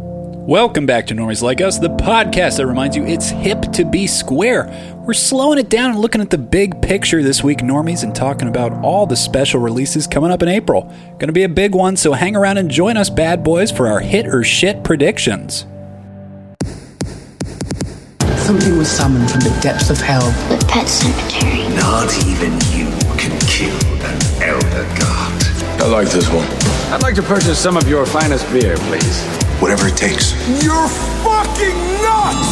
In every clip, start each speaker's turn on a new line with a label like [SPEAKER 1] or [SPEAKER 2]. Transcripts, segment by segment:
[SPEAKER 1] Welcome back to Normies Like Us, the podcast that reminds you it's hip to be square. We're slowing it down and looking at the big picture this week, Normies, and talking about all the special releases coming up in April. Going to be a big one, so hang around and join us, bad boys, for our hit or shit predictions.
[SPEAKER 2] Something was summoned from the depths of hell.
[SPEAKER 3] The Pet Cemetery.
[SPEAKER 4] Not even you can kill an elder god.
[SPEAKER 5] I like this one.
[SPEAKER 6] I'd like to purchase some of your finest beer, please.
[SPEAKER 4] Whatever it takes.
[SPEAKER 7] You're fucking nuts!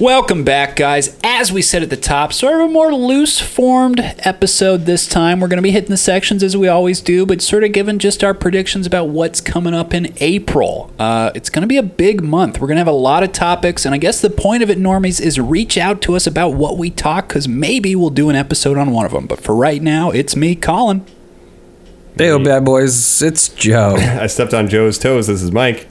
[SPEAKER 1] Welcome back, guys. As we said at the top, sort of a more loose formed episode this time. We're going to be hitting the sections as we always do, but sort of giving just our predictions about what's coming up in April. Uh, it's going to be a big month. We're going to have a lot of topics, and I guess the point of it, normies, is reach out to us about what we talk because maybe we'll do an episode on one of them. But for right now, it's me, Colin.
[SPEAKER 8] Hey, bad boys, it's Joe.
[SPEAKER 9] I stepped on Joe's toes. This is Mike.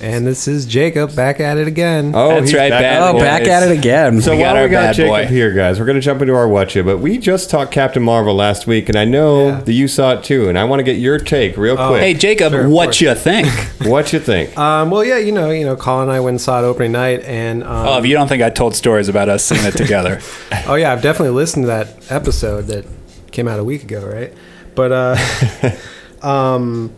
[SPEAKER 10] And this is Jacob back at it again.
[SPEAKER 9] Oh,
[SPEAKER 1] That's
[SPEAKER 9] he's
[SPEAKER 1] right, bad
[SPEAKER 8] Oh,
[SPEAKER 1] boy.
[SPEAKER 8] back at it again.
[SPEAKER 9] So
[SPEAKER 1] We got
[SPEAKER 9] while
[SPEAKER 1] our
[SPEAKER 9] we got
[SPEAKER 1] bad
[SPEAKER 9] Jacob
[SPEAKER 1] boy.
[SPEAKER 9] here, guys, we're going to jump into our whatcha. But we just talked Captain Marvel last week, and I know
[SPEAKER 10] Yeah. Oh,
[SPEAKER 9] that you saw it too. And I want to get your take real quick.
[SPEAKER 1] Hey, Jacob,
[SPEAKER 10] Sure, of
[SPEAKER 1] what
[SPEAKER 10] course.
[SPEAKER 1] you think?
[SPEAKER 9] what you think?
[SPEAKER 10] Um, well, yeah, you know, you know, Colin and I went and saw it opening night, and um,
[SPEAKER 1] oh, if you don't think I told stories about us seeing it together.
[SPEAKER 10] oh yeah, I've definitely listened to that episode that came out a week ago, right? But uh, um,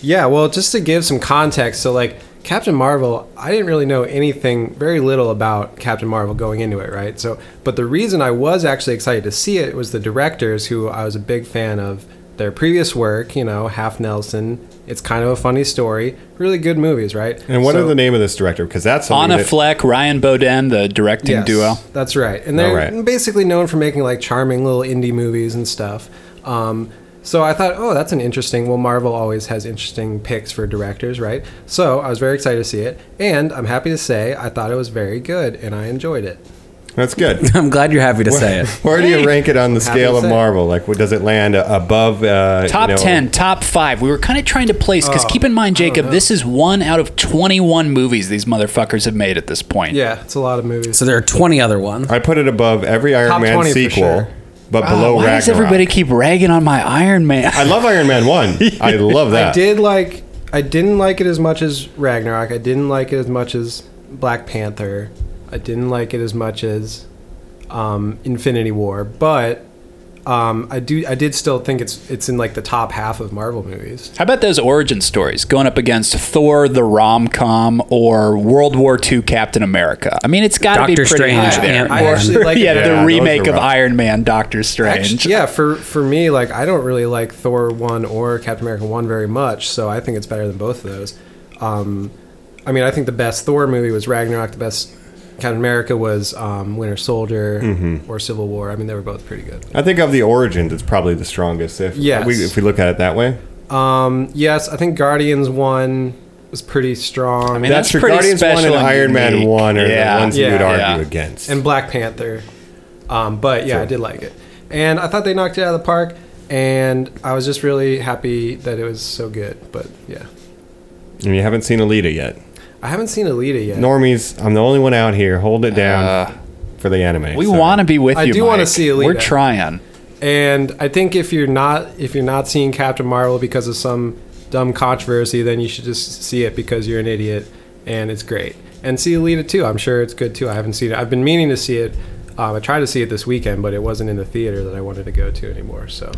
[SPEAKER 10] yeah, well, just to give some context, so like Captain Marvel, I didn't really know anything, very little about Captain Marvel going into it, right? So, but the reason I was actually excited to see it was the directors, who I was a big fan of their previous work, you know, Half Nelson. It's kind of a funny story, really good movies, right?
[SPEAKER 9] and what
[SPEAKER 10] So-
[SPEAKER 9] are the name of this director? Because that's something
[SPEAKER 1] Anna
[SPEAKER 9] that-
[SPEAKER 1] Fleck, Ryan Boden, the directing
[SPEAKER 10] Yes,
[SPEAKER 1] duo.
[SPEAKER 10] That's right. And they're
[SPEAKER 9] All right.
[SPEAKER 10] basically known for making like charming little indie movies and stuff. Um, so I thought, oh, that's an interesting. Well, Marvel always has interesting picks for directors, right? So I was very excited to see it, and I'm happy to say I thought it was very good and I enjoyed it.
[SPEAKER 9] That's good.
[SPEAKER 8] I'm glad you're happy to say it.
[SPEAKER 9] Where do you rank it on the
[SPEAKER 10] Happy to
[SPEAKER 9] scale of
[SPEAKER 10] say.
[SPEAKER 9] Marvel? Like, what does it land uh, above? Uh,
[SPEAKER 1] Top
[SPEAKER 9] you know-
[SPEAKER 1] 10, top 5. We were kind of trying to place
[SPEAKER 10] Oh,
[SPEAKER 1] cuz keep in mind Jacob, this is one out of 21 movies these motherfuckers have made at this point.
[SPEAKER 10] Yeah, it's a lot of movies.
[SPEAKER 8] So there are 20 other ones.
[SPEAKER 9] I put it above every Iron
[SPEAKER 10] Top
[SPEAKER 9] Man
[SPEAKER 10] 20 for
[SPEAKER 9] sequel,
[SPEAKER 10] sure.
[SPEAKER 9] but
[SPEAKER 1] Oh,
[SPEAKER 9] below
[SPEAKER 1] why
[SPEAKER 9] Ragnarok.
[SPEAKER 1] does everybody keep ragging on my Iron Man?
[SPEAKER 9] I love Iron Man one. I love that.
[SPEAKER 10] I did like. I didn't like it as much as Ragnarok. I didn't like it as much as Black Panther. I didn't like it as much as um, Infinity War. But um, I do. I did still think it's it's in like the top half of Marvel movies.
[SPEAKER 1] How about those origin stories going up against Thor the rom-com or World War II Captain America? I mean, it's got to be
[SPEAKER 8] Doctor
[SPEAKER 1] pretty
[SPEAKER 8] Strange,
[SPEAKER 1] high there.
[SPEAKER 8] Ant-Man.
[SPEAKER 10] I actually like
[SPEAKER 1] yeah,
[SPEAKER 10] it.
[SPEAKER 9] Yeah,
[SPEAKER 1] the
[SPEAKER 9] those
[SPEAKER 1] remake
[SPEAKER 9] are
[SPEAKER 1] of
[SPEAKER 9] rough.
[SPEAKER 1] Iron Man, Doctor Strange.
[SPEAKER 10] Actually, yeah, for for me, like I don't really like Thor one or Captain America one very much, so I think it's better than both of those. Um, I mean, I think the best Thor movie was Ragnarok. The best Captain America was um, Winter Soldier or Civil War. I mean, they were both pretty good.
[SPEAKER 9] I think of the origins, it's probably the strongest. If
[SPEAKER 10] Yes.
[SPEAKER 9] we, if we look at it that way,
[SPEAKER 10] Um, yes, I think Guardians one was pretty strong.
[SPEAKER 1] mean, that's pretty
[SPEAKER 9] one and
[SPEAKER 1] special and
[SPEAKER 9] Iron Man
[SPEAKER 1] unique.
[SPEAKER 9] one are
[SPEAKER 1] Yeah.
[SPEAKER 9] the ones you
[SPEAKER 10] Yeah.
[SPEAKER 9] would argue
[SPEAKER 1] Yeah.
[SPEAKER 9] against.
[SPEAKER 10] and Black Panther. Um, but yeah, I did like it, and I thought they knocked it out of the park. And I was just really happy that it was so good. But yeah,
[SPEAKER 9] And you haven't seen Alita yet.
[SPEAKER 10] I haven't seen Alita yet.
[SPEAKER 9] Normies, I'm the only one out here. Hold it down for the anime.
[SPEAKER 1] Uh, We want to be with
[SPEAKER 10] I
[SPEAKER 1] you.
[SPEAKER 10] do wanna
[SPEAKER 1] Mike.
[SPEAKER 10] see Alita.
[SPEAKER 1] We're trying.
[SPEAKER 10] And I think if you're not if you're not seeing Captain Marvel because of some dumb controversy, then you should just see it because you're an idiot and it's great. And see Alita too. I'm sure it's good too. I haven't seen it. I've been meaning to see it. Um, I tried to see it this weekend, but it wasn't in the theater that I wanted to go to anymore. So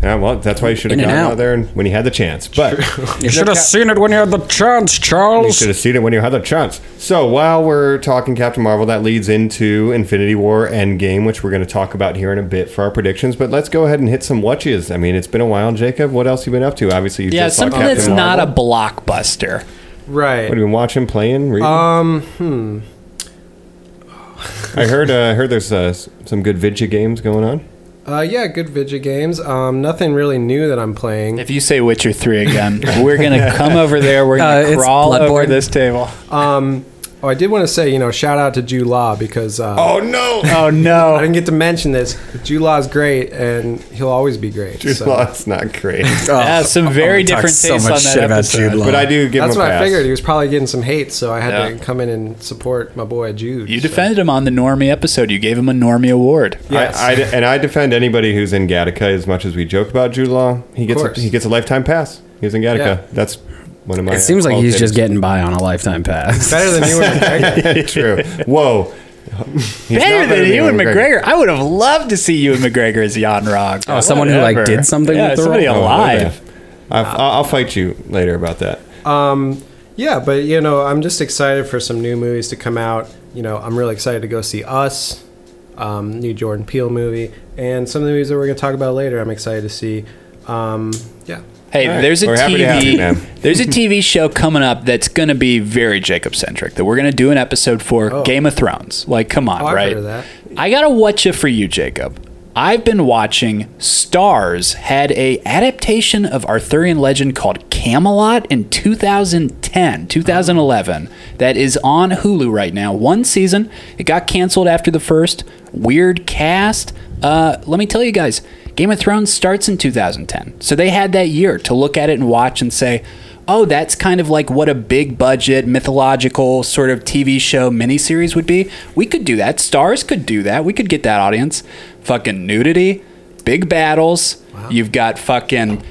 [SPEAKER 9] Yeah, well, that's why you should have
[SPEAKER 8] In and
[SPEAKER 9] gotten
[SPEAKER 8] out.
[SPEAKER 9] out there and- when you had the chance. But
[SPEAKER 8] You should have seen it when you had the chance,
[SPEAKER 9] you
[SPEAKER 8] Charles.
[SPEAKER 9] should have seen it when you had the chance. So while we're talking Captain Marvel, that leads into Infinity War Endgame, which we're going to talk about here in a bit for our predictions. But let's go ahead and hit some watches. I mean, it's been a while, Jacob. What else you been up to? Obviously, you
[SPEAKER 1] Yeah,
[SPEAKER 9] just saw
[SPEAKER 1] something
[SPEAKER 9] Captain
[SPEAKER 1] that's
[SPEAKER 9] Marvel.
[SPEAKER 1] not a blockbuster.
[SPEAKER 10] right.
[SPEAKER 9] What have you been watching, playing, reading? Um, hmm. I heard. Uh, I heard there's uh, s- some good video games going on.
[SPEAKER 10] Uh, yeah, good video games. Um, nothing really new that I'm playing.
[SPEAKER 1] If you say Witcher 3 again, we're going to come over there. We're
[SPEAKER 8] Uh,
[SPEAKER 1] going to
[SPEAKER 8] it's
[SPEAKER 1] crawl over
[SPEAKER 8] Bloodborne.
[SPEAKER 1] this table.
[SPEAKER 10] Oh, I did want to say, you know, shout out to Jude Law because uh,
[SPEAKER 9] Oh no!
[SPEAKER 1] Oh,
[SPEAKER 10] I
[SPEAKER 1] no.
[SPEAKER 10] didn't get to mention this. Jude Law's great, and he'll always be great.
[SPEAKER 9] Jude
[SPEAKER 10] so.
[SPEAKER 9] Law's not great,
[SPEAKER 8] Uh,
[SPEAKER 1] Yeah, some very
[SPEAKER 8] talk
[SPEAKER 1] different
[SPEAKER 8] so
[SPEAKER 1] tastes
[SPEAKER 8] much
[SPEAKER 1] on that
[SPEAKER 8] shit about
[SPEAKER 1] episode.
[SPEAKER 8] Jude Law.
[SPEAKER 9] but I do give
[SPEAKER 10] That's
[SPEAKER 9] him a
[SPEAKER 10] what
[SPEAKER 9] pass.
[SPEAKER 10] I figured. He was probably getting some hate, so I had
[SPEAKER 1] Yeah.
[SPEAKER 10] to come in and support my boy Jude.
[SPEAKER 1] You
[SPEAKER 10] so-
[SPEAKER 1] defended him on the Normie episode. You gave him a Normie award.
[SPEAKER 10] Yes.
[SPEAKER 9] I, I, and I defend anybody who's in Gattaca as much as we joke about Jude Law. He gets a,
[SPEAKER 10] course.
[SPEAKER 9] he gets a lifetime pass. He was in Gattaca.
[SPEAKER 10] Yeah.
[SPEAKER 9] That's One of my
[SPEAKER 8] It seems like he's just
[SPEAKER 9] all-timers.
[SPEAKER 8] getting by on a lifetime pass.
[SPEAKER 10] Better than you were.
[SPEAKER 9] True. Whoa. He's
[SPEAKER 1] better
[SPEAKER 9] not
[SPEAKER 1] than Ewan McGregor.
[SPEAKER 9] McGregor.
[SPEAKER 1] I would have loved to see Ewan McGregor as Jan Rog.
[SPEAKER 8] Oh, someone who, like, did something
[SPEAKER 1] yeah,
[SPEAKER 8] with the
[SPEAKER 1] somebody
[SPEAKER 8] role? Oh,
[SPEAKER 1] alive.
[SPEAKER 9] I've- I'll, I'll fight you later about that.
[SPEAKER 10] Yeah, but you know, I'm just excited for some new movies to come out. You know, I'm really excited to go see Us, um, new Jordan Peele movie, and some of the movies that we're going to talk about later. I'm excited to see. Um, yeah,
[SPEAKER 1] Hey,
[SPEAKER 9] All right.
[SPEAKER 1] there's a
[SPEAKER 9] We're happy to have
[SPEAKER 1] TV.
[SPEAKER 9] you, man.
[SPEAKER 1] there's a TV show coming up that's going to be very Jacob centric. That we're going to do an episode for Game of Thrones. Like, come on,
[SPEAKER 10] Oh, I've
[SPEAKER 1] right?
[SPEAKER 10] heard of that.
[SPEAKER 1] I got a whatcha for you, Jacob. I've been watching Stars had a adaptation of Arthurian legend called Camelot in 2010, 2011 that is on Hulu right now. One season. It got canceled after the first. Weird cast. Uh, let me tell you guys, Game of Thrones starts in 2010. So they had that year to look at it and watch and say, oh, that's kind of like what a big budget, mythological sort of TV show miniseries would be. We could do that. Stars could do that. We could get that audience. Fucking nudity, big battles. You've got fucking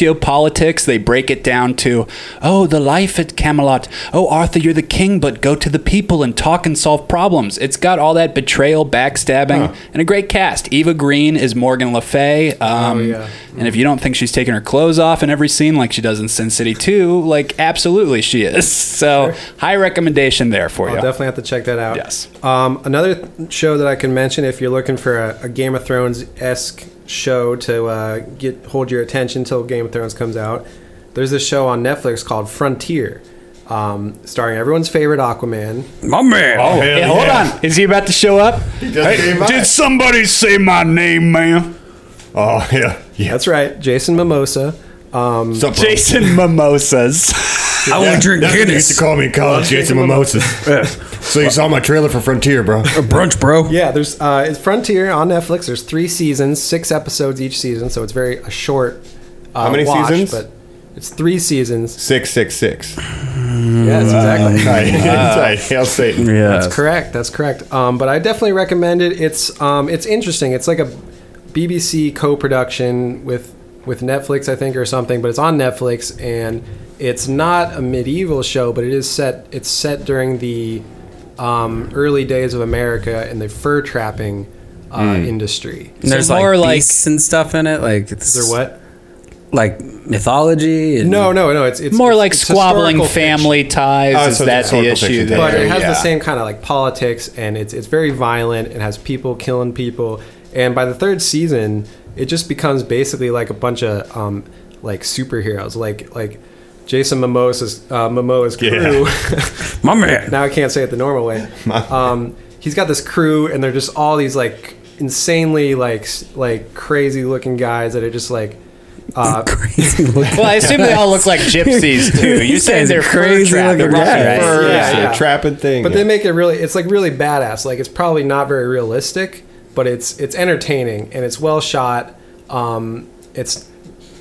[SPEAKER 1] sociopolitics. They break it down to, oh, the life at Camelot. Oh, Arthur, you're the king, but go to the people and talk and solve problems. It's got all that betrayal, backstabbing, and a great cast. Eva Green is Morgan Le Fay. Um,
[SPEAKER 10] Oh, yeah.
[SPEAKER 1] and if you don't think she's taking her clothes off in every scene like she does in Sin City 2, like absolutely she is. So high recommendation there for
[SPEAKER 10] I'll
[SPEAKER 1] you.
[SPEAKER 10] Oh, definitely have to check that out.
[SPEAKER 1] Yes.
[SPEAKER 10] Um, another th- show that I can mention, if you're looking for a, a Game of Thrones esque show to uh, get hold your attention till Game of Thrones comes out, there's this show on Netflix called Frontier, um, starring everyone's favorite Aquaman.
[SPEAKER 8] My man. Oh,
[SPEAKER 1] Hey, hold on. Is he about to show up? somebody say my name, man?
[SPEAKER 9] oh yeah, yeah.
[SPEAKER 10] That's right, Jason Mimosa. Um,
[SPEAKER 9] What's up, bro?
[SPEAKER 1] Jason Mimosas.
[SPEAKER 8] I
[SPEAKER 9] Yeah,
[SPEAKER 8] want to drink
[SPEAKER 9] that's what they used
[SPEAKER 8] Guinness.
[SPEAKER 9] to call me in college, Jason Mimosas. so you saw my trailer for Frontier, bro.
[SPEAKER 8] Brunch, bro.
[SPEAKER 10] Yeah, there's uh, it's Frontier on Netflix. There's three seasons, six episodes each season, so it's very a short. Uh,
[SPEAKER 9] How many
[SPEAKER 10] watch,
[SPEAKER 9] seasons?
[SPEAKER 10] But it's three seasons. Uh,
[SPEAKER 9] Six six six. Ah.
[SPEAKER 10] Yes, exactly.
[SPEAKER 9] Sorry, sorry. Hail Satan.
[SPEAKER 10] That's correct. That's correct. Um, but I definitely recommend it. It's um, it's interesting. It's like a BBC co-production with with Netflix, I think, or something. But it's on Netflix, and it's not a medieval show, but it is set. It's set during the um, early days of America and the fur trapping uh,
[SPEAKER 1] Hmm.
[SPEAKER 10] industry.
[SPEAKER 8] And there's
[SPEAKER 1] So
[SPEAKER 8] like
[SPEAKER 1] more like-
[SPEAKER 8] beasts and stuff in it. Like it's
[SPEAKER 10] Is there what?
[SPEAKER 8] Like mythology. And
[SPEAKER 10] No, no, no. It's it's
[SPEAKER 1] More
[SPEAKER 10] it's-
[SPEAKER 1] like
[SPEAKER 10] it's
[SPEAKER 1] squabbling
[SPEAKER 10] historical fiction.
[SPEAKER 1] family ties.
[SPEAKER 9] Oh,
[SPEAKER 1] is
[SPEAKER 9] so
[SPEAKER 1] that
[SPEAKER 9] it's
[SPEAKER 1] the
[SPEAKER 9] historical
[SPEAKER 1] issue there?
[SPEAKER 9] fiction.
[SPEAKER 10] but it has
[SPEAKER 1] Yeah.
[SPEAKER 10] the same kind of like politics and it's it's very violent it has people killing people and by the third season it just becomes basically like a bunch of um like superheroes like like Jason Momoa's uh, Momoa's crew
[SPEAKER 8] My man.
[SPEAKER 10] now I can't say it the normal way. Um, he's got this crew, and they're just all these like insanely like s- like crazy looking guys that are just like
[SPEAKER 8] Crazy looking.
[SPEAKER 1] Well, I assume they all look like gypsies too. You
[SPEAKER 8] You
[SPEAKER 1] say
[SPEAKER 8] guys
[SPEAKER 1] they're
[SPEAKER 8] are
[SPEAKER 1] crazy
[SPEAKER 8] crazy
[SPEAKER 1] trapped,
[SPEAKER 8] looking
[SPEAKER 1] right?
[SPEAKER 8] guys.
[SPEAKER 9] Furs,
[SPEAKER 10] Yeah,
[SPEAKER 9] the
[SPEAKER 10] yeah.
[SPEAKER 9] trapping thing.
[SPEAKER 10] But
[SPEAKER 9] yeah.
[SPEAKER 10] they make it really it's like really badass. Like it's probably not very realistic, but it's it's entertaining and it's well shot. Um, it's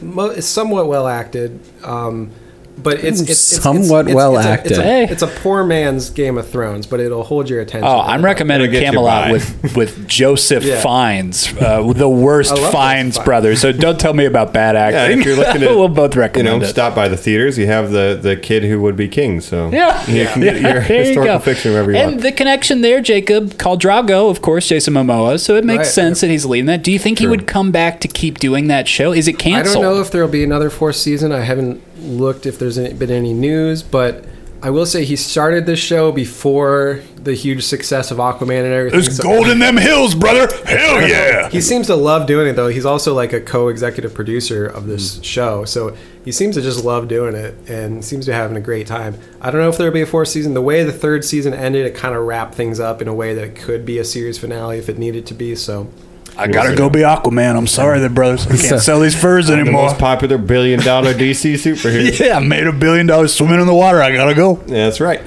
[SPEAKER 10] mo- it's somewhat well acted. Um, but it's, it's, it's- it's-
[SPEAKER 8] Somewhat
[SPEAKER 10] it's-
[SPEAKER 8] well
[SPEAKER 10] it's a- it's a-
[SPEAKER 8] acted.
[SPEAKER 1] Hey.
[SPEAKER 10] It's a, poor man's Game of Thrones, but it'll hold your attention.
[SPEAKER 1] Oh, I'm recommending
[SPEAKER 9] It'll get you
[SPEAKER 1] Camelot
[SPEAKER 9] by.
[SPEAKER 1] with, with Joseph
[SPEAKER 10] Yeah.
[SPEAKER 1] Fiennes, uh, the worst
[SPEAKER 10] love those
[SPEAKER 1] Fiennes
[SPEAKER 10] Fiennes.
[SPEAKER 1] brother. So don't tell me about bad
[SPEAKER 9] Yeah,
[SPEAKER 1] acting.
[SPEAKER 9] if you're looking at,
[SPEAKER 1] we'll both
[SPEAKER 9] you
[SPEAKER 1] recommend
[SPEAKER 9] know,
[SPEAKER 1] it.
[SPEAKER 9] stop by the theaters. You have the the kid who would be king. So
[SPEAKER 1] Yeah,
[SPEAKER 9] you can get your
[SPEAKER 1] There you
[SPEAKER 9] historical
[SPEAKER 1] go.
[SPEAKER 9] fiction wherever you
[SPEAKER 1] and
[SPEAKER 9] want.
[SPEAKER 1] the connection there, Jacob, called Drago, of course, Jason Momoa. So it makes
[SPEAKER 10] Right.
[SPEAKER 1] sense that he's leading that. Do you think he would come back to keep doing that show? Is it
[SPEAKER 10] I don't
[SPEAKER 1] canceled?
[SPEAKER 10] know if there'll be another fourth season. I haven't looked if there's any, been any news, but I will say he started this show before the huge success of Aquaman and everything. so-
[SPEAKER 4] in them hills, brother. Hell yeah.
[SPEAKER 10] He seems to love doing it though. He's also like a co-executive producer of this
[SPEAKER 9] Mm.
[SPEAKER 10] show, so he seems to just love doing it and seems to be having a great time. I don't know if there'll be a fourth season. The way the third season ended, it kind of wrapped things up in a way that it could be a series finale if it needed to be. So
[SPEAKER 1] I gotta go be Aquaman. I'm sorry, that brothers. I can't sell these furs
[SPEAKER 9] The most popular billion dollar DC superhero.
[SPEAKER 1] Yeah, I made a billion dollars swimming in the water. I gotta go.
[SPEAKER 9] That's right.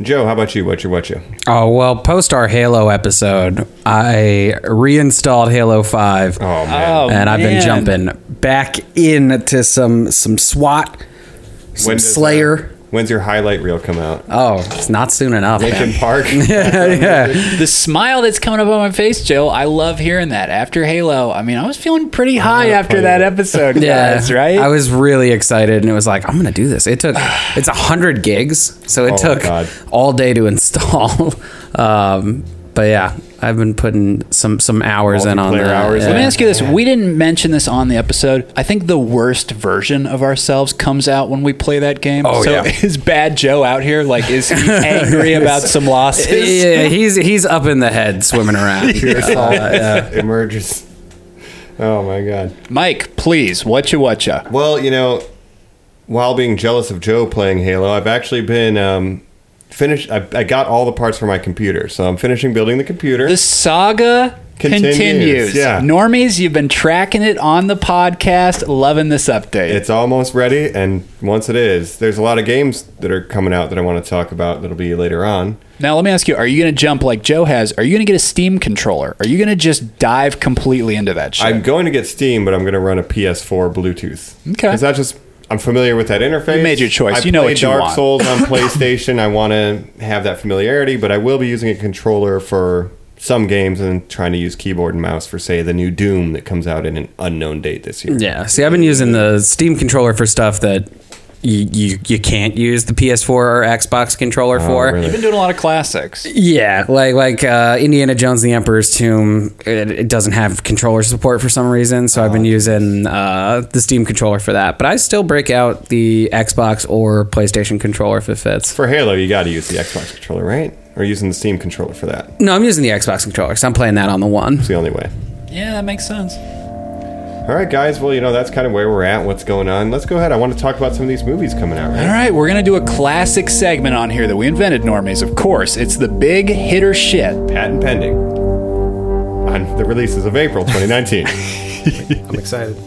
[SPEAKER 9] Joe, how about you? What you what you?
[SPEAKER 8] Oh well, post our Halo episode, I reinstalled Halo Five,
[SPEAKER 9] Oh man,
[SPEAKER 8] and I've
[SPEAKER 1] man.
[SPEAKER 8] been jumping back into some some SWAT, some
[SPEAKER 9] When does, uh,
[SPEAKER 8] Slayer.
[SPEAKER 9] When's your highlight reel come out?
[SPEAKER 1] Uh,
[SPEAKER 8] Oh, it's not soon enough.
[SPEAKER 9] Lincoln
[SPEAKER 8] Man.
[SPEAKER 9] Park.
[SPEAKER 1] The smile that's coming up on my face, Joe. I love hearing that after Halo. I mean, I was feeling pretty high after
[SPEAKER 9] play
[SPEAKER 1] that
[SPEAKER 9] it.
[SPEAKER 1] episode.
[SPEAKER 8] Yeah,
[SPEAKER 1] guys, right.
[SPEAKER 8] I was really excited, and it was like, I'm gonna do this. It took it's hundred gigs, so it
[SPEAKER 9] Oh,
[SPEAKER 8] took
[SPEAKER 9] God.
[SPEAKER 8] all day to install. um, but yeah, I've been putting some some hours in on
[SPEAKER 9] Multiplayer
[SPEAKER 8] that.
[SPEAKER 9] hours
[SPEAKER 8] yeah.
[SPEAKER 9] in.
[SPEAKER 1] Let me ask you this. We didn't mention this on the episode. I think the worst version of ourselves comes out when we play that game.
[SPEAKER 8] Oh,
[SPEAKER 1] so
[SPEAKER 8] yeah.
[SPEAKER 1] is Bad Joe out here? Like, is he angry about some losses?
[SPEAKER 8] Yeah, he's he's up in the head swimming around.
[SPEAKER 9] Pure salt emerges. Oh my god.
[SPEAKER 1] Mike, please, whatcha whatcha.
[SPEAKER 9] Well, you know, while being jealous of Joe playing Halo, I've actually been um, finished. I, I got all the parts for my computer, so I'm finishing building the computer.
[SPEAKER 1] The saga continues.
[SPEAKER 9] Continues, yeah.
[SPEAKER 1] Normies, you've been tracking it on the podcast. Loving this update.
[SPEAKER 9] it's almost ready, and once it is, there's a lot of games that are coming out that I want to talk about. That'll be later on.
[SPEAKER 1] now, let me ask you are you going to jump like Joe has? Are you going to get a Steam controller? Are you going to just dive completely into that shit?
[SPEAKER 9] I'm going to get Steam, but I'm going to run a PS4 Bluetooth.
[SPEAKER 1] Okay.
[SPEAKER 9] Because that's just I'm familiar with that interface.
[SPEAKER 1] You made your choice.
[SPEAKER 9] I
[SPEAKER 1] You know
[SPEAKER 9] play
[SPEAKER 1] what you
[SPEAKER 9] Dark
[SPEAKER 1] want.
[SPEAKER 9] Souls on PlayStation. I want to have that familiarity, but I will be using a controller for some games and trying to use keyboard and mouse for say the new Doom that comes out in an unknown date this year.
[SPEAKER 8] Yeah. See, I've been using the Steam controller for stuff that you you, you can't use the PS4 or Xbox controller for.
[SPEAKER 9] Oh, really?
[SPEAKER 1] You've been doing a lot of classics.
[SPEAKER 8] Yeah, like like uh, Indiana Jones and the Emperor's Tomb. It, it doesn't have controller support for some reason, so I've been using uh, the Steam controller for that. But I still break out the Xbox or PlayStation controller if it fits.
[SPEAKER 9] For Halo, you got to use the Xbox controller, right? Or using the Steam controller for that. It's
[SPEAKER 8] No, I'm using the Xbox controller because I'm playing that on the one.
[SPEAKER 9] the only way.
[SPEAKER 1] Yeah, that makes sense.
[SPEAKER 9] All right, guys. Well, you know that's kind of where we're at. What's going on? Let's go ahead. I want to talk about some of these movies coming out.
[SPEAKER 1] All
[SPEAKER 9] Right.
[SPEAKER 1] right, we're going to do a classic segment on here that we invented, normies. Of course, it's the big hit or shit.
[SPEAKER 9] Patent pending. On the releases of April 2019.
[SPEAKER 10] I'm excited.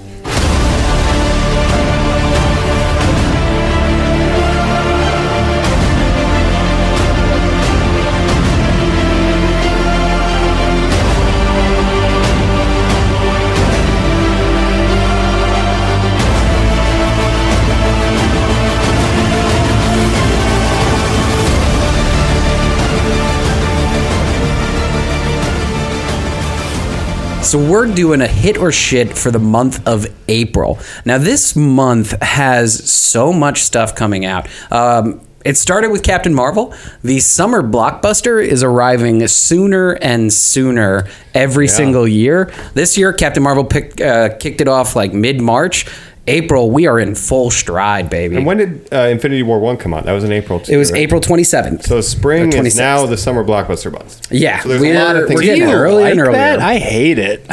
[SPEAKER 8] So we're doing a hit or shit for the month of April. Now this month has so much stuff coming out. Um, it started with Captain Marvel. The summer blockbuster is arriving sooner and sooner every single year. This year, Captain Marvel picked, uh, kicked it off like mid March. April, we are in full stride, baby.
[SPEAKER 9] And when did uh, Infinity War One come out? That was in April. Too,
[SPEAKER 8] it was
[SPEAKER 9] right?
[SPEAKER 8] April 27th.
[SPEAKER 9] So spring
[SPEAKER 8] Or
[SPEAKER 9] is
[SPEAKER 8] 26th.
[SPEAKER 9] now the summer blockbuster buzz.
[SPEAKER 8] Yeah,
[SPEAKER 9] So there's a lot of things.
[SPEAKER 8] we're getting
[SPEAKER 9] going
[SPEAKER 8] there
[SPEAKER 9] on.
[SPEAKER 8] earlier and earlier.
[SPEAKER 1] that? I hate it.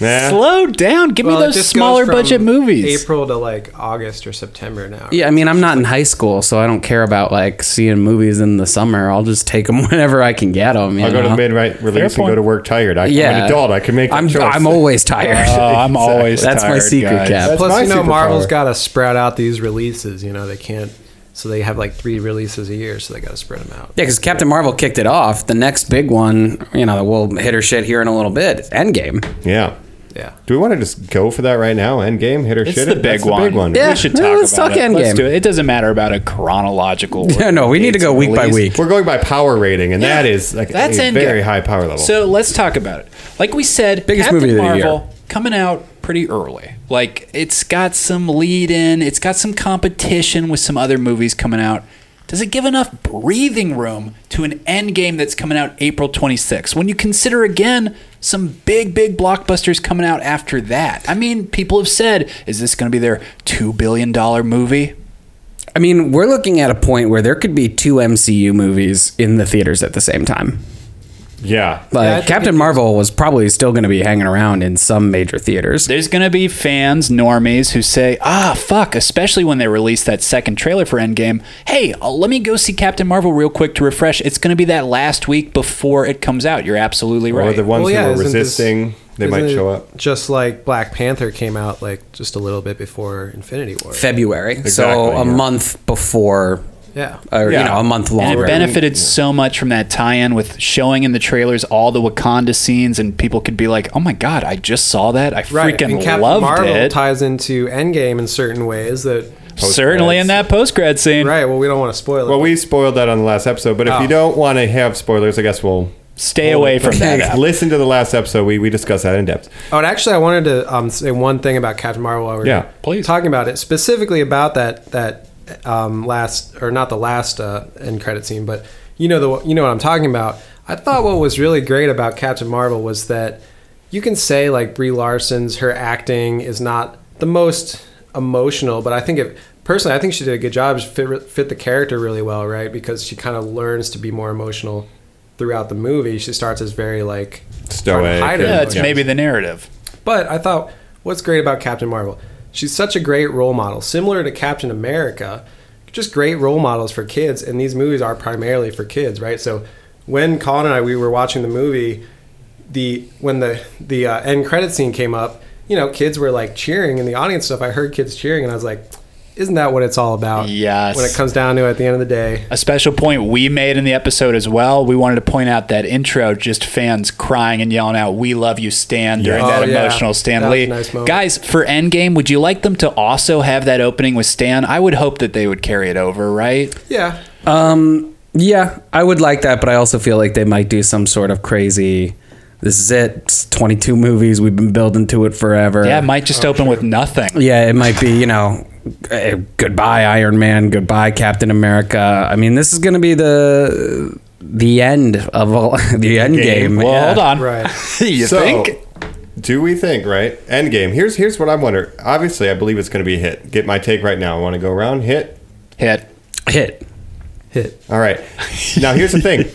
[SPEAKER 9] Nah.
[SPEAKER 1] Slow down. Give
[SPEAKER 10] Well,
[SPEAKER 1] me
[SPEAKER 10] it
[SPEAKER 1] those
[SPEAKER 10] just goes
[SPEAKER 1] smaller
[SPEAKER 10] from
[SPEAKER 1] budget movies.
[SPEAKER 10] April to like August or September now.
[SPEAKER 8] Yeah, I mean, I'm not in high school, so I don't care about like seeing movies in the summer. I'll just take them whenever I can get them.
[SPEAKER 9] I'll go to the midnight release and
[SPEAKER 1] point.
[SPEAKER 9] go to work tired. I,
[SPEAKER 8] Uh-huh. yeah,
[SPEAKER 9] I'm an adult. I can make. that
[SPEAKER 8] I'm
[SPEAKER 9] choice.
[SPEAKER 8] I'm always tired.
[SPEAKER 1] Oh, I'm always
[SPEAKER 8] That's my
[SPEAKER 1] tired,
[SPEAKER 8] secret,
[SPEAKER 1] guys.
[SPEAKER 8] Cap.
[SPEAKER 9] That's my
[SPEAKER 10] Plus, you know,
[SPEAKER 9] superpower.
[SPEAKER 10] Marvel's got to sprout out these releases. You know, they can't. So they have like three releases a year, so they got to spread them out.
[SPEAKER 8] yeah, because Captain Marvel kicked it off. The next big one, you know, that we'll hit her shit here in a little bit. is Endgame.
[SPEAKER 9] Yeah.
[SPEAKER 10] Yeah.
[SPEAKER 9] Do we want to just go for that right now? End game, hit or
[SPEAKER 1] It's
[SPEAKER 9] shit?
[SPEAKER 1] the
[SPEAKER 9] it?
[SPEAKER 1] big
[SPEAKER 9] That's
[SPEAKER 1] one.
[SPEAKER 9] one.
[SPEAKER 8] Yeah.
[SPEAKER 1] We should
[SPEAKER 8] Yeah,
[SPEAKER 1] talk
[SPEAKER 8] let's
[SPEAKER 1] about
[SPEAKER 8] talk
[SPEAKER 1] it. Let's
[SPEAKER 8] Endgame.
[SPEAKER 1] do it. It doesn't matter about a chronological.
[SPEAKER 8] Yeah, no, we need to go week by
[SPEAKER 1] release.
[SPEAKER 8] week.
[SPEAKER 9] We're going by power rating, and that
[SPEAKER 1] Yeah.
[SPEAKER 9] is like
[SPEAKER 1] That's
[SPEAKER 9] a
[SPEAKER 1] Endgame.
[SPEAKER 9] very high power level.
[SPEAKER 1] So let's talk about it. Like we said,
[SPEAKER 8] Biggest
[SPEAKER 1] Captain
[SPEAKER 8] movie of the
[SPEAKER 1] Marvel
[SPEAKER 8] year.
[SPEAKER 1] coming out pretty early. Like it's got some lead in, it's got some competition with some other movies coming out. Does it give enough breathing room to an end game that's coming out April 26th? When you consider again some big, big blockbusters coming out after that. I mean, people have said, is this going to be their $2 billion movie?
[SPEAKER 8] I mean, we're looking at a point where there could be two MCU movies in the theaters at the same time.
[SPEAKER 9] yeah.
[SPEAKER 8] Like
[SPEAKER 10] I think
[SPEAKER 8] Captain
[SPEAKER 10] it-
[SPEAKER 8] Marvel was probably still going to be hanging around in some major theaters.
[SPEAKER 1] There's going to be fans, normies, who say, ah, fuck, especially when they release that second trailer for Endgame. Hey, uh, let me go see Captain Marvel real quick to refresh. It's going to be that last week before it comes out. You're absolutely
[SPEAKER 9] Or
[SPEAKER 1] right.
[SPEAKER 9] the ones who are
[SPEAKER 10] isn't this-
[SPEAKER 9] resisting, they might
[SPEAKER 10] isn't it
[SPEAKER 9] show up.
[SPEAKER 10] Just like Black Panther came out like just a little bit before Infinity War.
[SPEAKER 8] February, so
[SPEAKER 9] Exactly,
[SPEAKER 8] a
[SPEAKER 9] yeah.
[SPEAKER 8] month before,
[SPEAKER 10] yeah.
[SPEAKER 8] or you
[SPEAKER 9] Yeah.
[SPEAKER 8] know, a month
[SPEAKER 1] and
[SPEAKER 8] longer.
[SPEAKER 1] it benefited so much from that tie-in with showing in the trailers all the Wakanda scenes, and people could be like, "Oh my god, I just saw that! I freaking
[SPEAKER 10] and Captain
[SPEAKER 1] loved
[SPEAKER 10] Marvel
[SPEAKER 1] it!"
[SPEAKER 10] ties into Endgame in certain ways that
[SPEAKER 9] post.
[SPEAKER 1] Certainly in that post grad scene.
[SPEAKER 10] Right. Well, we don't want to spoil it.
[SPEAKER 9] Well, we spoiled that on the last episode, but if you don't want to have spoilers, I guess we'll
[SPEAKER 1] Oh. Stay away from that.
[SPEAKER 9] Listen to the last episode. We we discussed that in depth.
[SPEAKER 10] Oh, and actually, I wanted to um, say one thing about Captain Marvel while we we're
[SPEAKER 9] Yeah, please.
[SPEAKER 10] talking about it, specifically about that that um, last or not the last uh, end credit scene, but you know the you know what I'm talking about. I thought what was really great about Captain Marvel was that you can say like Brie Larson's her acting is not the most emotional, but I think if personally, I think she did a good job. She fit fit the character really well, right? Because she kind of learns to be more emotional throughout the movie. She starts as very like trying to
[SPEAKER 9] Stoic.
[SPEAKER 10] hide her
[SPEAKER 1] Yeah, it's
[SPEAKER 10] emotions.
[SPEAKER 1] maybe the narrative.
[SPEAKER 10] But I thought, what's great about Captain Marvel? She's such a great role model, similar to Captain America. Just great role models for kids, and these movies are primarily for kids, right? So when Colin and I we were watching the movie, the when the the uh, end credit scene came up, you know, kids were like cheering in the audience stuff. I heard kids cheering, and I was like, "Isn't that what it's all about?"
[SPEAKER 1] Yes.
[SPEAKER 10] When it comes down to it, at the end of the day,
[SPEAKER 1] A special point we made in the episode as well. We wanted to point out that intro, just fans crying and yelling out, "We love you, Stan!" during
[SPEAKER 10] Yeah.
[SPEAKER 1] that
[SPEAKER 10] Oh, yeah.
[SPEAKER 1] emotional Stan
[SPEAKER 10] That was
[SPEAKER 1] Lee.
[SPEAKER 10] a nice moment.
[SPEAKER 1] Guys, for Endgame, would you like them to also have that opening with Stan? I would hope that they would carry it over, right?
[SPEAKER 10] yeah,
[SPEAKER 8] Yeah, I would like that, but I also feel like they might do some sort of crazy. This is it. It's 22 movies. We've been building to it forever.
[SPEAKER 1] Yeah, it might
[SPEAKER 10] Oh,
[SPEAKER 1] just open with nothing.
[SPEAKER 8] Yeah, it might be, you know, eh, goodbye Iron Man, goodbye Captain America. I mean, this is going to be the the end of all, the end game.
[SPEAKER 1] Well,
[SPEAKER 8] yeah.
[SPEAKER 1] hold on.
[SPEAKER 10] right.
[SPEAKER 1] you
[SPEAKER 9] So,
[SPEAKER 1] think?
[SPEAKER 9] Do we think right? Endgame. Here's here's what I'm wondering. Obviously, I believe it's going to be a hit. Get my take right now. I want to go around hit.
[SPEAKER 1] Hit.
[SPEAKER 8] Hit.
[SPEAKER 9] All right. Now here's the thing.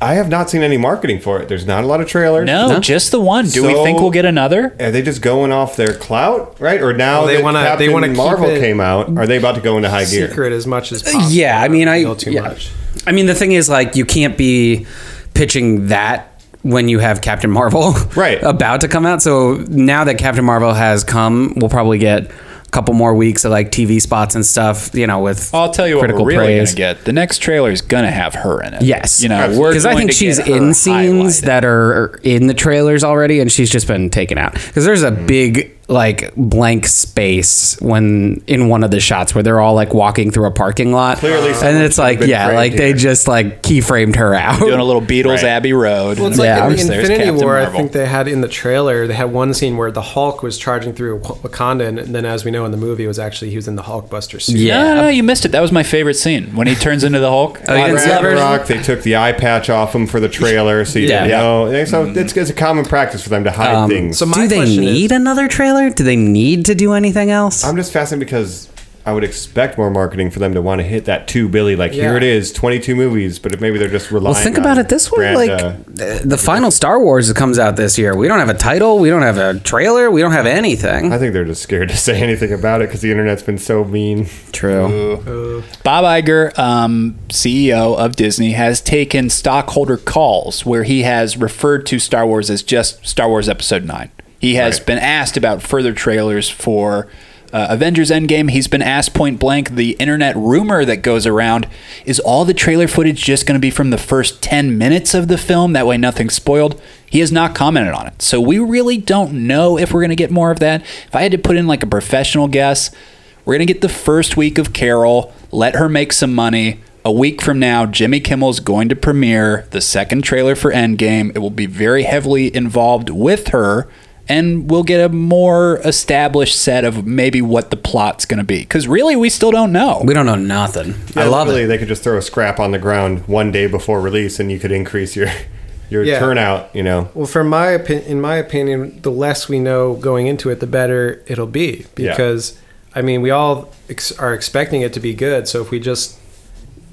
[SPEAKER 9] I have not seen any marketing for it. There's not a lot of trailers.
[SPEAKER 1] No, just the one. Do we
[SPEAKER 9] So-
[SPEAKER 1] think we'll get another?
[SPEAKER 9] Are they just going off their clout, right? Or now
[SPEAKER 10] Well, they
[SPEAKER 9] that
[SPEAKER 10] wanna- they
[SPEAKER 9] Captain
[SPEAKER 10] wanna keep
[SPEAKER 9] Marvel
[SPEAKER 10] it
[SPEAKER 9] came out, are they about to go into high gear?
[SPEAKER 10] Secret as much as possible.
[SPEAKER 8] Uh, Yeah, I mean, I
[SPEAKER 10] Not reveal too
[SPEAKER 8] yeah.
[SPEAKER 10] much.
[SPEAKER 8] I mean, the thing is, like, you can't be pitching that when you have Captain Marvel
[SPEAKER 9] Right.
[SPEAKER 8] about to come out. So now that Captain Marvel has come, we'll probably get a couple more weeks of like TV spots and stuff. You know, with
[SPEAKER 1] I'll tell you what
[SPEAKER 8] critical
[SPEAKER 1] we're really
[SPEAKER 8] praise.
[SPEAKER 1] gonna get. The next trailer is gonna have her in it.
[SPEAKER 8] Yes,
[SPEAKER 1] you know, we're
[SPEAKER 8] because I
[SPEAKER 1] going
[SPEAKER 8] think
[SPEAKER 1] to
[SPEAKER 8] she's
[SPEAKER 1] get her
[SPEAKER 8] in scenes
[SPEAKER 1] highlighted.
[SPEAKER 8] that are in the trailers already, and she's just been taken out. Because there's a big like blank space when in one of the shots where they're all like walking through a parking lot,
[SPEAKER 9] Clearly
[SPEAKER 8] and
[SPEAKER 9] someone's
[SPEAKER 8] it's like
[SPEAKER 9] been
[SPEAKER 8] yeah,
[SPEAKER 9] framed
[SPEAKER 8] like they
[SPEAKER 9] here.
[SPEAKER 8] just like keyframed her out.
[SPEAKER 1] doing a little Beatles
[SPEAKER 9] Right.
[SPEAKER 1] Abbey Road.
[SPEAKER 10] Well,
[SPEAKER 1] and
[SPEAKER 10] it's like
[SPEAKER 8] Yeah.
[SPEAKER 10] in
[SPEAKER 1] there's
[SPEAKER 10] the Infinity
[SPEAKER 1] Captain
[SPEAKER 10] War.
[SPEAKER 1] Marvel.
[SPEAKER 10] I think they had in the trailer they had one scene where the Hulk was charging through Wak- Wakanda, and, and then as we know in the movie, it was actually he was in the Hulkbuster suit.
[SPEAKER 1] No, no, no, you missed it. That was my favorite scene when he turns into the Hulk.
[SPEAKER 8] Oh, you didn't see that version?
[SPEAKER 9] Ragnarok, they took the eye patch off him for the trailer, so you
[SPEAKER 8] Yeah. Mm-hmm. Um,
[SPEAKER 9] know. So it's, it's a common practice for them to hide things.
[SPEAKER 10] So my
[SPEAKER 8] do they
[SPEAKER 10] question
[SPEAKER 8] need
[SPEAKER 10] is,
[SPEAKER 8] another trailer? Do they need to do anything else?
[SPEAKER 9] I'm just fascinated because I would expect more marketing for them to want to hit that too, Billy. Like here
[SPEAKER 10] Yeah.
[SPEAKER 9] it is, 22 movies, but if maybe they're just relying.
[SPEAKER 8] well, think
[SPEAKER 9] on
[SPEAKER 8] about it this way:
[SPEAKER 9] brand,
[SPEAKER 8] like
[SPEAKER 9] uh,
[SPEAKER 8] the, the final Star Wars that comes out this year, we don't have a title, we don't have a trailer, we don't have anything.
[SPEAKER 9] I think they're just scared to say anything about it because the internet's been so mean.
[SPEAKER 8] True.
[SPEAKER 1] Bob Iger, um, CEO of Disney, has taken stockholder calls where he has referred to Star Wars as just Star Wars Episode 9. He has
[SPEAKER 9] Right.
[SPEAKER 1] been asked about further trailers for uh, Avengers Endgame. He's been asked point blank. The internet rumor that goes around is all the trailer footage just going to be from the first 10 minutes of the film? That way, nothing's spoiled. He has not commented on it. So, we really don't know if we're going to get more of that. If I had to put in like a professional guess, we're going to get the first week of Carol, let her make some money. A week from now, Jimmy Kimmel's going to premiere the second trailer for Endgame. It will be very heavily involved with her, and we'll get a more established set of maybe what the plot's going to be. Because really, we still don't know.
[SPEAKER 8] We don't know nothing. I
[SPEAKER 9] Yeah,
[SPEAKER 8] love
[SPEAKER 9] literally,
[SPEAKER 8] it.
[SPEAKER 9] They could just throw a scrap on the ground one day before release, and you could increase your your
[SPEAKER 10] Yeah.
[SPEAKER 9] turnout. You know,
[SPEAKER 10] well, from my opinion, in my opinion, the less we know going into it, the better it'll be
[SPEAKER 9] Yeah.
[SPEAKER 10] because I mean we all ex- are expecting it to be good. So if we just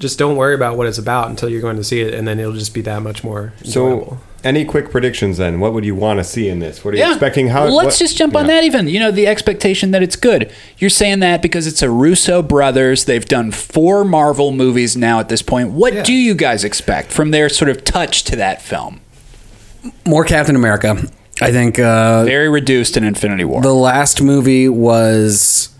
[SPEAKER 10] just don't worry about what it's about until you're going to see it, and then it'll just be that much more. enjoyable.
[SPEAKER 9] so. Any quick predictions then? What would you want to see in this? What are you expecting? How?
[SPEAKER 1] Let's
[SPEAKER 9] what-
[SPEAKER 1] just jump on
[SPEAKER 9] Yeah.
[SPEAKER 1] that even. You know, the expectation that it's good. You're saying that because it's a Russo brothers. They've done four Marvel movies now at this point. What
[SPEAKER 10] Yeah.
[SPEAKER 1] do you guys expect from their sort of touch to that film?
[SPEAKER 8] More Captain America. I think uh,
[SPEAKER 1] Very reduced in Infinity War.
[SPEAKER 8] the last movie was,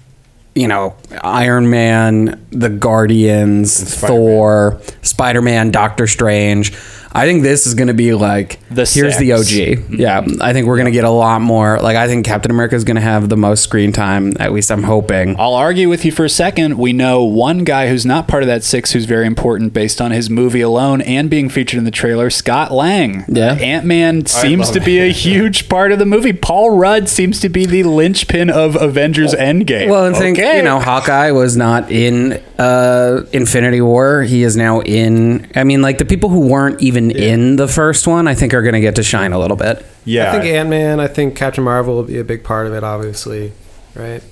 [SPEAKER 8] you know, Iron Man, The Guardians,
[SPEAKER 9] Spider-Man.
[SPEAKER 8] Thor, Spider Man, Doctor Strange. I think this is going to be like
[SPEAKER 1] The
[SPEAKER 8] here's the
[SPEAKER 1] sex.
[SPEAKER 8] OG. Yeah, I think we're going to get a lot more. Like I think Captain America is going to have the most screen time. At least I'm hoping.
[SPEAKER 1] I'll argue with you for a second. We know one guy who's not part of that six who's very important based on his movie alone and being featured in the trailer, Scott Lang.
[SPEAKER 8] Yeah.
[SPEAKER 1] Ant Man seems
[SPEAKER 9] love
[SPEAKER 1] to be a
[SPEAKER 9] Ant-Man.
[SPEAKER 1] huge part of the movie. Paul Rudd seems to be the linchpin of Avengers Endgame.
[SPEAKER 8] Well, and think you know, Hawkeye was not in uh, Infinity War. He is now in. I mean, like the people who weren't even in the first one, I think are going to get to shine a little bit.
[SPEAKER 9] Yeah.
[SPEAKER 10] I think Ant Man. I think Captain Marvel will be a big part of it, obviously, right?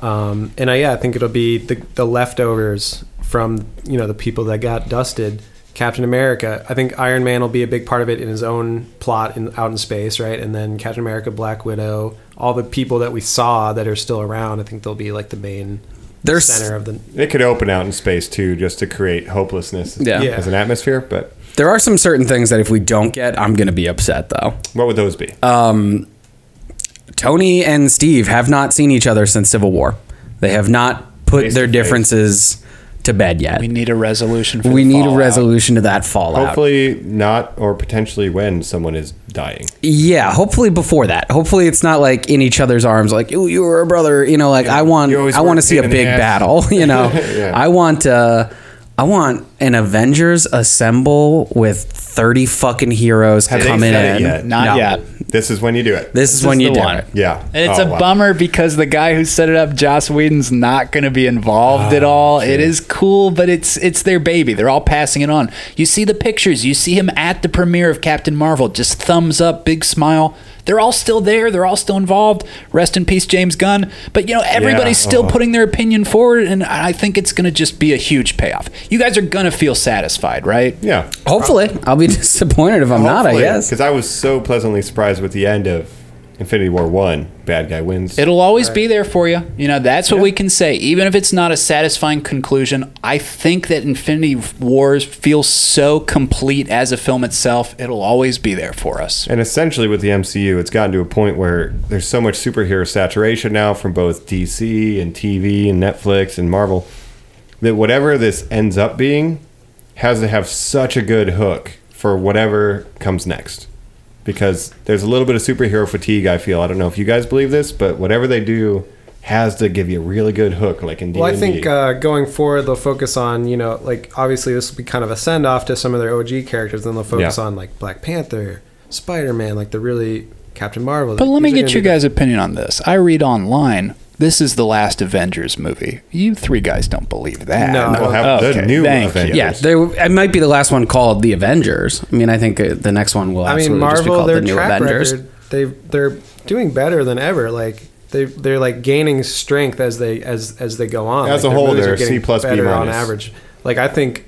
[SPEAKER 10] Um, and I, yeah, I think it'll be the, the leftovers from you know the people that got dusted. Captain America. I think Iron Man will be a big part of it in his own plot in out in space, right? And then Captain America, Black Widow, all the people that we saw that are still around. I think they'll be like the main
[SPEAKER 8] There's-
[SPEAKER 10] center of the.
[SPEAKER 9] It could open out in space too, just to create hopelessness
[SPEAKER 8] Yeah.
[SPEAKER 10] Yeah.
[SPEAKER 9] as an atmosphere. But
[SPEAKER 8] There are some certain things that if we don't get, I'm going to be upset though. Um,
[SPEAKER 9] what would those
[SPEAKER 1] Uh,
[SPEAKER 9] be?
[SPEAKER 8] Tony and Steve have not seen each other since Civil War. They have not put
[SPEAKER 9] Face to
[SPEAKER 8] their
[SPEAKER 9] face.
[SPEAKER 8] differences to bed yet.
[SPEAKER 1] we need a resolution for
[SPEAKER 8] We
[SPEAKER 1] the
[SPEAKER 8] need a
[SPEAKER 1] fallout.
[SPEAKER 8] resolution to that fallout.
[SPEAKER 9] Hopefully not, or potentially when someone is dying.
[SPEAKER 8] Yeah, hopefully before that. Hopefully it's not like in each other's arms, like "Ooh, you were a brother. You know, like I want,
[SPEAKER 9] You always
[SPEAKER 8] I
[SPEAKER 9] were
[SPEAKER 8] want
[SPEAKER 9] a
[SPEAKER 8] to see a
[SPEAKER 9] pain in the
[SPEAKER 8] big
[SPEAKER 9] ass.
[SPEAKER 8] battle. You know,
[SPEAKER 9] Yeah.
[SPEAKER 8] I want, uh, I want an Avengers assemble with thirty fucking heroes
[SPEAKER 9] they
[SPEAKER 8] coming
[SPEAKER 9] said it
[SPEAKER 8] in.
[SPEAKER 9] yet?
[SPEAKER 1] Not
[SPEAKER 8] No.
[SPEAKER 1] yet.
[SPEAKER 9] This is when you do it.
[SPEAKER 8] This, is when
[SPEAKER 1] is the
[SPEAKER 8] you do
[SPEAKER 1] one.
[SPEAKER 8] it.
[SPEAKER 9] yeah.
[SPEAKER 1] And it's
[SPEAKER 9] Oh,
[SPEAKER 1] a
[SPEAKER 9] wow.
[SPEAKER 1] bummer because the guy who set it up, Joss Whedon's not going to be involved
[SPEAKER 9] Oh,
[SPEAKER 1] at all. It is cool, but it's it's their baby. They're all passing it on. You see the pictures. You see him at the premiere of Captain Marvel. Just thumbs up, big smile. They're all still there. They're all still involved. Rest in peace, James Gunn. But you know, everybody's
[SPEAKER 9] Yeah.
[SPEAKER 1] still
[SPEAKER 9] Oh.
[SPEAKER 1] putting their opinion forward, and I think it's going to just be a huge payoff. You guys are going to feel satisfied, right?
[SPEAKER 9] Yeah.
[SPEAKER 8] Hopefully, I'll be disappointed if I'm not. I guess.
[SPEAKER 9] Because I was so pleasantly surprised with the end of Infinity War 1. Bad guy wins.
[SPEAKER 1] It'll always be there for you. You know, that's what we can say. Even if it's not a satisfying conclusion, I think that Infinity Wars feels so complete as a film itself. It'll always be there for us.
[SPEAKER 9] And essentially, with the MCU, it's gotten to a point where there's so much superhero saturation now from both DC and TV and Netflix and Marvel that whatever this ends up being has to have such a good hook for whatever comes next. Because there's a little bit of superhero fatigue, I feel. I don't know if you guys believe this, but whatever they do has to give you a really good hook, like in D&D.
[SPEAKER 10] Well, I think uh, going forward they'll focus on you know like obviously this will be kind of a send off to some of their OG characters. Then they'll focus
[SPEAKER 9] Yeah.
[SPEAKER 10] on like Black Panther, Spider Man, like the really Captain Marvel.
[SPEAKER 1] But let me
[SPEAKER 10] These are
[SPEAKER 1] get
[SPEAKER 10] gonna
[SPEAKER 1] your
[SPEAKER 10] be the-
[SPEAKER 1] guys' opinion on this. I read online. This is the last Avengers movie. You three guys don't believe that.
[SPEAKER 10] No. No,
[SPEAKER 9] we'll have the
[SPEAKER 1] Okay,
[SPEAKER 9] new
[SPEAKER 1] thank
[SPEAKER 9] Avengers.
[SPEAKER 1] you.
[SPEAKER 8] Yeah, they, it might be the last one called the Avengers. I mean, I think uh, the next one will
[SPEAKER 10] I
[SPEAKER 8] absolutely
[SPEAKER 10] mean,
[SPEAKER 8] just be
[SPEAKER 10] Marvel,
[SPEAKER 8] called the
[SPEAKER 10] their
[SPEAKER 8] new
[SPEAKER 10] track
[SPEAKER 8] Avengers.
[SPEAKER 10] record, they they're doing better than ever. Like they they're like gaining strength as they as as they go on.
[SPEAKER 9] As
[SPEAKER 10] Like,
[SPEAKER 9] a
[SPEAKER 10] their
[SPEAKER 9] whole,
[SPEAKER 10] movies
[SPEAKER 9] they're
[SPEAKER 10] are getting
[SPEAKER 9] C plus, B
[SPEAKER 10] better on
[SPEAKER 9] minus.
[SPEAKER 10] average. Like I think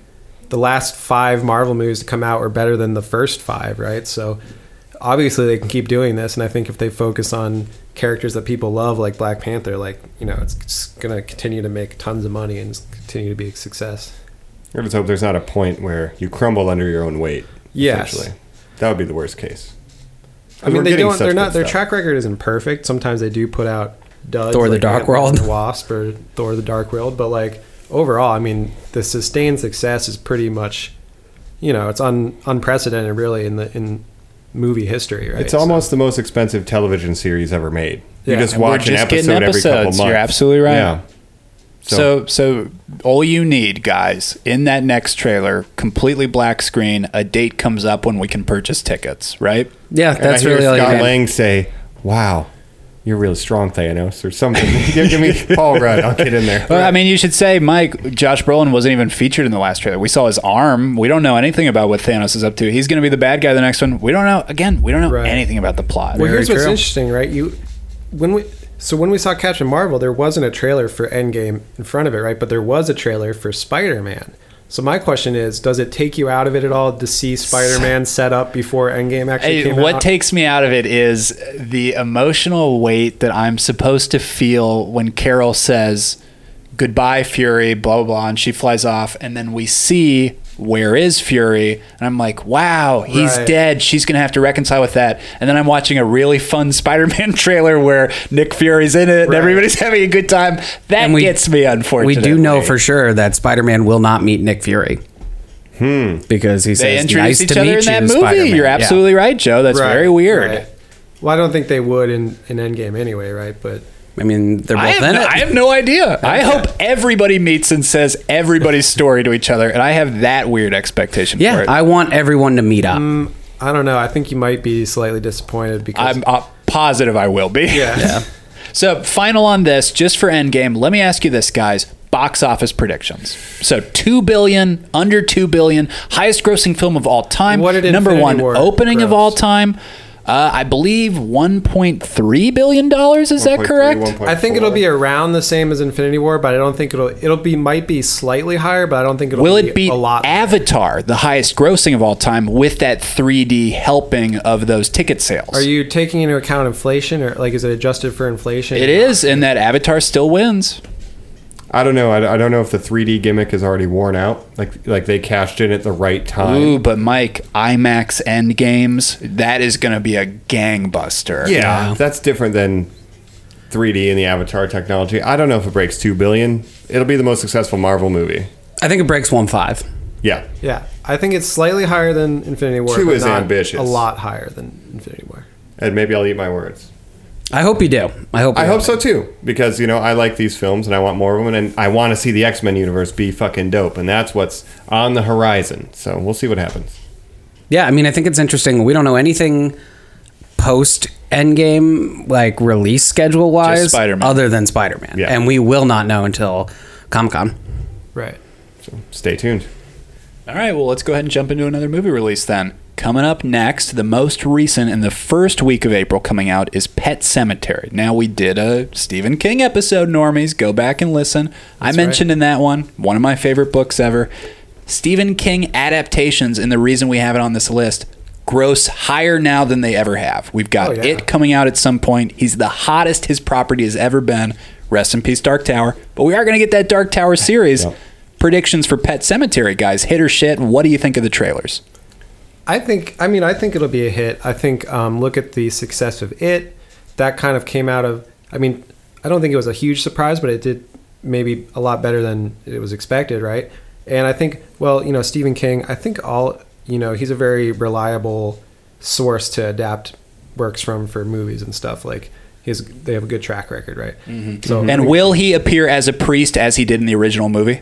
[SPEAKER 10] the last five Marvel movies to come out were better than the first five, right? So obviously they can keep doing this, and I think if they focus on characters that people love, like Black Panther, like you know, it's, it's going to continue to make tons of money and continue to be a success.
[SPEAKER 9] I just hope there's not a point where you crumble under your own weight.
[SPEAKER 10] Yes.
[SPEAKER 9] essentially. That would be the worst case.
[SPEAKER 10] I mean,
[SPEAKER 9] We're
[SPEAKER 10] they
[SPEAKER 9] getting
[SPEAKER 10] don't.
[SPEAKER 9] such
[SPEAKER 10] They're
[SPEAKER 9] good
[SPEAKER 10] not. Their
[SPEAKER 9] stuff.
[SPEAKER 10] track record isn't perfect. Sometimes they do put out duds,
[SPEAKER 8] Thor the
[SPEAKER 10] like
[SPEAKER 8] Dark
[SPEAKER 10] Ant-Man
[SPEAKER 8] World.
[SPEAKER 10] and Wasp, or Thor: The Dark World. But like overall, I mean, the sustained success is pretty much, you know, it's un, unprecedented, really, in the in movie history. Right?
[SPEAKER 9] It's almost the most expensive television series ever made.
[SPEAKER 10] Yeah,
[SPEAKER 9] you just
[SPEAKER 10] and
[SPEAKER 1] we're
[SPEAKER 9] watch an
[SPEAKER 1] just getting
[SPEAKER 9] episode every couple
[SPEAKER 1] episodes.
[SPEAKER 9] months.
[SPEAKER 1] You're absolutely right.
[SPEAKER 9] Yeah.
[SPEAKER 1] So, so all you need, guys, in that next trailer, completely black screen. A date comes up when we can purchase tickets, right?
[SPEAKER 8] Yeah,
[SPEAKER 9] and
[SPEAKER 8] that's
[SPEAKER 9] I hear
[SPEAKER 8] really all you
[SPEAKER 9] Scott
[SPEAKER 8] need.
[SPEAKER 9] Lang say, "Wow, you're really strong, Thanos," or something. give, give me Paul Rudd. I'll get in there.
[SPEAKER 1] Well, I mean, you should say, Mike, Josh Brolin wasn't even featured in the last trailer. We saw his arm. We don't know anything about what Thanos is up to. He's going to be the bad guy the next one. We don't know. Again, we don't know
[SPEAKER 10] Right.
[SPEAKER 1] anything about the plot.
[SPEAKER 10] Well, here's what's
[SPEAKER 8] true.
[SPEAKER 10] interesting, right? You when we so when we saw Captain Marvel, there wasn't a trailer for Endgame in front of it, right? But there was a trailer for Spider-Man. So my question is, does it take you out of it at all to see Spider-Man set up before Endgame
[SPEAKER 1] Hey,
[SPEAKER 10] actually came
[SPEAKER 1] what
[SPEAKER 10] out?
[SPEAKER 1] takes me out of it is the emotional weight that I'm supposed to feel when Carol says goodbye, Fury, blah blah blah, and she flies off, and then we see where is Fury, and I'm like, wow, he's
[SPEAKER 10] Right.
[SPEAKER 1] dead. She's gonna have to reconcile with that, and then I'm watching a really fun Spider-Man trailer where Nick Fury's in it, and
[SPEAKER 10] Right.
[SPEAKER 1] everybody's having a good time. That
[SPEAKER 8] And we-
[SPEAKER 1] gets me,
[SPEAKER 8] We
[SPEAKER 1] unfortunately.
[SPEAKER 8] do know for sure that Spider Man will not meet Nick Fury. Hmm. Because he
[SPEAKER 1] They
[SPEAKER 8] says,
[SPEAKER 1] introduce
[SPEAKER 8] "Nice
[SPEAKER 1] each
[SPEAKER 8] to
[SPEAKER 1] other
[SPEAKER 8] meet
[SPEAKER 1] in that
[SPEAKER 8] you,
[SPEAKER 1] movie.
[SPEAKER 8] Spider-Man."
[SPEAKER 1] You're
[SPEAKER 8] Yeah.
[SPEAKER 1] absolutely right, Joe. That's
[SPEAKER 10] Right,
[SPEAKER 1] very weird.
[SPEAKER 10] right. Well, I don't think they would in, in Endgame anyway, right? But
[SPEAKER 8] I mean, they're both
[SPEAKER 1] I have,
[SPEAKER 8] in
[SPEAKER 1] no,
[SPEAKER 8] it.
[SPEAKER 1] I have no idea. I hope everybody meets and says everybody's story to each other, and I have that weird expectation for
[SPEAKER 8] yeah,
[SPEAKER 1] it.
[SPEAKER 8] I want everyone to meet up.
[SPEAKER 10] I don't know. I think you might be slightly disappointed because
[SPEAKER 1] I'm uh, positive I will be. So, final on this, just for Endgame, let me ask you this, guys. Box office predictions. So, 2 billion, under 2 billion, highest grossing film of all time.
[SPEAKER 10] What did
[SPEAKER 1] Number
[SPEAKER 10] Infinity
[SPEAKER 1] one
[SPEAKER 10] War
[SPEAKER 1] opening of
[SPEAKER 10] gross?
[SPEAKER 1] all time. Uh, I believe $1.3 billion. Is that correct?
[SPEAKER 10] I think it'll be around the same as Infinity War, but I don't think it'll it'll be might be slightly higher, but I don't think it'll
[SPEAKER 1] Will
[SPEAKER 10] be
[SPEAKER 1] it be
[SPEAKER 10] a lot.
[SPEAKER 1] Avatar, the highest grossing of all time, with that 3D helping of those ticket sales?
[SPEAKER 10] Are you taking into account inflation or like is it adjusted for inflation?
[SPEAKER 1] it is, and that Avatar still wins.
[SPEAKER 9] I don't know. I, I don't know if the 3D gimmick is already worn out. Like like they cashed in at the right time.
[SPEAKER 1] Ooh, but Mike, IMAX End Games, that is going to be a gangbuster.
[SPEAKER 9] Yeah, that's different than 3D and the Avatar technology. I don't know if it breaks two billion. It'll be the most successful Marvel movie.
[SPEAKER 8] I think it breaks one five.
[SPEAKER 9] Yeah,
[SPEAKER 10] Yeah, I think it's slightly higher than Infinity War.
[SPEAKER 9] Two
[SPEAKER 10] but
[SPEAKER 9] is
[SPEAKER 10] not
[SPEAKER 9] ambitious.
[SPEAKER 10] A lot higher than Infinity War.
[SPEAKER 9] and maybe I'll eat my words.
[SPEAKER 8] I hope you do. I hope. You
[SPEAKER 9] I
[SPEAKER 8] do.
[SPEAKER 9] hope so too, because you know I like these films and I want more of them, and I want to see the X Men universe be fucking dope, and that's what's on the horizon. So we'll see what happens.
[SPEAKER 8] Yeah, I mean, I think it's interesting. We don't know anything post Endgame, like release schedule wise,
[SPEAKER 1] Just Spider-Man.
[SPEAKER 8] other than Spider Man,
[SPEAKER 9] Yeah.
[SPEAKER 8] and we will not know until Comic Con.
[SPEAKER 10] Right.
[SPEAKER 9] Stay tuned.
[SPEAKER 1] All right, well, let's go ahead and jump into another movie release then. Coming up next, the most recent and the first week of April coming out is Pet Cemetery. Now, we did a Stephen King episode, Normies. Go back and listen. I mentioned in that one, one of my favorite books ever. Stephen King adaptations, and the reason we have it on this list, gross higher now than they ever have. We've got
[SPEAKER 10] Oh, yeah.
[SPEAKER 1] Uh, it coming out at some point. He's the hottest his property has ever been. Rest in peace, Dark Tower. But we are going to get that Dark Tower series. Predictions for Pet Cemetery, guys. Hit or shit. What do you think of the trailers?
[SPEAKER 10] I think. I mean, I think it'll be a hit. I think. Um, look at the success of it. That kind of came out of. I mean, I don't think it was a huge surprise, but it did maybe a lot better than it was expected, right? And I think. Well, you know, Stephen King. I think all. You know, he's a very reliable source to adapt works from for movies and stuff. Like, his they have a good track record, right? So
[SPEAKER 1] Mm-hmm. And will he appear as a priest as he did in the original movie?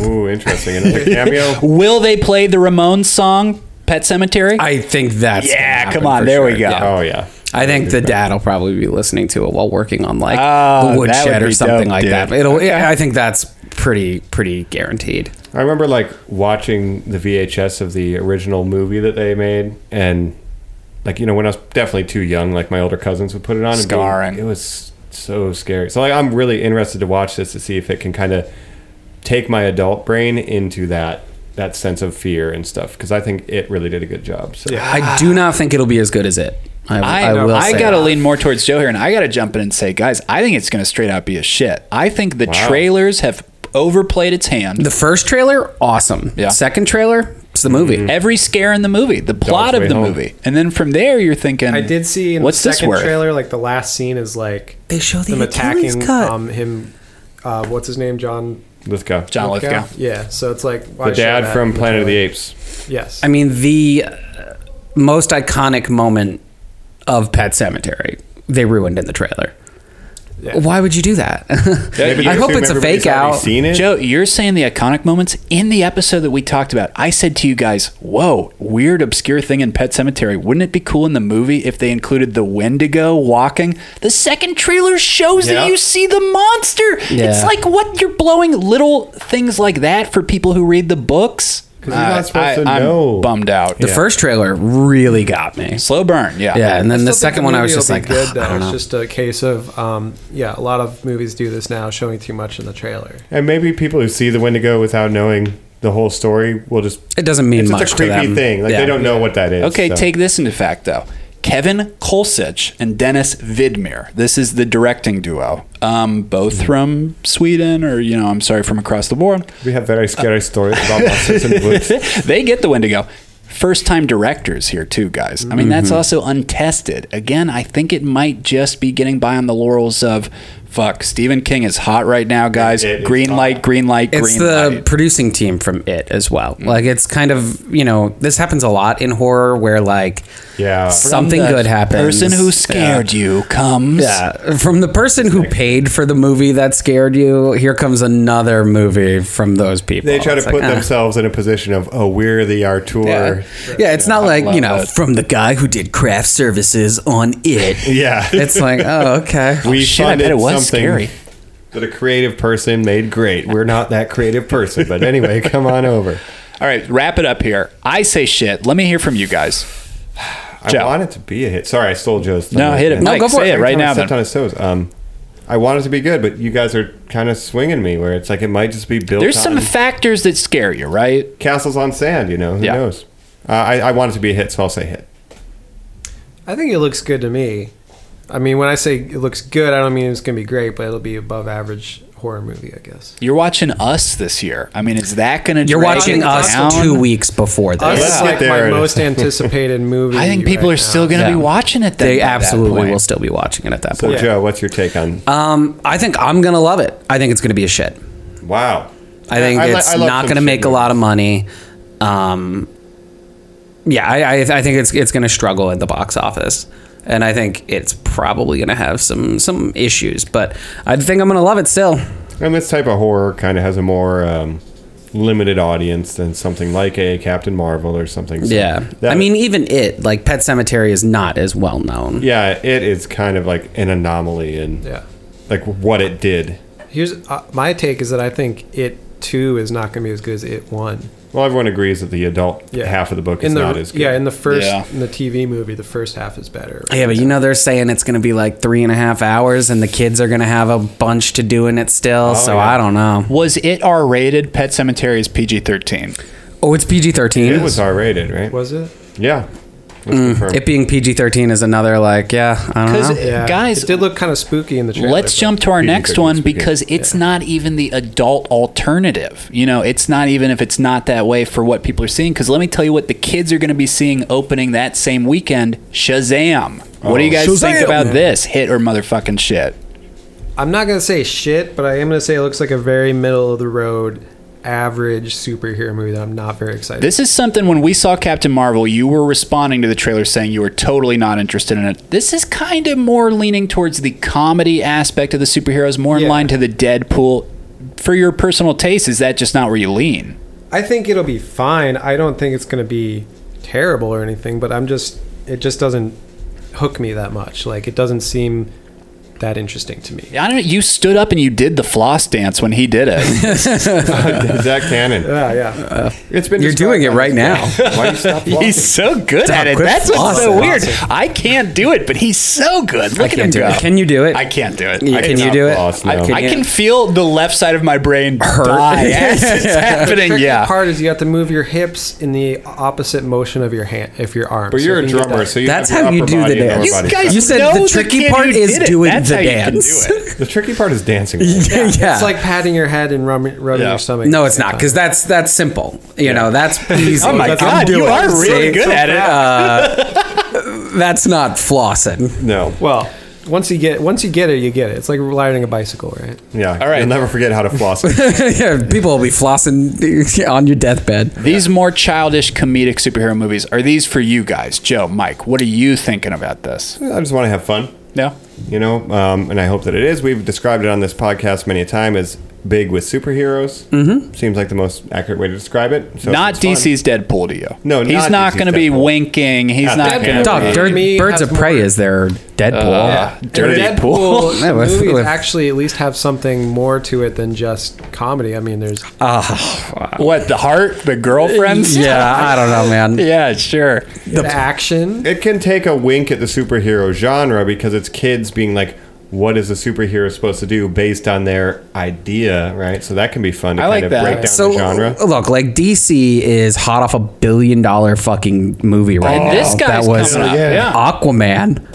[SPEAKER 9] Ooh, interesting. Another cameo.
[SPEAKER 1] Will they play the Ramones song, Pet Cemetery?
[SPEAKER 8] I think that's gonna
[SPEAKER 1] Yeah,
[SPEAKER 8] happen
[SPEAKER 1] come on,
[SPEAKER 8] for
[SPEAKER 1] there we
[SPEAKER 8] sure.
[SPEAKER 1] go.
[SPEAKER 9] Oh yeah.
[SPEAKER 8] I think the dad will probably be listening to it while working on like
[SPEAKER 1] Ah,
[SPEAKER 8] the
[SPEAKER 1] that would
[SPEAKER 8] woodshed or
[SPEAKER 1] be
[SPEAKER 8] something
[SPEAKER 1] dope,
[SPEAKER 8] like
[SPEAKER 1] dude.
[SPEAKER 8] that. It'll. yeah, I think that's pretty pretty guaranteed.
[SPEAKER 9] I remember like watching the VHS of the original movie that they made, and like you know when I was definitely too young, like my older cousins would put it on. and be-
[SPEAKER 1] Scarring.
[SPEAKER 9] It was so scary. So like I'm really interested to watch this to see if it can kind of take my adult brain into that that sense of fear and stuff because I think it really did a good job. So yeah.
[SPEAKER 8] I do not think it'll be as good as it. I,
[SPEAKER 1] Ah. I,
[SPEAKER 8] I will.
[SPEAKER 1] I
[SPEAKER 8] say
[SPEAKER 1] gotta
[SPEAKER 8] that.
[SPEAKER 1] lean more towards Joe here, and I gotta jump in and say, guys, I think it's gonna straight out be a shit. I think the trailers have overplayed its hand.
[SPEAKER 8] The first trailer, awesome.
[SPEAKER 1] Yeah. Mm-hmm.
[SPEAKER 8] Second trailer, it's the movie.
[SPEAKER 1] Every scare in the movie, the plot
[SPEAKER 9] Way
[SPEAKER 1] of the
[SPEAKER 9] Home.
[SPEAKER 1] movie, and then from there you're thinking,
[SPEAKER 10] I did see in
[SPEAKER 1] what's
[SPEAKER 10] the
[SPEAKER 1] this
[SPEAKER 10] second
[SPEAKER 1] worth?
[SPEAKER 10] trailer, like the last scene is like
[SPEAKER 8] They show the
[SPEAKER 10] them
[SPEAKER 8] Achilles
[SPEAKER 10] attacking
[SPEAKER 8] cut.
[SPEAKER 10] um, him. Uh, what's his name, John?
[SPEAKER 9] let's go.
[SPEAKER 1] John Lithgow.
[SPEAKER 10] Yeah, so it's like why
[SPEAKER 9] The
[SPEAKER 10] show
[SPEAKER 9] dad
[SPEAKER 10] that
[SPEAKER 9] from
[SPEAKER 10] in the
[SPEAKER 9] Planet of the
[SPEAKER 10] trailer?
[SPEAKER 9] Apes.
[SPEAKER 10] Yes,
[SPEAKER 8] I mean, the uh, most iconic moment of Pet Cemetery they ruined in the trailer.
[SPEAKER 10] Yeah.
[SPEAKER 8] Why would you do that?
[SPEAKER 9] Maybe
[SPEAKER 8] I
[SPEAKER 9] you
[SPEAKER 8] hope
[SPEAKER 9] assume
[SPEAKER 8] it's a
[SPEAKER 9] everybody's
[SPEAKER 8] fake
[SPEAKER 9] already
[SPEAKER 8] out.
[SPEAKER 9] Seen it?
[SPEAKER 1] Joe, you're saying the iconic moments in the episode that we talked about. I said to you guys, "Whoa, weird, obscure thing in Pet Cemetery. Wouldn't it be cool in the movie if they included the Wendigo walking?" The second trailer shows
[SPEAKER 9] Yeah.
[SPEAKER 1] that you see the monster. It's
[SPEAKER 8] Yeah.
[SPEAKER 1] like what you're blowing little things like that for people who read the books.
[SPEAKER 9] 'Cause you're not
[SPEAKER 1] I-
[SPEAKER 9] supposed to
[SPEAKER 1] I'm
[SPEAKER 9] know.
[SPEAKER 1] bummed out.
[SPEAKER 8] The first trailer really got me.
[SPEAKER 1] slow burn, yeah,
[SPEAKER 8] Yeah, and then
[SPEAKER 10] I
[SPEAKER 8] the
[SPEAKER 10] still think
[SPEAKER 8] second one, I was
[SPEAKER 10] movie will
[SPEAKER 8] just
[SPEAKER 10] be
[SPEAKER 8] like,
[SPEAKER 10] good
[SPEAKER 8] "Ugh,
[SPEAKER 10] though.
[SPEAKER 8] I don't
[SPEAKER 10] It's
[SPEAKER 8] know.
[SPEAKER 10] just a case of, um, yeah, a lot of movies do this now, showing too much in the trailer.
[SPEAKER 9] And maybe people who see the Wendigo without knowing the whole story will just.
[SPEAKER 8] It doesn't mean
[SPEAKER 9] it's just
[SPEAKER 8] much to
[SPEAKER 9] a creepy
[SPEAKER 8] them.
[SPEAKER 9] thing. Like
[SPEAKER 8] Yeah.
[SPEAKER 9] they don't know what that is.
[SPEAKER 1] Okay,
[SPEAKER 9] so.
[SPEAKER 1] take this into fact though. Kevin Kolsich and Dennis Vidmir. This is the directing duo. Um,
[SPEAKER 9] Mm-hmm.
[SPEAKER 1] both from Sweden, or you know, I'm sorry, from across the board.
[SPEAKER 9] We have very scary stories about monsters in the woods.
[SPEAKER 1] they get the Wendigo. First time directors here, too, guys.
[SPEAKER 9] Mm-hmm.
[SPEAKER 1] I mean, that's also untested. Again, I think it might just be getting by on the laurels of Fuck, Stephen King is hot right now, guys.
[SPEAKER 9] It is
[SPEAKER 1] green
[SPEAKER 9] hot.
[SPEAKER 1] light, green light, green
[SPEAKER 8] it's the
[SPEAKER 1] light.
[SPEAKER 8] producing team from it as well.
[SPEAKER 9] Mm.
[SPEAKER 8] Like it's kind of you know this happens a lot in horror where like
[SPEAKER 9] Yeah.
[SPEAKER 1] From
[SPEAKER 8] something
[SPEAKER 1] the
[SPEAKER 8] good happens.
[SPEAKER 1] Person who
[SPEAKER 8] Yeah.
[SPEAKER 1] scared you comes.
[SPEAKER 8] Yeah, from the person who paid for the movie that scared you, here comes another movie from those people.
[SPEAKER 9] They try to
[SPEAKER 8] It's like,
[SPEAKER 9] put
[SPEAKER 8] uh,
[SPEAKER 9] themselves in a position of, oh, we're the Artur.
[SPEAKER 8] Yeah.
[SPEAKER 9] Yeah.
[SPEAKER 8] yeah, it's not like, you know,
[SPEAKER 1] that.
[SPEAKER 8] from the guy who did craft services on it.
[SPEAKER 9] yeah.
[SPEAKER 8] it's like, oh, okay.
[SPEAKER 9] we
[SPEAKER 1] Shit, I
[SPEAKER 9] funded
[SPEAKER 1] bet it was
[SPEAKER 9] something
[SPEAKER 1] scary.
[SPEAKER 9] that a creative person made great. We're not that creative person, but anyway, come on over.
[SPEAKER 1] All right, wrap it up here. I say shit. Let me hear from you guys.
[SPEAKER 9] I
[SPEAKER 1] Joe.
[SPEAKER 9] want it to be a hit. Sorry, I stole Joe's.
[SPEAKER 1] No,
[SPEAKER 9] thunder.
[SPEAKER 1] hit it.
[SPEAKER 8] No,
[SPEAKER 1] Mike,
[SPEAKER 8] go for
[SPEAKER 1] say
[SPEAKER 8] it.
[SPEAKER 1] it,
[SPEAKER 9] Every
[SPEAKER 1] right
[SPEAKER 9] time I
[SPEAKER 1] now.
[SPEAKER 9] stepped
[SPEAKER 1] Then.
[SPEAKER 9] on his toes. Um, I want it to be good, but you guys are kind of swinging me where it's like it might just be built.
[SPEAKER 1] There's
[SPEAKER 9] on
[SPEAKER 1] some factors that scare you, right?
[SPEAKER 9] castles on sand. You know who
[SPEAKER 1] Yeah.
[SPEAKER 9] knows. Uh, I, I want it to be a hit, so I'll say hit.
[SPEAKER 10] I think it looks good to me. I mean, when I say it looks good, I don't mean it's going to be great, but it'll be above average horror movie, I guess.
[SPEAKER 1] You're watching Us this year. I mean, is that going to
[SPEAKER 8] You're watching
[SPEAKER 10] Drag
[SPEAKER 8] us
[SPEAKER 1] down?
[SPEAKER 8] two weeks before
[SPEAKER 10] Us
[SPEAKER 8] this.
[SPEAKER 9] Let's
[SPEAKER 10] is
[SPEAKER 9] get
[SPEAKER 10] like
[SPEAKER 9] there
[SPEAKER 10] my
[SPEAKER 9] and-
[SPEAKER 10] most anticipated movie.
[SPEAKER 1] I think people
[SPEAKER 10] right
[SPEAKER 1] are still
[SPEAKER 10] now.
[SPEAKER 1] going to
[SPEAKER 8] Yeah.
[SPEAKER 1] be watching it. Then by
[SPEAKER 8] They
[SPEAKER 1] that
[SPEAKER 8] absolutely
[SPEAKER 1] point.
[SPEAKER 8] will still be watching it at that
[SPEAKER 9] So
[SPEAKER 8] point.
[SPEAKER 9] Joe, what's your take on?
[SPEAKER 8] Um, I think I'm going to love it. I think it's going to be a shit.
[SPEAKER 9] wow.
[SPEAKER 8] I think
[SPEAKER 9] I li-
[SPEAKER 8] it's
[SPEAKER 9] I love
[SPEAKER 8] not
[SPEAKER 9] some
[SPEAKER 8] going to
[SPEAKER 9] shit
[SPEAKER 8] make a lot of money. Um, yeah, I, I, I think it's it's going to struggle at the box office, and I think it's probably going to have some some issues. But I think I'm going to love it still.
[SPEAKER 9] And this type of horror kind of has a more um, limited audience than something like a Captain Marvel or something. So
[SPEAKER 8] Yeah,
[SPEAKER 9] that-
[SPEAKER 8] I mean, e- even it like Pet Cemetery is not as well known.
[SPEAKER 9] yeah, it is kind of like an anomaly and
[SPEAKER 10] Yeah.
[SPEAKER 9] like what it did.
[SPEAKER 10] Here's uh, my take is that I think it two is not going to be as good as it one.
[SPEAKER 9] Well, everyone agrees that the adult half of the book is
[SPEAKER 10] in the,
[SPEAKER 9] not as good.
[SPEAKER 10] Yeah, in the first
[SPEAKER 1] Yeah.
[SPEAKER 10] in the TV movie, the first half is better.
[SPEAKER 8] Yeah, but you know they're saying it's going to be like three and a half hours, and the kids are going to have a bunch to do in it still. so
[SPEAKER 9] Oh, yeah.
[SPEAKER 8] I don't know.
[SPEAKER 1] Was it R rated? Pet Cemetery is PG 13.
[SPEAKER 8] Oh, it's PG thirteen.
[SPEAKER 9] it was R rated, right?
[SPEAKER 10] Was it?
[SPEAKER 9] Yeah. Let's confirm.
[SPEAKER 8] Mm, It being PG thirteen is another like yeah. I don't know.
[SPEAKER 1] Because, guys,
[SPEAKER 10] it did look kind of spooky in the trailer.
[SPEAKER 1] let's
[SPEAKER 10] but-
[SPEAKER 1] jump to our
[SPEAKER 9] PG-13
[SPEAKER 1] next one
[SPEAKER 9] speaking.
[SPEAKER 1] because it's not even the adult alternative. You know, it's not even if it's not that way for what people are seeing. Because let me tell you what the kids are going to be seeing opening that same weekend Shazam. What do you guys think
[SPEAKER 8] Shazam!
[SPEAKER 1] about this? Hit or motherfucking shit?
[SPEAKER 10] I'm not gonna say shit, but I am gonna say it looks like a very middle of the road, average superhero movie that I'm not very excited.
[SPEAKER 1] This is something when we saw Captain Marvel, you were responding to the trailer saying you were totally not interested in it. This is kind of more leaning towards the comedy aspect of the superheroes, more in
[SPEAKER 10] Yeah.
[SPEAKER 1] line to the Deadpool. For your personal taste, is that just not where you lean?
[SPEAKER 10] I think it'll be fine. I don't think it's gonna be terrible or anything, but I'm just it just doesn't hook me that much. Like it doesn't seem that interesting to me.
[SPEAKER 1] I don't know. You stood up and you did the floss dance when he did it.
[SPEAKER 9] Zach Cannon.
[SPEAKER 10] Yeah, yeah.
[SPEAKER 9] It's been
[SPEAKER 8] You're
[SPEAKER 9] described
[SPEAKER 8] doing it
[SPEAKER 9] by
[SPEAKER 8] right
[SPEAKER 9] this
[SPEAKER 8] now.
[SPEAKER 9] guy. Why you stop walking?
[SPEAKER 1] he's so good
[SPEAKER 8] Stop,
[SPEAKER 1] at it.
[SPEAKER 8] quit
[SPEAKER 1] That's what's so
[SPEAKER 8] flossing.
[SPEAKER 1] weird. I can't do it, but he's so good. Look
[SPEAKER 8] I
[SPEAKER 1] at him
[SPEAKER 8] can't do
[SPEAKER 1] go.
[SPEAKER 8] it. Can you do it?
[SPEAKER 1] I can't do it.
[SPEAKER 8] Yeah,
[SPEAKER 1] I
[SPEAKER 8] can
[SPEAKER 1] cannot
[SPEAKER 8] you do it?
[SPEAKER 9] floss, no.
[SPEAKER 1] I,
[SPEAKER 9] Can
[SPEAKER 1] I
[SPEAKER 8] you-
[SPEAKER 1] can feel the left side of my brain
[SPEAKER 8] Hurt.
[SPEAKER 1] die as it's happening.
[SPEAKER 10] tricky
[SPEAKER 1] Yeah.
[SPEAKER 10] part is you have to move your hips in the opposite motion of your hand if your arms.
[SPEAKER 9] But
[SPEAKER 10] So
[SPEAKER 9] you're
[SPEAKER 10] if
[SPEAKER 9] a
[SPEAKER 10] you get
[SPEAKER 9] drummer,
[SPEAKER 10] that-
[SPEAKER 9] so you
[SPEAKER 8] That's
[SPEAKER 9] have
[SPEAKER 8] how
[SPEAKER 9] your
[SPEAKER 8] you
[SPEAKER 9] upper
[SPEAKER 8] do the
[SPEAKER 9] body and
[SPEAKER 8] dance.
[SPEAKER 9] lower
[SPEAKER 1] You
[SPEAKER 9] body.
[SPEAKER 1] guys
[SPEAKER 8] You said
[SPEAKER 1] know
[SPEAKER 8] the tricky
[SPEAKER 1] kid
[SPEAKER 8] part
[SPEAKER 1] who
[SPEAKER 8] is
[SPEAKER 1] did it.
[SPEAKER 8] doing
[SPEAKER 1] That's
[SPEAKER 8] the
[SPEAKER 1] how you can
[SPEAKER 8] dance.
[SPEAKER 1] do it.
[SPEAKER 9] The tricky part is dancing.
[SPEAKER 8] yeah.
[SPEAKER 10] It's like patting your head and rubbing, rubbing
[SPEAKER 1] Yeah.
[SPEAKER 10] your stomach.
[SPEAKER 8] no,
[SPEAKER 10] at
[SPEAKER 8] it's
[SPEAKER 10] the same
[SPEAKER 8] not because
[SPEAKER 10] time.
[SPEAKER 8] that's that's simple. You know, that's easy.
[SPEAKER 1] Oh my
[SPEAKER 10] That's-
[SPEAKER 1] god,
[SPEAKER 10] I'm
[SPEAKER 1] you
[SPEAKER 10] doing
[SPEAKER 1] are
[SPEAKER 10] it.
[SPEAKER 1] really
[SPEAKER 10] See?
[SPEAKER 1] good
[SPEAKER 10] So
[SPEAKER 1] at it.
[SPEAKER 8] Uh, That's not flossing.
[SPEAKER 9] No.
[SPEAKER 10] well. Once you get once you get it, you get it. It's like riding a bicycle, right?
[SPEAKER 9] Yeah.
[SPEAKER 1] All right.
[SPEAKER 9] You'll never forget how to floss.
[SPEAKER 8] yeah, people will be flossing on your deathbed.
[SPEAKER 1] These more childish comedic superhero movies are these for you guys, Joe, Mike? What are you thinking about this?
[SPEAKER 9] I just want to have fun.
[SPEAKER 1] No.
[SPEAKER 9] you know um, and i hope that it is we've described it on this podcast many a time as big with superheroes mm-hmm. seems like the most accurate way to describe it so
[SPEAKER 1] not
[SPEAKER 9] it's fun.
[SPEAKER 1] DC's Deadpool to you.
[SPEAKER 9] No,
[SPEAKER 1] he's
[SPEAKER 9] not
[SPEAKER 1] not
[SPEAKER 9] DC's
[SPEAKER 1] going to be
[SPEAKER 9] Deadpool.
[SPEAKER 1] winking. He's
[SPEAKER 9] Not
[SPEAKER 1] not
[SPEAKER 9] Deadpool.
[SPEAKER 1] going
[SPEAKER 8] Dog,
[SPEAKER 9] Yeah.
[SPEAKER 1] to
[SPEAKER 8] Dirt-
[SPEAKER 10] Me
[SPEAKER 8] Birds
[SPEAKER 10] has
[SPEAKER 8] of Prey is their
[SPEAKER 1] Uh,
[SPEAKER 8] Deadpool.
[SPEAKER 9] Ah,
[SPEAKER 1] be dirty
[SPEAKER 10] Deadpool,
[SPEAKER 1] pool.
[SPEAKER 10] the
[SPEAKER 8] with-
[SPEAKER 10] movies
[SPEAKER 8] with-
[SPEAKER 10] actually at least have something more to it than just comedy. I mean, there's
[SPEAKER 8] Uh,
[SPEAKER 1] What the heart? The girlfriends?
[SPEAKER 8] Yeah, I don't know, man.
[SPEAKER 1] yeah, sure.
[SPEAKER 10] the action.
[SPEAKER 9] it can take a wink at the superhero genre because it's kids being like what is a superhero supposed to do based on their idea right so that can be fun to
[SPEAKER 1] I
[SPEAKER 9] kind
[SPEAKER 1] like
[SPEAKER 9] of
[SPEAKER 1] that.
[SPEAKER 9] break down
[SPEAKER 8] So uh,
[SPEAKER 9] the genre
[SPEAKER 8] look, like DC is hot off a billion dollar fucking movie right
[SPEAKER 1] And
[SPEAKER 8] now.
[SPEAKER 1] this Oh, guy's
[SPEAKER 8] that was
[SPEAKER 1] coming up, yeah.
[SPEAKER 8] Aquaman.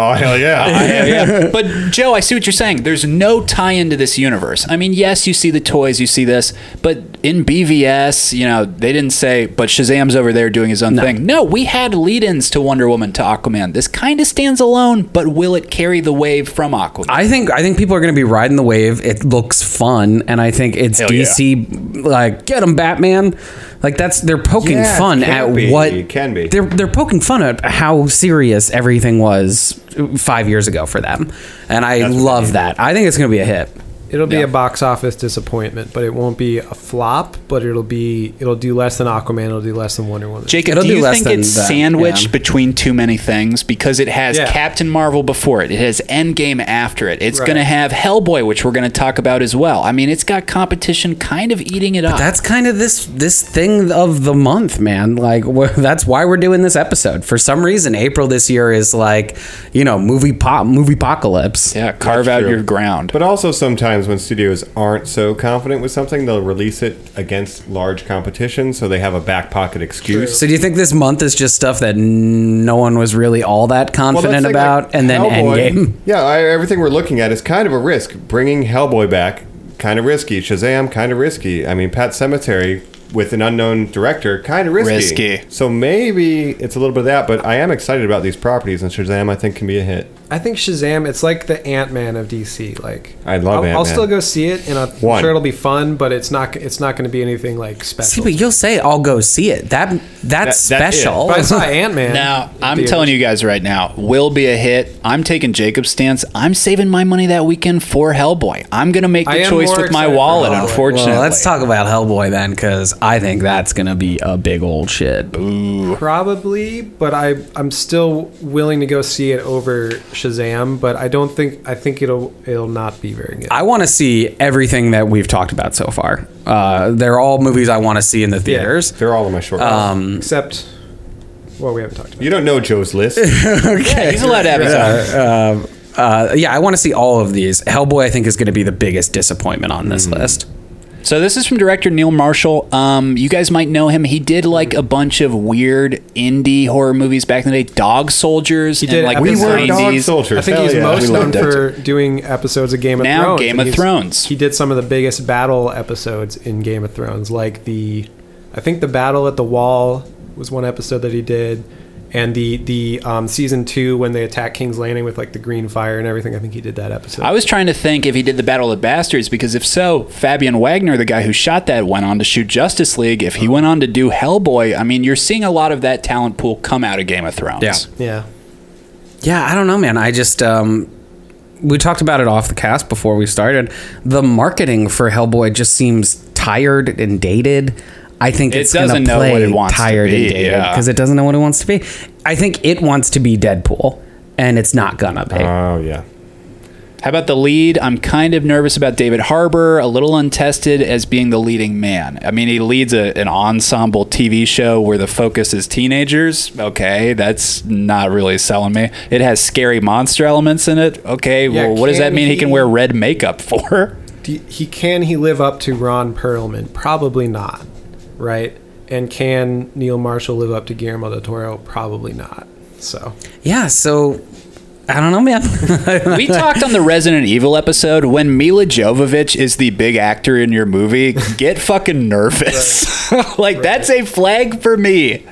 [SPEAKER 9] Oh hell yeah! I had-
[SPEAKER 1] yeah. But Joe, I see what you're saying. There's no tie into this universe. I mean, yes, you see the toys, you see this, but in BVS, you know, they didn't say, but Shazam's over there doing his own thing. No, we had lead-ins to Wonder Woman to Aquaman. This kind of stands alone, but will it carry the wave from Aquaman?
[SPEAKER 8] I think I think people are going to be riding the wave. It looks fun, and I think it's
[SPEAKER 1] Hell yeah.
[SPEAKER 8] DC like get them Batman. Like that's they're poking
[SPEAKER 9] Yeah,
[SPEAKER 8] fun
[SPEAKER 9] can
[SPEAKER 8] at
[SPEAKER 9] be,
[SPEAKER 8] what
[SPEAKER 9] can be.
[SPEAKER 8] They're they're poking fun at how serious everything was five years ago for them, and I love that. I think it's going to be a hit.
[SPEAKER 10] It'll be a box office disappointment, but it won't be a flop. But it'll be it'll do less than Aquaman. It'll do less than Wonder Woman.
[SPEAKER 1] Jacob,
[SPEAKER 8] It'll
[SPEAKER 1] do
[SPEAKER 8] be
[SPEAKER 1] you
[SPEAKER 8] less
[SPEAKER 1] think
[SPEAKER 8] than
[SPEAKER 1] it's
[SPEAKER 8] that,
[SPEAKER 1] sandwiched
[SPEAKER 8] yeah.
[SPEAKER 1] between too many things because it has
[SPEAKER 10] Yeah.
[SPEAKER 1] Captain Marvel before it, it has Endgame after it, it's
[SPEAKER 10] Right.
[SPEAKER 1] going to have Hellboy, which we're going to talk about as well. I mean, it's got competition kind of eating it up.
[SPEAKER 8] That's kind of this this thing of the month, man. Like wh- that's why we're doing this episode. For some reason, April this year is like you know movie pop movie apocalypse.
[SPEAKER 1] yeah, carve
[SPEAKER 9] That's
[SPEAKER 1] out
[SPEAKER 9] true.
[SPEAKER 1] your ground.
[SPEAKER 9] But also sometimes when studios aren't so confident with something, they'll release it against large competition, so they have a back pocket excuse.
[SPEAKER 8] So do you think this month is just stuff that n- no one was really all that
[SPEAKER 9] Well,
[SPEAKER 8] confident
[SPEAKER 9] that's like-
[SPEAKER 8] about,
[SPEAKER 9] like
[SPEAKER 8] and then
[SPEAKER 9] Hellboy-
[SPEAKER 8] Endgame?
[SPEAKER 9] Yeah, I, everything we're looking at is kind of a risk. Bringing Hellboy back, kind of risky. Shazam, kind of risky. I mean, Pat Cemetery with an unknown director, kind of risky.
[SPEAKER 1] Risky.
[SPEAKER 9] So maybe it's a little bit of that, but I am excited about these properties, and Shazam I think can be a hit.
[SPEAKER 10] I think Shazam. It's like the Ant Man of DC. Like
[SPEAKER 9] I love
[SPEAKER 10] I'll, I'll
[SPEAKER 9] Ant-Man.
[SPEAKER 10] still go see it, and I'm
[SPEAKER 9] One.
[SPEAKER 10] sure it'll be fun. But it's not it's not going to be anything like
[SPEAKER 8] See,
[SPEAKER 10] special.
[SPEAKER 8] but you'll say I'll go see it. That that's
[SPEAKER 9] That- that is.
[SPEAKER 8] special.
[SPEAKER 10] but I saw Ant Man.
[SPEAKER 1] Now, I'm telling you guys right now, will be a hit. I'm taking Jacob's stance. I'm saving my money that weekend for Hellboy. I'm going to make
[SPEAKER 10] I
[SPEAKER 1] the
[SPEAKER 10] am
[SPEAKER 1] choice
[SPEAKER 10] more
[SPEAKER 1] with my
[SPEAKER 10] excited for
[SPEAKER 1] wallet,
[SPEAKER 10] Hellboy.
[SPEAKER 1] unfortunately.
[SPEAKER 8] well, let's talk about Hellboy then, because I think that's gonna be a big old shit.
[SPEAKER 10] Probably, but I I'm still willing to go see it over Shazam. But I don't think I think it'll it'll not be very good.
[SPEAKER 8] I want to see everything that we've talked about so far. Uh, they're all movies I want to see in the theaters.
[SPEAKER 9] They're all in my short. list.
[SPEAKER 8] Um,
[SPEAKER 1] Um,
[SPEAKER 10] Except, well, we haven't talked about.
[SPEAKER 9] you don't know Joe's list.
[SPEAKER 1] Yeah, he's allowed to have his own.
[SPEAKER 8] Uh, yeah, I want to see all of these. Hellboy, I think, is going to be the biggest disappointment on
[SPEAKER 1] Hmm.
[SPEAKER 8] this list.
[SPEAKER 1] So this is from director Neil Marshall. Um, you guys might know him. He did like a bunch of weird indie horror movies back in the day. Dog Soldiers. He
[SPEAKER 10] did
[SPEAKER 1] like
[SPEAKER 10] We
[SPEAKER 1] the
[SPEAKER 9] we were dog
[SPEAKER 1] 90s.
[SPEAKER 9] soldiers.
[SPEAKER 10] I think
[SPEAKER 9] Hell
[SPEAKER 10] he's
[SPEAKER 9] yeah.
[SPEAKER 10] most
[SPEAKER 9] We
[SPEAKER 10] known
[SPEAKER 9] loved it.
[SPEAKER 10] for doing episodes of Game of
[SPEAKER 1] Now
[SPEAKER 10] Thrones.
[SPEAKER 1] Game
[SPEAKER 10] and
[SPEAKER 1] of
[SPEAKER 10] he's-
[SPEAKER 1] Thrones.
[SPEAKER 10] He did some of the biggest battle episodes in Game of Thrones, like the, I think the battle at the wall was one episode that he did, and the the um, season two when they attack King's Landing with like the green fire and everything. I think he did that episode.
[SPEAKER 1] I was trying to think if he did the Battle of the Bastards because if so, Fabian Wagner, the guy who shot that, went on to shoot Justice League. If he went on to do Hellboy, I mean, you're seeing a lot of that talent pool come out of Game of Thrones.
[SPEAKER 8] Yeah.
[SPEAKER 10] yeah.
[SPEAKER 8] Yeah, I don't know, man. I just um, we talked about it off the cast before we started. The marketing for Hellboy just seems tired and dated. I think
[SPEAKER 1] It
[SPEAKER 8] it's going
[SPEAKER 1] doesn't
[SPEAKER 8] to
[SPEAKER 1] know what
[SPEAKER 8] play
[SPEAKER 1] it wants to
[SPEAKER 8] tired
[SPEAKER 1] be,
[SPEAKER 8] and dated
[SPEAKER 1] yeah.
[SPEAKER 8] because it doesn't know what it wants to be. I think it wants to be Deadpool, and it's not gonna be.
[SPEAKER 1] Uh-huh.
[SPEAKER 9] Oh yeah.
[SPEAKER 1] How about the lead? I'm kind of nervous about David Harbour, a little untested as being the leading man. I mean, he leads a, an ensemble TV show where the focus is teenagers. Okay, that's not really selling me. It has scary monster elements in it. Okay,
[SPEAKER 10] Yeah,
[SPEAKER 1] well, what does that
[SPEAKER 10] can
[SPEAKER 1] mean he can
[SPEAKER 10] he-
[SPEAKER 1] wear red makeup for?
[SPEAKER 10] Do you- he can he live up to Ron Perlman? Probably not, right? And can Neil Marshall live up to Guillermo del Toro? Probably not. So
[SPEAKER 8] yeah, so I don't know, man.
[SPEAKER 1] We talked on the Resident Evil episode when Mila Jovovich is the big actor in your movie. Get fucking nervous. like, that's a flag for me.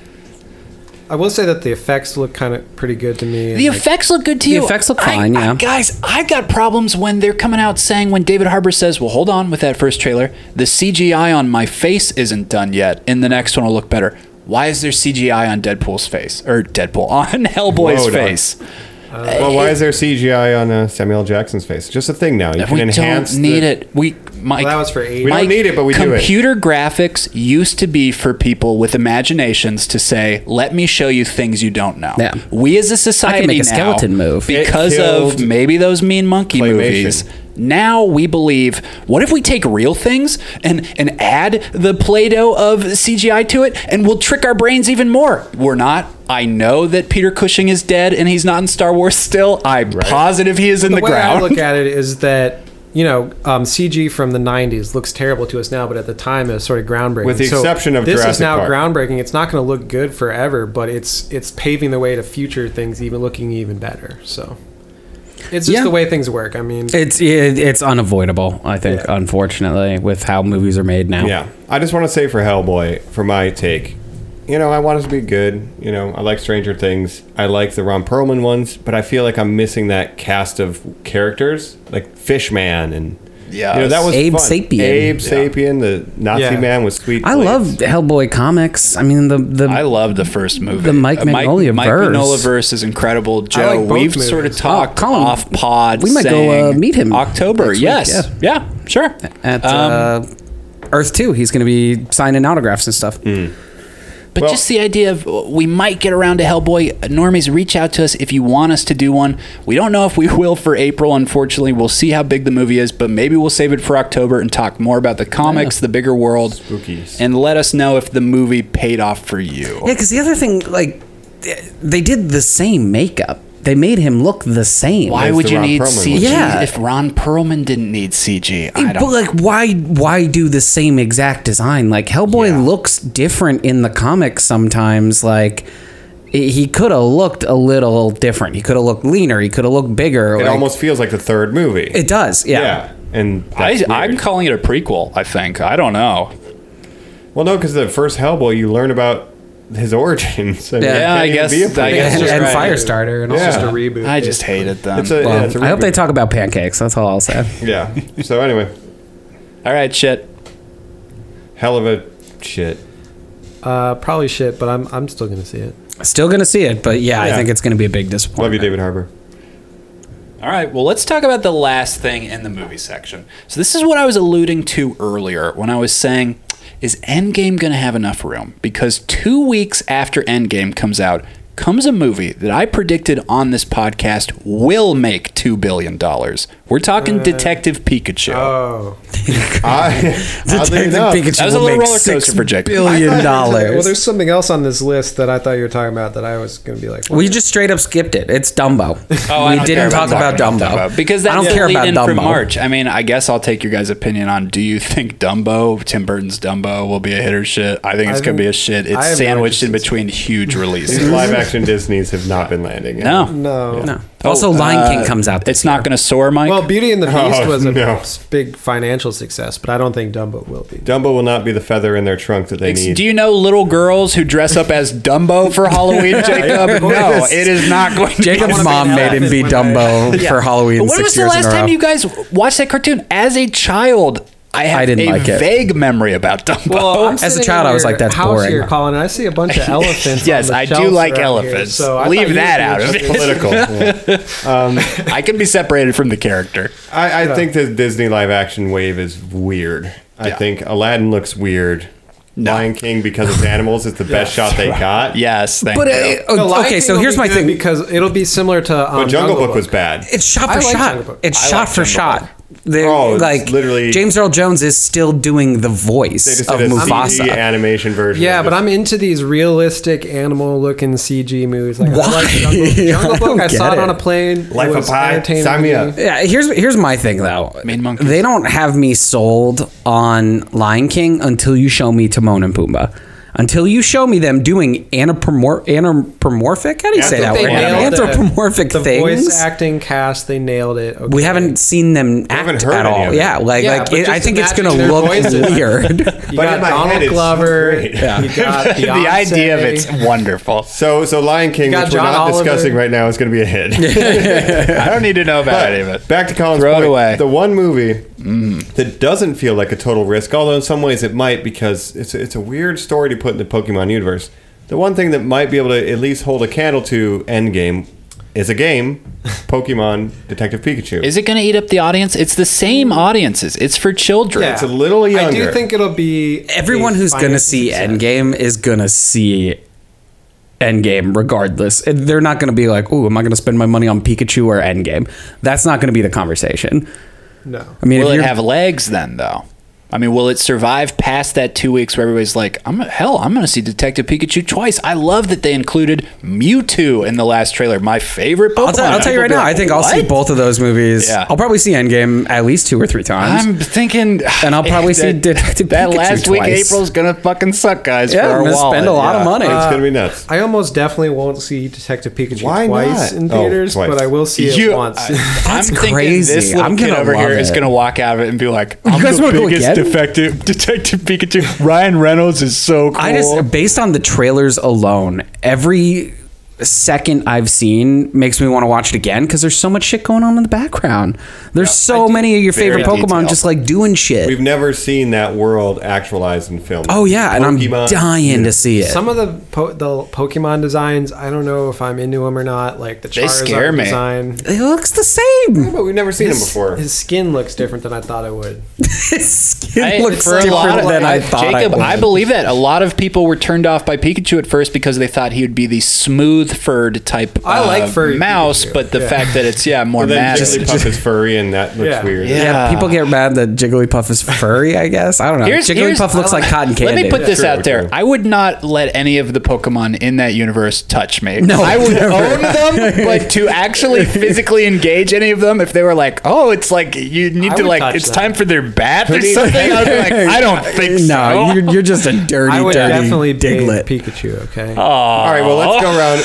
[SPEAKER 10] I will say that the effects look kind of pretty good to me. and,
[SPEAKER 1] The
[SPEAKER 10] like,
[SPEAKER 1] effects look good to you.
[SPEAKER 8] effects look
[SPEAKER 1] I-
[SPEAKER 8] fine,
[SPEAKER 1] I-
[SPEAKER 8] yeah.
[SPEAKER 1] guys, I've got problems when they're coming out saying when David Harbour says, "Well, hold on with that first trailer. The CGI on my face isn't done yet. In the next one, will look better." Why is there CGI on Deadpool's face or Deadpool on Hellboy's
[SPEAKER 9] Whoa, dog.
[SPEAKER 1] face?
[SPEAKER 9] Well, why is there CGI on uh, Samuel L. Jackson's face? Just a thing now. You
[SPEAKER 1] we
[SPEAKER 9] can enhance.
[SPEAKER 1] don't need
[SPEAKER 9] the-
[SPEAKER 1] it. We Mike.
[SPEAKER 10] Well, that was for eight. We
[SPEAKER 9] don't
[SPEAKER 1] Mike,
[SPEAKER 9] need it, but we do it.
[SPEAKER 1] Computer graphics used to be for people with imaginations to say, "Let me show you things you don't know."
[SPEAKER 8] Yeah.
[SPEAKER 1] We as a society
[SPEAKER 8] make a
[SPEAKER 1] now,
[SPEAKER 8] skeleton move. It
[SPEAKER 1] because of
[SPEAKER 9] killed
[SPEAKER 1] maybe those mean monkey
[SPEAKER 9] claymation.
[SPEAKER 1] movies. Now we believe. What if we take real things and and add the Play-Doh of CGI to it, and we'll trick our brains even more? We're not. I know that Peter Cushing is dead and he's not in Star Wars still. I'm positive he is in the,
[SPEAKER 10] the way
[SPEAKER 1] ground.
[SPEAKER 10] I look at it is that you know, um, CG from the '90s looks terrible to us now, but at the time it was sort of groundbreaking.
[SPEAKER 9] With the
[SPEAKER 10] So
[SPEAKER 9] exception of
[SPEAKER 10] this is
[SPEAKER 9] Jurassic
[SPEAKER 10] now
[SPEAKER 9] Park.
[SPEAKER 10] groundbreaking. It's not going to look good forever, but it's it's paving the way to future things even looking even better. So it's just
[SPEAKER 8] Yeah.
[SPEAKER 10] the way things work. I mean,
[SPEAKER 8] It's it, it's unavoidable, I think,
[SPEAKER 10] Yeah.
[SPEAKER 8] unfortunately, with how movies are made now.
[SPEAKER 9] Yeah. I just want to say for Hellboy, for my take, you know, I want it to be good. You know, I like Stranger Things. I like the Ron Perlman ones, but I feel like I'm missing that cast of characters, like Fishman and yeah, you know, that was
[SPEAKER 8] Abe
[SPEAKER 9] fun.
[SPEAKER 8] Sapien.
[SPEAKER 9] Abe Sapien, the Nazi
[SPEAKER 10] Yeah.
[SPEAKER 9] man with sweet.
[SPEAKER 8] I
[SPEAKER 9] plates.
[SPEAKER 8] love Hellboy comics. I mean, the the
[SPEAKER 1] I love the first movie.
[SPEAKER 8] The Mike
[SPEAKER 1] Uh,
[SPEAKER 8] Mignola
[SPEAKER 1] Mike,
[SPEAKER 8] verse.
[SPEAKER 1] Mignola verse is incredible. Joe,
[SPEAKER 10] both
[SPEAKER 1] we've
[SPEAKER 10] movies. Oh,
[SPEAKER 1] sort of talked
[SPEAKER 8] Colin,
[SPEAKER 1] off pod.
[SPEAKER 8] we might go,
[SPEAKER 1] saying
[SPEAKER 8] uh, meet him
[SPEAKER 1] October.
[SPEAKER 8] next week,
[SPEAKER 1] Yes. Yeah. Sure.
[SPEAKER 8] at
[SPEAKER 1] Um,
[SPEAKER 8] uh, Earth Two. He's going to be signing autographs and stuff.
[SPEAKER 1] But
[SPEAKER 9] Well-
[SPEAKER 1] just the idea of uh, we might get around to Hellboy. Normies, reach out to us if you want us to do one. We don't know if we will for April, unfortunately. We'll see how big the movie is, but maybe we'll save it for October and talk more about the comics, the bigger world,
[SPEAKER 9] Spookies.
[SPEAKER 1] and let us know if the movie paid off for you.
[SPEAKER 8] Yeah, because the other thing, like, th- they did the same makeup. They made him look the same.
[SPEAKER 1] Why
[SPEAKER 9] It's
[SPEAKER 1] would
[SPEAKER 9] the
[SPEAKER 1] you
[SPEAKER 9] Ron
[SPEAKER 1] need
[SPEAKER 9] Perlman
[SPEAKER 1] CG
[SPEAKER 9] one.
[SPEAKER 8] Yeah.
[SPEAKER 1] if Ron Perlman didn't need CG? I
[SPEAKER 8] But
[SPEAKER 1] don't.
[SPEAKER 8] like, why? Why do the same exact design? Like, Hellboy
[SPEAKER 1] Yeah.
[SPEAKER 8] looks different in the comics sometimes. Like, he he could have looked a little different. He could have looked leaner. He could have looked bigger.
[SPEAKER 9] It
[SPEAKER 8] like-
[SPEAKER 9] almost feels like the third movie.
[SPEAKER 8] It does. Yeah.
[SPEAKER 9] yeah. And
[SPEAKER 1] I,
[SPEAKER 9] that's
[SPEAKER 1] I'm
[SPEAKER 9] weird.
[SPEAKER 1] calling it a prequel. I think. I don't know.
[SPEAKER 9] well, no, because the first Hellboy, you learn about his origins. I mean,
[SPEAKER 8] Yeah.
[SPEAKER 9] it
[SPEAKER 8] Yeah,
[SPEAKER 9] can't
[SPEAKER 1] I
[SPEAKER 9] even
[SPEAKER 1] guess-
[SPEAKER 9] be a
[SPEAKER 1] I guess
[SPEAKER 9] prequel.
[SPEAKER 1] just
[SPEAKER 8] and
[SPEAKER 1] right.
[SPEAKER 8] Firestarter and all.
[SPEAKER 9] Yeah.
[SPEAKER 10] just a reboot.
[SPEAKER 1] I just hated them.
[SPEAKER 9] It's
[SPEAKER 8] Well,
[SPEAKER 9] a- yeah, it's a
[SPEAKER 8] I hope they
[SPEAKER 9] reboot.
[SPEAKER 8] talk about pancakes. That's all I'll say.
[SPEAKER 9] Yeah. So anyway,
[SPEAKER 1] All right, shit.
[SPEAKER 9] hell of a shit.
[SPEAKER 10] uh, probably shit, but I'm I'm still going to see it.
[SPEAKER 8] Still gonna see it, but yeah, I
[SPEAKER 9] Yeah.
[SPEAKER 8] think it's gonna be a big
[SPEAKER 9] Love you,
[SPEAKER 8] disappointment.
[SPEAKER 9] David Harbour.
[SPEAKER 1] All right, well, let's talk about the last thing in the movie section. So, this is what I was alluding to earlier when I was saying, is Endgame going to have enough room? Because two weeks after Endgame comes out, comes a movie that I predicted on this podcast will make $2 billion. We're
[SPEAKER 9] Uh,
[SPEAKER 1] talking Detective Pikachu.
[SPEAKER 10] Oh,
[SPEAKER 9] I, oddly
[SPEAKER 8] Detective
[SPEAKER 9] enough,
[SPEAKER 8] Pikachu
[SPEAKER 1] That was a
[SPEAKER 8] will
[SPEAKER 1] little
[SPEAKER 8] make
[SPEAKER 1] roller coaster
[SPEAKER 8] six
[SPEAKER 1] for Jacob.
[SPEAKER 8] billion
[SPEAKER 10] well, there's
[SPEAKER 8] dollars.
[SPEAKER 10] something else on this list that I thought you were talking about that I was going to be like,
[SPEAKER 8] We just straight up skipped it. It's Dumbo.
[SPEAKER 1] Oh, I
[SPEAKER 8] we
[SPEAKER 1] don't care
[SPEAKER 8] didn't talk about,
[SPEAKER 1] talking
[SPEAKER 8] Dumbo.
[SPEAKER 1] because that's
[SPEAKER 8] I don't
[SPEAKER 1] the
[SPEAKER 8] care
[SPEAKER 1] lead
[SPEAKER 8] about
[SPEAKER 1] in
[SPEAKER 8] Dumbo.
[SPEAKER 1] from March. I mean, I guess I'll take your guys' opinion on: Do you think Dumbo, Tim Burton's Dumbo, will be a hit or shit? I think it's
[SPEAKER 10] I
[SPEAKER 1] gonna be a
[SPEAKER 10] think-
[SPEAKER 1] shit.
[SPEAKER 10] I have
[SPEAKER 1] It's
[SPEAKER 10] no
[SPEAKER 1] sandwiched in
[SPEAKER 10] interest.
[SPEAKER 1] between huge
[SPEAKER 9] These
[SPEAKER 1] releases.
[SPEAKER 9] live action Disney's have not been landing.
[SPEAKER 1] no,
[SPEAKER 10] no.
[SPEAKER 8] No.
[SPEAKER 1] Oh,
[SPEAKER 8] Also,
[SPEAKER 1] uh,
[SPEAKER 8] Lion King comes out. This
[SPEAKER 1] it's not gonna soar, Mike.
[SPEAKER 10] Well, Beauty and the Beast
[SPEAKER 9] Oh,
[SPEAKER 10] was a
[SPEAKER 9] no.
[SPEAKER 10] big financial success, but I don't think Dumbo will be.
[SPEAKER 9] Dumbo will not be the feather in their trunk that they
[SPEAKER 1] It's-
[SPEAKER 9] need.
[SPEAKER 1] do you know little girls who dress up as Dumbo for Halloween, Jacob? no,
[SPEAKER 9] course.
[SPEAKER 1] it is not going. to
[SPEAKER 8] Jacob's
[SPEAKER 10] wanna be
[SPEAKER 8] mom
[SPEAKER 10] an
[SPEAKER 8] made him
[SPEAKER 10] elephant
[SPEAKER 8] be
[SPEAKER 10] one day.
[SPEAKER 8] Dumbo
[SPEAKER 1] Yeah.
[SPEAKER 8] for Halloween.
[SPEAKER 1] When
[SPEAKER 8] six
[SPEAKER 1] was the
[SPEAKER 8] years in
[SPEAKER 1] last
[SPEAKER 8] a
[SPEAKER 1] time
[SPEAKER 8] row.
[SPEAKER 1] you guys watched that cartoon? As a child, I have
[SPEAKER 8] didn't
[SPEAKER 1] a
[SPEAKER 8] like it.
[SPEAKER 1] vague memory about Dumbo.
[SPEAKER 8] As a child, I was like, "That's
[SPEAKER 10] house
[SPEAKER 8] boring."
[SPEAKER 10] Here, Colin, and I see a bunch of elephants. on
[SPEAKER 1] Yes,
[SPEAKER 10] the
[SPEAKER 1] I do
[SPEAKER 10] shelves
[SPEAKER 1] like
[SPEAKER 10] around
[SPEAKER 1] elephants.
[SPEAKER 10] Here, so I
[SPEAKER 1] Leave
[SPEAKER 10] thought you
[SPEAKER 1] that out
[SPEAKER 10] would be
[SPEAKER 1] of
[SPEAKER 10] interested.
[SPEAKER 1] it.
[SPEAKER 9] Political. Yeah.
[SPEAKER 1] I can be separated from the character.
[SPEAKER 9] I, I think the Disney live action wave is weird. I
[SPEAKER 1] Yeah.
[SPEAKER 9] think Aladdin looks weird. Lion King, because it's animals, is the best shot they got.
[SPEAKER 1] Yes, thank
[SPEAKER 8] But
[SPEAKER 1] you.
[SPEAKER 8] uh,
[SPEAKER 10] The Lion
[SPEAKER 8] okay,
[SPEAKER 10] King
[SPEAKER 8] so
[SPEAKER 10] will
[SPEAKER 8] here's
[SPEAKER 10] be
[SPEAKER 8] my
[SPEAKER 10] good
[SPEAKER 8] thing.
[SPEAKER 10] because it'll be similar to um,
[SPEAKER 9] But Jungle Book was bad.
[SPEAKER 8] It's shot
[SPEAKER 10] I
[SPEAKER 8] for
[SPEAKER 10] like
[SPEAKER 8] shot.
[SPEAKER 10] Jungle Book.
[SPEAKER 8] It's
[SPEAKER 1] I
[SPEAKER 8] shot
[SPEAKER 1] like
[SPEAKER 8] for
[SPEAKER 1] Jungle
[SPEAKER 8] shot. They're,
[SPEAKER 9] Oh, it's
[SPEAKER 8] like
[SPEAKER 9] literally-
[SPEAKER 8] James Earl Jones is still doing the
[SPEAKER 9] They
[SPEAKER 8] voice
[SPEAKER 9] just
[SPEAKER 8] of
[SPEAKER 9] did a CG
[SPEAKER 8] Mufasa.
[SPEAKER 9] animation version.
[SPEAKER 10] Yeah,
[SPEAKER 9] of
[SPEAKER 10] but
[SPEAKER 9] it.
[SPEAKER 10] I'm into these realistic animal-looking CG movies. Like,
[SPEAKER 8] Why?
[SPEAKER 10] I like Jungle, Jungle
[SPEAKER 8] I
[SPEAKER 10] Book.
[SPEAKER 8] don't
[SPEAKER 10] I saw
[SPEAKER 8] get
[SPEAKER 10] it.
[SPEAKER 8] it.
[SPEAKER 10] on a plane.
[SPEAKER 9] Life
[SPEAKER 10] it
[SPEAKER 9] of
[SPEAKER 10] was
[SPEAKER 9] Pi,
[SPEAKER 10] entertaining
[SPEAKER 9] sign
[SPEAKER 10] to
[SPEAKER 9] me
[SPEAKER 10] me.
[SPEAKER 9] up.
[SPEAKER 8] Yeah, here's here's my thing though.
[SPEAKER 1] Mean monkeys.
[SPEAKER 8] They don't have me sold on Lion King until you show me Timon and Pumbaa. Until you show me them doing anthropomor- anthropomorphic, how do you say that
[SPEAKER 10] They
[SPEAKER 8] word?
[SPEAKER 10] nailed it.
[SPEAKER 8] Anthropomorphic
[SPEAKER 10] the voice
[SPEAKER 8] things.
[SPEAKER 10] acting cast, they nailed it. Okay.
[SPEAKER 8] we haven't seen them act
[SPEAKER 9] haven't heard
[SPEAKER 8] at
[SPEAKER 9] any
[SPEAKER 8] all.
[SPEAKER 9] of it.
[SPEAKER 8] Yeah, like
[SPEAKER 10] Yeah,
[SPEAKER 8] like
[SPEAKER 10] but
[SPEAKER 8] it, I
[SPEAKER 10] just
[SPEAKER 8] think it's gonna
[SPEAKER 10] imagining their
[SPEAKER 8] look
[SPEAKER 10] voices.
[SPEAKER 8] weird.
[SPEAKER 10] You
[SPEAKER 9] But
[SPEAKER 10] got
[SPEAKER 9] in my
[SPEAKER 10] Donald
[SPEAKER 9] head, it's
[SPEAKER 10] Glover.
[SPEAKER 9] great.
[SPEAKER 10] You got
[SPEAKER 1] the
[SPEAKER 10] Beyonce.
[SPEAKER 1] idea of it's wonderful.
[SPEAKER 9] So, so Lion King,
[SPEAKER 10] got
[SPEAKER 9] which we're
[SPEAKER 10] John
[SPEAKER 9] not
[SPEAKER 10] Oliver.
[SPEAKER 9] discussing right now, is going to be a hit.
[SPEAKER 1] I don't need to know about
[SPEAKER 9] But
[SPEAKER 1] any of it.
[SPEAKER 9] Back to Colin's
[SPEAKER 1] Throw it
[SPEAKER 9] point.
[SPEAKER 1] away.
[SPEAKER 9] The one movie
[SPEAKER 8] Mm.
[SPEAKER 9] that doesn't feel like a total risk, although in some ways it might because it's it's a weird story to put in the Pokemon universe. The one thing that might be able to at least hold a candle to Endgame is a game, Pokemon Detective Pikachu.
[SPEAKER 1] Is it going to eat up the audience? It's the same audiences. It's for children.
[SPEAKER 10] Yeah.
[SPEAKER 9] It's a little
[SPEAKER 10] I
[SPEAKER 9] younger.
[SPEAKER 10] do think it'll be
[SPEAKER 8] Everyone
[SPEAKER 10] a
[SPEAKER 8] who's gonna
[SPEAKER 10] financial
[SPEAKER 8] see
[SPEAKER 10] success.
[SPEAKER 8] Endgame is gonna see Endgame regardless. And They're not gonna be like, "Ooh, am I gonna spend my money on Pikachu or Endgame?" That's not gonna be the conversation.
[SPEAKER 10] No.
[SPEAKER 8] I mean,
[SPEAKER 1] Will
[SPEAKER 8] if
[SPEAKER 1] it
[SPEAKER 8] you're,
[SPEAKER 1] have legs then, though? I mean, will it survive past that two weeks where everybody's like, "I'm hell, I'm going to see Detective Pikachu twice." I love that they included Mewtwo in the last trailer. My favorite Pokemon.
[SPEAKER 8] I'll, tell, I'll tell you right
[SPEAKER 1] People
[SPEAKER 8] now.
[SPEAKER 1] be
[SPEAKER 8] I
[SPEAKER 1] like,
[SPEAKER 8] think I'll see
[SPEAKER 1] "What?"
[SPEAKER 8] both of those movies.
[SPEAKER 1] Yeah.
[SPEAKER 8] I'll probably see Endgame at least two or three times.
[SPEAKER 1] I'm thinking,
[SPEAKER 8] And I'll probably see
[SPEAKER 1] that-
[SPEAKER 8] Detective
[SPEAKER 1] that
[SPEAKER 8] Pikachu
[SPEAKER 1] last week.
[SPEAKER 8] twice.
[SPEAKER 1] April's gonna fucking suck, guys.
[SPEAKER 8] yeah,
[SPEAKER 1] for our
[SPEAKER 8] I'm gonna
[SPEAKER 1] wallet.
[SPEAKER 8] spend a lot
[SPEAKER 1] Yeah.
[SPEAKER 8] of money.
[SPEAKER 9] it's gonna be nuts.
[SPEAKER 10] Uh, I almost definitely won't see Detective Pikachu
[SPEAKER 9] Why
[SPEAKER 10] twice
[SPEAKER 9] not?
[SPEAKER 10] in
[SPEAKER 9] Oh,
[SPEAKER 10] theaters,
[SPEAKER 9] twice.
[SPEAKER 10] but I will see it
[SPEAKER 1] You-
[SPEAKER 10] once.
[SPEAKER 1] I- I'm
[SPEAKER 8] That's
[SPEAKER 1] thinking
[SPEAKER 8] crazy.
[SPEAKER 1] This little
[SPEAKER 8] I'm
[SPEAKER 1] kid
[SPEAKER 8] gonna
[SPEAKER 1] over here
[SPEAKER 8] love
[SPEAKER 1] is
[SPEAKER 8] it.
[SPEAKER 1] gonna walk out of it and be like, "I'm
[SPEAKER 8] guys
[SPEAKER 1] the
[SPEAKER 8] wanna go
[SPEAKER 1] biggest
[SPEAKER 8] again?
[SPEAKER 1] defective Detective Pikachu." Ryan Reynolds is so cool.
[SPEAKER 8] I just based on the trailers alone, every second I've seen makes me want to watch it again because there's so much shit going on in the background. There's so many of your
[SPEAKER 1] Very
[SPEAKER 8] favorite Pokemon
[SPEAKER 1] detailed.
[SPEAKER 8] just like doing shit.
[SPEAKER 9] We've never seen that world actualized in film.
[SPEAKER 8] oh yeah, and I'm
[SPEAKER 9] Pokemon.
[SPEAKER 8] dying to see it.
[SPEAKER 10] Some of the po- the Pokemon designs, I don't know if I'm into them or not. Like the
[SPEAKER 1] They
[SPEAKER 10] Charizard
[SPEAKER 1] scare me.
[SPEAKER 10] design,
[SPEAKER 8] it looks the same.
[SPEAKER 9] But we've never seen him before.
[SPEAKER 10] his skin looks different than I thought it would.
[SPEAKER 8] His skin
[SPEAKER 1] I-
[SPEAKER 8] looks
[SPEAKER 1] for a
[SPEAKER 8] different
[SPEAKER 1] lot of-
[SPEAKER 8] than I thought.
[SPEAKER 1] Jacob,
[SPEAKER 8] I, would.
[SPEAKER 1] I, believe that a lot of people were turned off by Pikachu at first because they thought he would be the smooth furred type
[SPEAKER 10] I like
[SPEAKER 1] uh,
[SPEAKER 10] furry
[SPEAKER 1] mouse,
[SPEAKER 10] Pikachu.
[SPEAKER 1] but the
[SPEAKER 10] Yeah.
[SPEAKER 1] fact that it's yeah more
[SPEAKER 9] But then
[SPEAKER 1] massive.
[SPEAKER 9] Jigglypuff is furry, and that looks
[SPEAKER 10] Yeah.
[SPEAKER 9] weird.
[SPEAKER 1] Yeah.
[SPEAKER 8] Yeah, people get mad that Jigglypuff is furry. I guess I don't know.
[SPEAKER 1] Here's-
[SPEAKER 8] Jigglypuff
[SPEAKER 1] here's-
[SPEAKER 8] looks like cotton candy.
[SPEAKER 1] Let me put this
[SPEAKER 9] True,
[SPEAKER 1] out there.
[SPEAKER 9] true.
[SPEAKER 1] I would not let any of the Pokemon in that universe touch me.
[SPEAKER 8] No,
[SPEAKER 1] I would
[SPEAKER 8] never.
[SPEAKER 1] own them, but to actually physically engage any of them, if they were like, "Oh, it's like you need
[SPEAKER 10] I
[SPEAKER 1] to
[SPEAKER 10] would
[SPEAKER 1] like,
[SPEAKER 10] touch
[SPEAKER 1] it's
[SPEAKER 10] them.
[SPEAKER 1] time for their bath or
[SPEAKER 9] needs
[SPEAKER 1] something," I'd be like, "I don't think so."
[SPEAKER 8] No, you're, you're just a dirty,
[SPEAKER 10] I would
[SPEAKER 8] dirty
[SPEAKER 10] definitely
[SPEAKER 8] diglet.
[SPEAKER 10] date Pikachu. Okay.
[SPEAKER 9] All right, well, let's go around.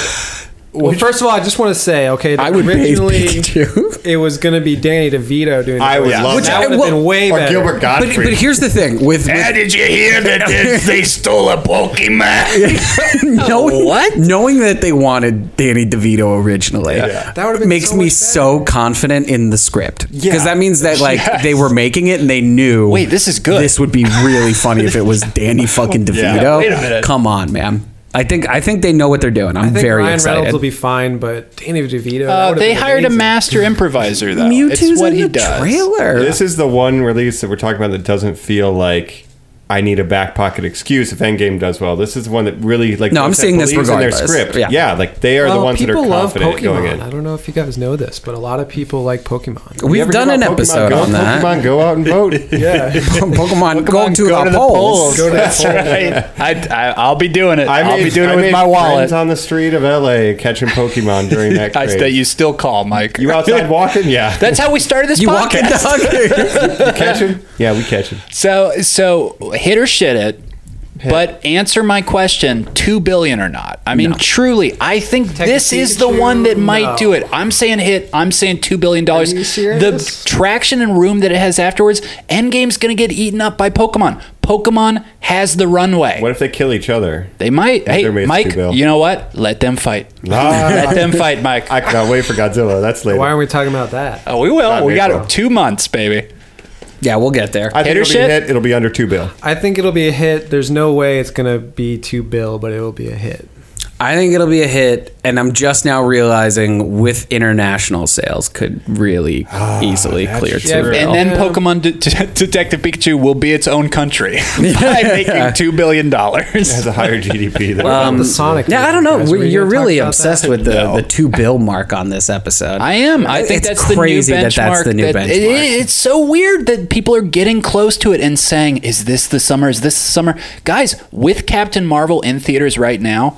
[SPEAKER 10] well, first of all, I just want to say, okay,
[SPEAKER 8] I would bathe
[SPEAKER 10] originally
[SPEAKER 8] Pikachu.
[SPEAKER 10] it was going to be Danny DeVito doing. The
[SPEAKER 9] I would
[SPEAKER 10] voice.
[SPEAKER 9] love
[SPEAKER 10] that.
[SPEAKER 9] Which that.
[SPEAKER 8] I-
[SPEAKER 10] would have
[SPEAKER 8] well-
[SPEAKER 10] been way
[SPEAKER 9] Or
[SPEAKER 10] better.
[SPEAKER 9] Gilbert
[SPEAKER 8] But,
[SPEAKER 9] Godfrey.
[SPEAKER 8] but here's the thing with, with
[SPEAKER 4] How did you hear that they- they stole a Pokemon?
[SPEAKER 8] knowing what knowing that they wanted Danny DeVito originally
[SPEAKER 10] That would've been
[SPEAKER 8] makes
[SPEAKER 10] so
[SPEAKER 8] me
[SPEAKER 10] much
[SPEAKER 8] so confident in the script because that means that like they were making it and they knew
[SPEAKER 1] Wait, this is good.
[SPEAKER 8] This would be really funny if it was Danny fucking DeVito.
[SPEAKER 1] Wait a minute.
[SPEAKER 8] Come on, man. I think I think they know what they're doing. I'm
[SPEAKER 10] I think
[SPEAKER 8] very
[SPEAKER 10] Ryan
[SPEAKER 8] excited.
[SPEAKER 10] Reynolds will be fine, but Danny DeVito. that
[SPEAKER 1] Uh,
[SPEAKER 10] would've
[SPEAKER 1] they
[SPEAKER 10] been
[SPEAKER 1] hired a
[SPEAKER 10] amazing.
[SPEAKER 1] master improviser though.
[SPEAKER 8] Mewtwo's
[SPEAKER 1] it's what
[SPEAKER 8] in
[SPEAKER 1] he
[SPEAKER 8] the
[SPEAKER 1] does.
[SPEAKER 8] trailer.
[SPEAKER 9] This is the one release that we're talking about that doesn't feel like I need a back pocket excuse if Endgame does well. This is the one that really like
[SPEAKER 8] No, I'm
[SPEAKER 9] that
[SPEAKER 8] seeing this
[SPEAKER 9] believes in their
[SPEAKER 8] regardless.
[SPEAKER 9] script.
[SPEAKER 8] Yeah.
[SPEAKER 9] Yeah. like they are
[SPEAKER 10] Well,
[SPEAKER 1] Uh,
[SPEAKER 9] the ones that are
[SPEAKER 10] people love
[SPEAKER 9] confident
[SPEAKER 10] Pokemon.
[SPEAKER 9] going in.
[SPEAKER 10] I don't know if you guys know this, but a lot of people like Pokemon.
[SPEAKER 8] We've
[SPEAKER 9] Ever
[SPEAKER 8] done
[SPEAKER 9] hear
[SPEAKER 8] an
[SPEAKER 9] about Pokemon
[SPEAKER 8] episode
[SPEAKER 9] Go?
[SPEAKER 8] on that.
[SPEAKER 9] Pokemon Go out and vote.
[SPEAKER 10] Yeah.
[SPEAKER 8] Pokemon,
[SPEAKER 1] Come
[SPEAKER 8] go
[SPEAKER 1] on,
[SPEAKER 8] to the, polls.
[SPEAKER 10] Go to the
[SPEAKER 1] That's
[SPEAKER 10] polls.
[SPEAKER 1] right. I, I, I'll be doing it.
[SPEAKER 9] I
[SPEAKER 1] I will
[SPEAKER 9] made,
[SPEAKER 1] be doing
[SPEAKER 9] I
[SPEAKER 1] it with
[SPEAKER 9] made
[SPEAKER 1] my wallet.
[SPEAKER 9] friends on the street of LA catching Pokemon during that.
[SPEAKER 1] I-
[SPEAKER 9] craze.
[SPEAKER 1] that you still call, Mike.
[SPEAKER 9] You outside walking? Yeah.
[SPEAKER 1] That's how we started this
[SPEAKER 8] You walk a
[SPEAKER 1] podcast.
[SPEAKER 8] dog.
[SPEAKER 9] you catching? Yeah, we catching.
[SPEAKER 1] So so hit or shit it. But answer my question: two billion or not? I mean, truly, I think this is the
[SPEAKER 10] Pikachu?
[SPEAKER 1] one that might
[SPEAKER 10] No.
[SPEAKER 1] do it. I'm saying hit. I'm saying two billion dollars.
[SPEAKER 10] Are you
[SPEAKER 1] The
[SPEAKER 10] serious?
[SPEAKER 1] traction and room that it has afterwards, Endgame's gonna get eaten up by Pokemon. Pokemon has the runway.
[SPEAKER 9] What if they kill each other?
[SPEAKER 1] They might. Hey,
[SPEAKER 9] They're made
[SPEAKER 1] Mike.
[SPEAKER 9] two bill. Ah.
[SPEAKER 1] You know what? Let them fight. Let them fight, Mike.
[SPEAKER 9] I cannot wait for Godzilla. That's later.
[SPEAKER 10] Why aren't we talking about that?
[SPEAKER 1] oh, we will.
[SPEAKER 9] Not
[SPEAKER 1] We got
[SPEAKER 9] April.
[SPEAKER 1] two months, baby.
[SPEAKER 8] yeah, we'll get there.
[SPEAKER 9] I think
[SPEAKER 1] Hit or
[SPEAKER 9] it'll be
[SPEAKER 1] shit?
[SPEAKER 9] hit. It'll be under two bill.
[SPEAKER 10] I think it'll be a hit. There's no way it's gonna be two bill, but it'll be a hit.
[SPEAKER 8] I think it'll be a hit, and I'm just now realizing with international sales could really easily clear
[SPEAKER 9] true.
[SPEAKER 8] two
[SPEAKER 10] Yeah,
[SPEAKER 8] bill.
[SPEAKER 1] And then
[SPEAKER 10] Yeah.
[SPEAKER 1] Pokemon De- De- Detective Pikachu will be its own country by making two billion dollars.
[SPEAKER 9] Has a higher GDP. Than
[SPEAKER 10] Um, the Sonic.
[SPEAKER 8] yeah,
[SPEAKER 10] movie,
[SPEAKER 8] I don't know.
[SPEAKER 10] guys. Were
[SPEAKER 8] We-
[SPEAKER 10] you
[SPEAKER 8] You're
[SPEAKER 10] gonna talk
[SPEAKER 8] really
[SPEAKER 10] about
[SPEAKER 8] obsessed
[SPEAKER 10] that?
[SPEAKER 8] with the, the two bill mark on this episode.
[SPEAKER 1] I am. I think
[SPEAKER 8] It's
[SPEAKER 1] that's
[SPEAKER 8] crazy
[SPEAKER 1] the new benchmark.
[SPEAKER 8] that that's the new
[SPEAKER 1] that- it-
[SPEAKER 8] benchmark.
[SPEAKER 1] it's so weird that people are getting close to it and saying, "Is this the summer? Is this the summer?" Guys, with Captain Marvel in theaters right now,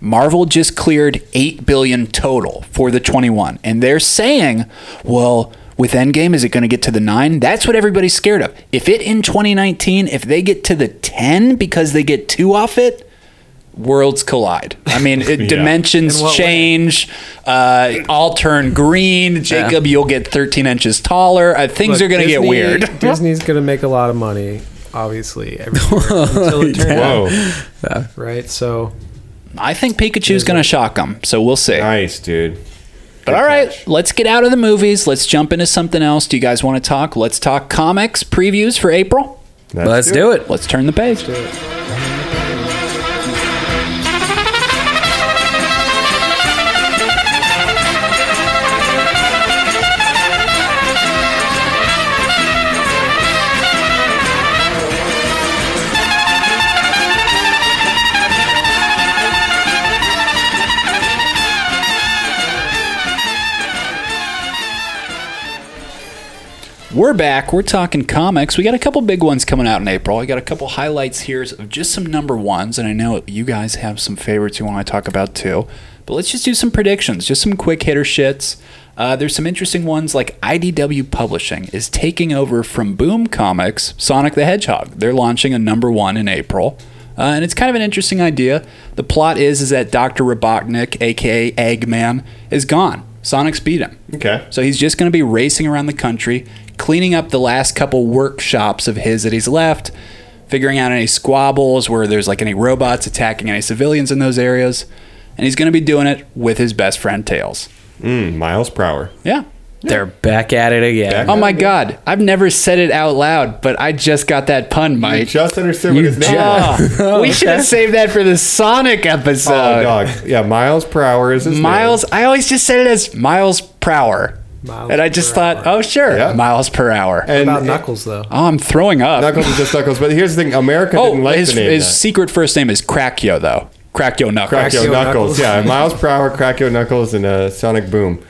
[SPEAKER 1] Marvel just cleared 8 billion total for the 21 and they're saying, well, with Endgame is it going to get to the 9? That's what everybody's scared of. If it in 2019 if they get to the 10 because they get 2 off it, worlds collide. I mean, it, dimensions
[SPEAKER 10] In what way?
[SPEAKER 1] change, uh, all turn green. Jacob, you'll get 13 inches taller. Uh, things
[SPEAKER 10] Look,
[SPEAKER 1] are going to get
[SPEAKER 10] Disney-
[SPEAKER 1] weird.
[SPEAKER 10] Disney's gonna make a lot of money, obviously, every year, until it turns out,
[SPEAKER 9] Whoa,
[SPEAKER 10] right? So
[SPEAKER 1] I think Pikachu's going to shock them, so we'll see.
[SPEAKER 9] nice, dude.
[SPEAKER 1] But all right, let's get out of the movies. Let's jump into something else. Do you guys want to talk? Let's talk comics previews for April.
[SPEAKER 8] Let's do it.
[SPEAKER 1] Let's turn the page. We're back. We're talking comics. We got a couple big ones coming out in April. I got a couple highlights here of just some number ones, and I know you guys have some favorites you want to talk about too. But let's just do some predictions, just some quick hitter shits. Uh, there's some interesting ones like IDW Publishing is taking over from Boom Comics Sonic the Hedgehog. They're launching a number one in April. Uh, and it's kind of an interesting idea. The plot is is that Dr. Robotnik, aka Eggman, is gone. Sonic's beat him.
[SPEAKER 9] Okay.
[SPEAKER 1] So he's just going to be racing around the country, cleaning up the last couple workshops of his that he's left, figuring out any squabbles where there's like any robots attacking any civilians in those areas, and he's going to be doing it with his best friend Tails.
[SPEAKER 9] Mm, Miles per hour.
[SPEAKER 1] Yeah.
[SPEAKER 8] They're back at it again.
[SPEAKER 9] Back
[SPEAKER 1] Oh my God! I've never said it out loud, but I just got that pun,
[SPEAKER 9] I
[SPEAKER 1] Mike.
[SPEAKER 9] just understood what his name was.
[SPEAKER 1] Oh, we should have saved that for the Sonic episode.
[SPEAKER 9] Oh, dog. Yeah, miles per hour is his
[SPEAKER 1] Miles, I always just said it as miles per hour.
[SPEAKER 10] Miles
[SPEAKER 1] and I just
[SPEAKER 10] per
[SPEAKER 1] thought, oh, sure,
[SPEAKER 9] Yeah.
[SPEAKER 1] miles per hour.
[SPEAKER 9] name.
[SPEAKER 10] About
[SPEAKER 9] And
[SPEAKER 10] Knuckles though.
[SPEAKER 1] oh, I'm throwing up.
[SPEAKER 9] Knuckles is just Knuckles. But here's the thing: America
[SPEAKER 1] oh,
[SPEAKER 9] didn't like
[SPEAKER 1] his,
[SPEAKER 9] the name.
[SPEAKER 1] his
[SPEAKER 9] that.
[SPEAKER 1] secret first name is Crackyo, though. Crackyo Knuckles.
[SPEAKER 9] Crack your
[SPEAKER 10] Crackyo Knuckles.
[SPEAKER 9] knuckles. Yeah, miles per hour, crack your knuckles, and uh, Sonic Boom.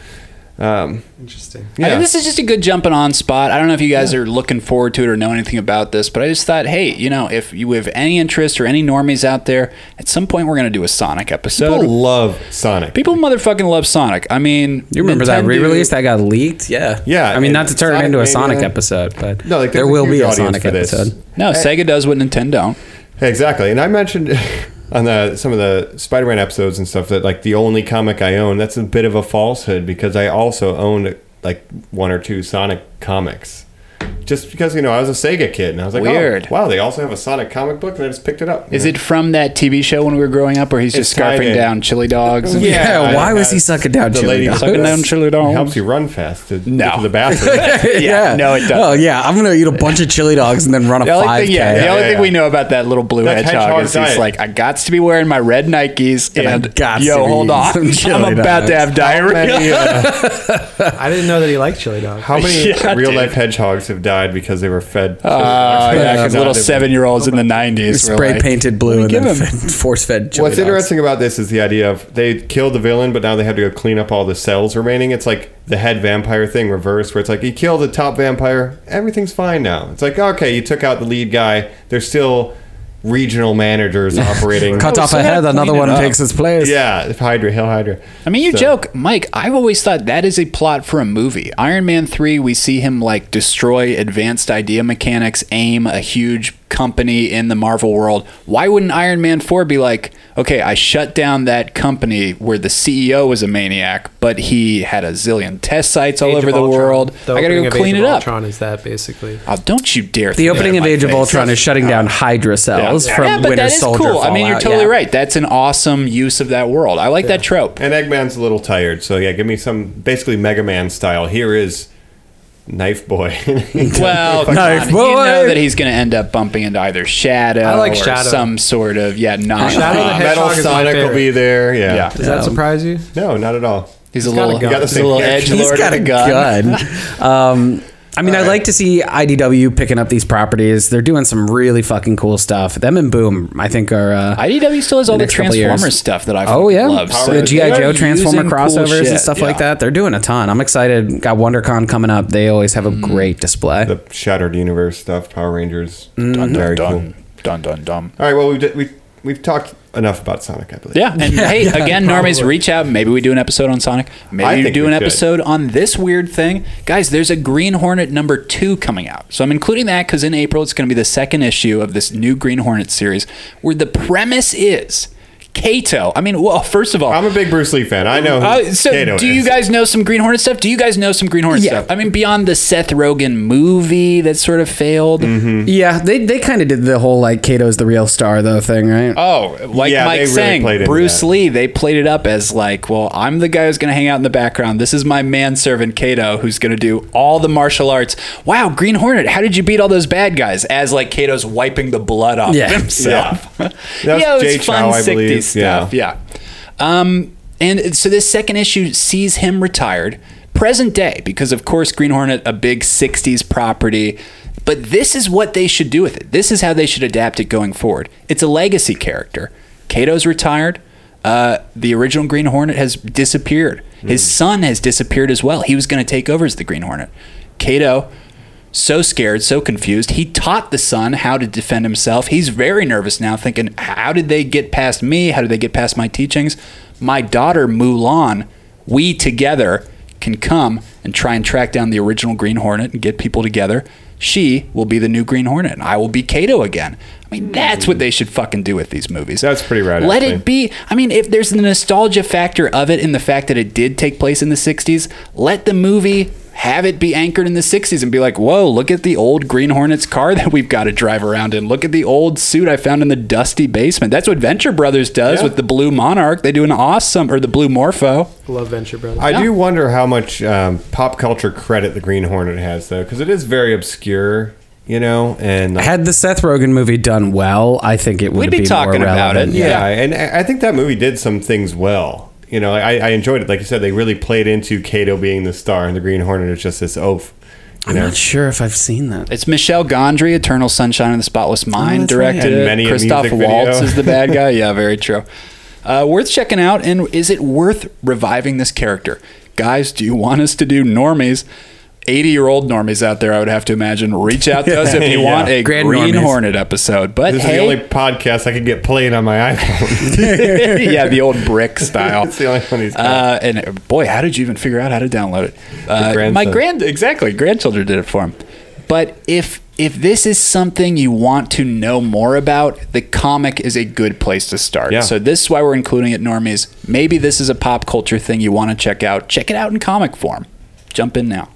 [SPEAKER 9] Um,
[SPEAKER 10] Interesting.
[SPEAKER 1] I
[SPEAKER 9] yeah.
[SPEAKER 1] think this is just a good jumping on spot. I don't know if you guys are looking forward to it or know anything about this, but I just thought, hey, you know, if you have any interest or any normies out there, at some point we're going to do a Sonic episode.
[SPEAKER 9] People
[SPEAKER 1] People,
[SPEAKER 9] love Sonic.
[SPEAKER 1] motherfucking love Sonic. I mean,
[SPEAKER 8] You remember that
[SPEAKER 1] Nintendo-
[SPEAKER 8] re-release that got leaked? Yeah.
[SPEAKER 9] Yeah,
[SPEAKER 8] I mean, not to turn
[SPEAKER 9] Sonic
[SPEAKER 8] it into a
[SPEAKER 9] Mania.
[SPEAKER 8] Sonic episode, but
[SPEAKER 9] No, like,
[SPEAKER 8] there
[SPEAKER 9] there's a
[SPEAKER 8] will be
[SPEAKER 9] huge
[SPEAKER 8] a
[SPEAKER 9] audience
[SPEAKER 8] Sonic
[SPEAKER 9] for this.
[SPEAKER 8] episode.
[SPEAKER 1] No, Sega does what Nintendo don't.
[SPEAKER 9] Exactly, and I mentioned on the some of the Spider-Man episodes and stuff that like the only comic I own. That's a bit of a falsehood because I also owned like one or two Sonic comics. Just because you know I was a Sega kid and I was like, oh,
[SPEAKER 1] Weird.
[SPEAKER 9] wow, they also have a Sonic comic book, and I just picked it up.
[SPEAKER 1] Is it from that TV show when we were growing up where he's just
[SPEAKER 9] It's tied
[SPEAKER 1] scarfing
[SPEAKER 9] in.
[SPEAKER 1] down chili dogs? and-
[SPEAKER 8] Yeah,
[SPEAKER 9] I-
[SPEAKER 8] why was
[SPEAKER 9] I-
[SPEAKER 8] he sucking down
[SPEAKER 9] the
[SPEAKER 8] chili
[SPEAKER 9] lady-
[SPEAKER 8] dogs?
[SPEAKER 1] Sucking down chili dogs.
[SPEAKER 9] It helps you run fast to,
[SPEAKER 1] No.
[SPEAKER 9] get to the bathroom.
[SPEAKER 1] Yeah, no, it doesn't.
[SPEAKER 8] Oh yeah, I'm gonna eat a bunch of chili dogs and then run a
[SPEAKER 1] The only
[SPEAKER 8] five
[SPEAKER 1] thing,
[SPEAKER 8] k.
[SPEAKER 1] yeah, the
[SPEAKER 9] Yeah,
[SPEAKER 1] only
[SPEAKER 9] yeah,
[SPEAKER 1] thing
[SPEAKER 9] yeah.
[SPEAKER 1] we know about that little blue
[SPEAKER 9] That's
[SPEAKER 1] hedgehog,
[SPEAKER 9] hedgehog
[SPEAKER 1] is he's
[SPEAKER 9] diet.
[SPEAKER 1] like, I gots to be wearing my red Nikes,
[SPEAKER 9] Yeah,
[SPEAKER 1] and
[SPEAKER 8] gots to
[SPEAKER 1] yo,
[SPEAKER 8] be
[SPEAKER 1] hold
[SPEAKER 8] eating
[SPEAKER 1] on,
[SPEAKER 8] some chili
[SPEAKER 1] I'm about to
[SPEAKER 8] dogs."
[SPEAKER 1] have diarrhea.
[SPEAKER 9] Many, uh,
[SPEAKER 10] I didn't know that he liked chili dog.
[SPEAKER 9] how many
[SPEAKER 1] Yeah,
[SPEAKER 9] real
[SPEAKER 1] dude.
[SPEAKER 9] life hedgehogs have died because they were fed?
[SPEAKER 1] Uh, yeah, because little seven-year-olds in the '90s were
[SPEAKER 8] Spray
[SPEAKER 1] like,
[SPEAKER 8] painted blue and
[SPEAKER 1] give
[SPEAKER 8] then
[SPEAKER 1] him-
[SPEAKER 8] force fed chili
[SPEAKER 9] What's
[SPEAKER 8] dogs.
[SPEAKER 9] interesting about this is the idea of they killed the villain, but now they have to go clean up all the cells remaining. It's like the head vampire thing reversed, where it's like you kill the top vampire, everything's fine now. It's like okay, you took out the lead guy. There's still regional managers operating.
[SPEAKER 8] Cut
[SPEAKER 1] Oh,
[SPEAKER 8] off
[SPEAKER 1] so
[SPEAKER 8] a
[SPEAKER 1] they had
[SPEAKER 8] head,
[SPEAKER 1] to
[SPEAKER 8] another
[SPEAKER 1] clean
[SPEAKER 8] one
[SPEAKER 1] it up.
[SPEAKER 8] takes its place.
[SPEAKER 9] yeah, if Hydra, Hail Hydra.
[SPEAKER 1] I mean, you
[SPEAKER 9] So-
[SPEAKER 1] joke, Mike. I've always thought that is a plot for a movie. Iron Man 3, we see him like destroy advanced idea mechanics, aim a huge company in the Marvel world. Why wouldn't Iron Man 4 be like, okay, I shut down that company where the CEO was a maniac, but he had a zillion test sites all
[SPEAKER 10] Age
[SPEAKER 1] over
[SPEAKER 10] of
[SPEAKER 1] the
[SPEAKER 10] Ultron.
[SPEAKER 1] world.
[SPEAKER 10] The
[SPEAKER 1] I gotta
[SPEAKER 10] opening
[SPEAKER 1] go
[SPEAKER 10] of
[SPEAKER 1] clean
[SPEAKER 10] Age
[SPEAKER 1] it
[SPEAKER 10] of
[SPEAKER 1] up.
[SPEAKER 10] Ultron is that basically.
[SPEAKER 1] Oh, don't you dare.
[SPEAKER 8] The opening of Age of Ultron is shutting down Hydra cells from
[SPEAKER 1] yeah, but
[SPEAKER 8] Winter
[SPEAKER 1] that is
[SPEAKER 8] Soldier.
[SPEAKER 1] cool. I mean, you're
[SPEAKER 8] Fallout,
[SPEAKER 1] totally
[SPEAKER 8] yeah.
[SPEAKER 1] right. That's an awesome use of that world. I like that trope.
[SPEAKER 9] And Eggman's a little tired, so yeah, give me some basically Mega Man style. Here is Knife Boy.
[SPEAKER 1] Well, come
[SPEAKER 8] Knife
[SPEAKER 1] on.
[SPEAKER 8] boy.
[SPEAKER 1] you know that he's going to end up bumping into either Shadow,
[SPEAKER 10] I like
[SPEAKER 1] or
[SPEAKER 10] Shadow.
[SPEAKER 1] some sort of yeah, not
[SPEAKER 10] Shadow the Hedgehog
[SPEAKER 9] Metal
[SPEAKER 10] is my
[SPEAKER 9] Sonic will
[SPEAKER 10] favorite.
[SPEAKER 9] be there. Yeah.
[SPEAKER 1] Yeah.
[SPEAKER 10] Does that surprise you?
[SPEAKER 9] No, not at all.
[SPEAKER 1] He's a
[SPEAKER 10] got a
[SPEAKER 1] little,
[SPEAKER 10] gun.
[SPEAKER 1] he's a little edge
[SPEAKER 8] He's
[SPEAKER 1] lord
[SPEAKER 8] got
[SPEAKER 1] with
[SPEAKER 8] a
[SPEAKER 1] a gun.
[SPEAKER 8] gun. um, I mean, I like to see IDW picking up these properties. They're doing some really fucking cool stuff. Them and Boom, I think, are. Uh,
[SPEAKER 1] IDW still has all
[SPEAKER 8] The
[SPEAKER 1] the,
[SPEAKER 8] next couple
[SPEAKER 1] Transformer
[SPEAKER 8] years.
[SPEAKER 1] stuff that I
[SPEAKER 8] oh yeah,
[SPEAKER 1] love. so
[SPEAKER 8] the GI
[SPEAKER 1] they're
[SPEAKER 8] Joe Transformer
[SPEAKER 1] using cool
[SPEAKER 8] crossovers
[SPEAKER 1] shit,
[SPEAKER 8] and stuff like
[SPEAKER 1] yeah.
[SPEAKER 8] that. They're doing a ton. I'm excited. Got WonderCon coming up. They always have a
[SPEAKER 1] Mm.
[SPEAKER 8] great display.
[SPEAKER 9] The Shattered Universe stuff, Power Rangers.
[SPEAKER 1] Dun
[SPEAKER 9] Very
[SPEAKER 1] dun
[SPEAKER 9] cool.
[SPEAKER 1] dun, dun dun dun.
[SPEAKER 9] All right. Well, we've, we we've talked enough about Sonic, I believe.
[SPEAKER 1] Yeah, and hey, again, normies, reach out. Maybe we do an episode on Sonic.
[SPEAKER 9] I
[SPEAKER 1] Maybe you
[SPEAKER 9] think
[SPEAKER 1] do
[SPEAKER 9] we
[SPEAKER 1] an
[SPEAKER 9] should.
[SPEAKER 1] episode on this weird thing, guys. There's a Green Hornet number two coming out, so I'm including that because in April it's going to be the second issue of this new Green Hornet series, where the premise is Kato. I mean, well, first of all,
[SPEAKER 9] I'm a big Bruce Lee fan. I know. Who
[SPEAKER 1] Uh, so,
[SPEAKER 9] Kato
[SPEAKER 1] do you
[SPEAKER 9] is.
[SPEAKER 1] guys know some Green Hornet stuff? Do you guys know some Green Hornet
[SPEAKER 8] Yeah.
[SPEAKER 1] stuff? I mean, beyond the Seth Rogen movie that sort of failed.
[SPEAKER 8] yeah, they they kind of did the whole like Kato's the real star though thing, right?
[SPEAKER 1] Oh, like
[SPEAKER 9] Yeah,
[SPEAKER 1] Mike
[SPEAKER 9] they really
[SPEAKER 1] saying,
[SPEAKER 9] played into
[SPEAKER 1] Bruce
[SPEAKER 9] that.
[SPEAKER 1] Lee, they played it up as like, well, I'm the guy who's going to hang out in the background. This is my manservant, Kato, who's going to do all the martial arts. Wow, Green Hornet, how did you beat all those bad guys? As like Kato's wiping the blood off
[SPEAKER 8] Yeah.
[SPEAKER 1] of himself. Yeah,
[SPEAKER 9] That's
[SPEAKER 1] it was
[SPEAKER 9] Jay
[SPEAKER 1] fun
[SPEAKER 9] Chow, I
[SPEAKER 1] 60s
[SPEAKER 9] believe.
[SPEAKER 1] stuff. Yeah. Um, and so this second issue sees him retired, present day, because of course Green Hornet, a big 60s property. But this is what they should do with it. This is how they should adapt it going forward. It's a legacy character. Kato's retired. Uh, the original Green Hornet has
[SPEAKER 9] Hmm.
[SPEAKER 1] disappeared. His son has disappeared as well. He was going to take over as the Green Hornet. Kato so scared, so confused. He taught the son how to defend himself. He's very nervous now, thinking, how did they get past me? How did they get past my teachings? My daughter, Mulan, we together can come and try and track down the original Green Hornet and get people together. She will be the new Green Hornet, and I will be Kato again. I mean, that's what they should fucking do with these movies.
[SPEAKER 9] That's pretty rad,
[SPEAKER 1] Let
[SPEAKER 9] actually.
[SPEAKER 1] it be. I mean, if there's the nostalgia factor of it in the fact that it did take place in the 60s, let the movie have it be anchored in the 60s and be like, whoa, look at the old Green Hornets car that we've got to drive around in. Look at the old suit I found in the dusty basement. That's what Venture Brothers does
[SPEAKER 9] Yeah.
[SPEAKER 1] with the Blue Monarch. They do an awesome, or the Blue Morpho.
[SPEAKER 10] Love Venture Brothers.
[SPEAKER 9] I do wonder how much um, pop culture credit the Green Hornet has, though, because it is very obscure, you know. And like,
[SPEAKER 8] Had the Seth Rogen movie done well, I think it would
[SPEAKER 1] We'd be
[SPEAKER 8] more
[SPEAKER 1] talking about
[SPEAKER 8] relevant.
[SPEAKER 1] it.
[SPEAKER 9] yeah, and I I think that movie did some things well. You know, I, I enjoyed it. Like you said, they really played into Kato being the star, and the Green Hornet is just this oaf. You
[SPEAKER 8] I'm
[SPEAKER 9] know,
[SPEAKER 8] not sure if I've seen that.
[SPEAKER 1] It's Michelle Gondry, Eternal Sunshine of the Spotless Mind,
[SPEAKER 8] Oh, that's right.
[SPEAKER 1] directed.
[SPEAKER 9] And
[SPEAKER 1] it.
[SPEAKER 9] many a
[SPEAKER 1] Christoph
[SPEAKER 9] music video.
[SPEAKER 1] Waltz is the bad guy. Yeah, very true. Uh, worth checking out, and is it worth reviving this character? Guys, do you want us to do normies? 80 year old normies out there, I would have to imagine. Reach out to us if you
[SPEAKER 9] Yeah.
[SPEAKER 1] want a
[SPEAKER 8] Grand
[SPEAKER 1] Green
[SPEAKER 8] normies.
[SPEAKER 1] Hornet episode. But
[SPEAKER 9] this
[SPEAKER 1] hey,
[SPEAKER 9] is the only podcast I could get played on my iPhone.
[SPEAKER 1] yeah, the old brick style.
[SPEAKER 9] It's the only one he's got.
[SPEAKER 1] Uh, and boy, how did you even figure out how to download it? Uh,
[SPEAKER 9] grandson.
[SPEAKER 1] my grand, exactly, grandchildren did it for him. But if if this is something you want to know more about, the comic is a good place to start.
[SPEAKER 9] Yeah.
[SPEAKER 1] So this is why we're including it, normies. Maybe this is a pop culture thing you want to check out. Check it out in comic form. Jump in now.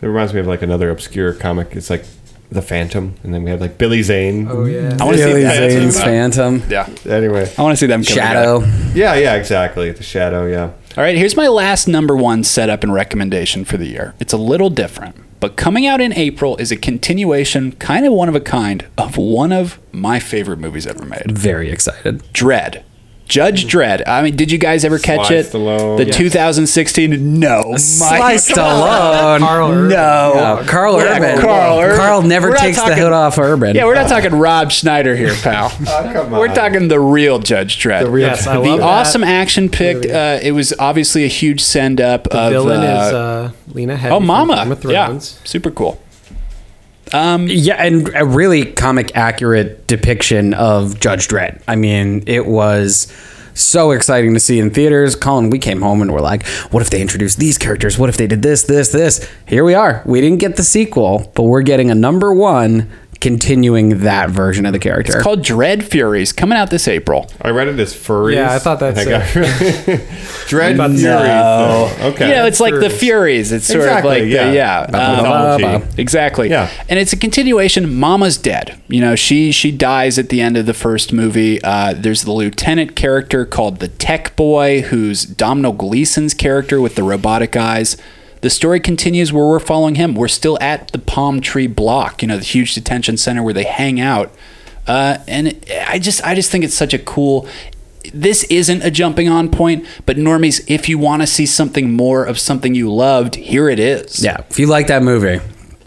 [SPEAKER 9] It reminds me of like another obscure comic. It's like The Phantom, and then we had like Billy Zane.
[SPEAKER 10] Oh yeah.
[SPEAKER 1] I want to see
[SPEAKER 8] Billy
[SPEAKER 1] that.
[SPEAKER 8] Zane's Phantom,
[SPEAKER 1] Yeah,
[SPEAKER 9] Anyway,
[SPEAKER 1] I want to see them. coming
[SPEAKER 8] Shadow.
[SPEAKER 1] back.
[SPEAKER 9] yeah, yeah, exactly. The Shadow, yeah.
[SPEAKER 1] All right, here's my last number one setup and recommendation for the year. It's a little different, but coming out in April is a continuation, kind of one of a kind, of one of my favorite movies ever made
[SPEAKER 8] Very excited.
[SPEAKER 1] Dread. Judge Dredd. I mean, did you guys ever catch
[SPEAKER 9] Mm. Sly
[SPEAKER 1] it?
[SPEAKER 9] Stallone.
[SPEAKER 1] The
[SPEAKER 9] Yes.
[SPEAKER 1] 2016. No. My-
[SPEAKER 8] Sly Stallone.
[SPEAKER 10] Carl Urban.
[SPEAKER 1] No.
[SPEAKER 8] Uh, Carl
[SPEAKER 1] Yeah,
[SPEAKER 8] Urban.
[SPEAKER 1] Carl Urban.
[SPEAKER 8] Carl never
[SPEAKER 1] We're not
[SPEAKER 8] takes the
[SPEAKER 1] talking-
[SPEAKER 8] hood off Urban.
[SPEAKER 1] Yeah, we're not talking Rob Schneider here, pal.
[SPEAKER 9] come
[SPEAKER 1] We're
[SPEAKER 9] on.
[SPEAKER 1] talking the real Judge Dredd.
[SPEAKER 9] The real
[SPEAKER 10] Yes, I
[SPEAKER 9] The
[SPEAKER 10] love
[SPEAKER 1] the
[SPEAKER 10] that.
[SPEAKER 1] awesome action pick. Uh, it was obviously a huge send up of uh,
[SPEAKER 10] Villain is uh, Lena Headey.
[SPEAKER 1] Oh,
[SPEAKER 10] from
[SPEAKER 1] Mama.
[SPEAKER 10] Game of
[SPEAKER 1] Yeah.
[SPEAKER 10] Thrones.
[SPEAKER 1] Super cool.
[SPEAKER 8] Yeah, and a really comic accurate depiction of Judge Dredd. I mean, it was so exciting to see in theaters. Colin, we came home and we're like, what if they introduced these characters? What if they did this, this, this? Here we are. We didn't get the sequel, but we're getting a number one continuing that version of the character.
[SPEAKER 1] It's called Dread Furies, coming out this April.
[SPEAKER 9] I read it as furries.
[SPEAKER 10] Yeah, I thought that's
[SPEAKER 9] I got- Dread
[SPEAKER 10] But no.
[SPEAKER 9] Furies. though. Okay.
[SPEAKER 1] Oh. You know, it's like the Furies. It's sort
[SPEAKER 9] Exactly,
[SPEAKER 1] of like yeah, the, yeah.
[SPEAKER 9] About
[SPEAKER 1] um,
[SPEAKER 9] mythology.
[SPEAKER 1] exactly.
[SPEAKER 9] Yeah.
[SPEAKER 1] and it's a continuation. Mama's dead. You know, she she dies at the end of the first movie. Uh, there's the lieutenant character called the Tech Boy, who's Domino Gleason's character with the robotic eyes. The story continues where we're following him. We're still at the Palm Tree Block. You know, the huge detention center where they hang out. Uh, and it- I just I just think it's such a cool this isn't a jumping on point, but normies, if you want to see something more of something you loved, here it is.
[SPEAKER 8] yeah, if you like that movie,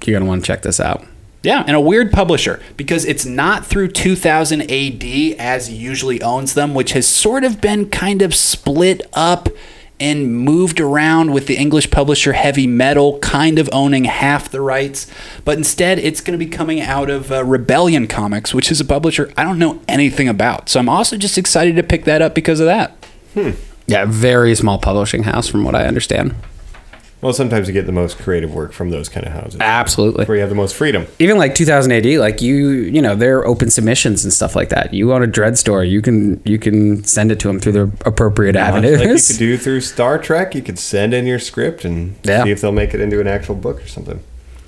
[SPEAKER 8] you're going to want to check this out.
[SPEAKER 1] Yeah, and a weird publisher because it's not through 2000 AD as usually owns them, which has sort of been kind of split up and moved around with the English publisher Heavy Metal kind of owning half the rights. But instead, it's going to be coming out of uh, Rebellion Comics, which is a publisher I don't know anything about. So I'm also just excited to pick that up because of that.
[SPEAKER 8] Yeah, very small publishing house, from what I understand.
[SPEAKER 9] Well, sometimes you get the most creative work from those kind of houses.
[SPEAKER 1] Ah.
[SPEAKER 8] Absolutely.
[SPEAKER 9] Where you have the most freedom.
[SPEAKER 8] even like 2000 AD, like you, you know, there are open submissions and stuff like that. You want a dread story, you can you can send it to them through the appropriate
[SPEAKER 1] Ah,
[SPEAKER 9] Much like you
[SPEAKER 8] avenues.
[SPEAKER 9] could do through Star Trek, you could send in your script and
[SPEAKER 8] Yeah.
[SPEAKER 9] see if they'll make it into an actual book or something.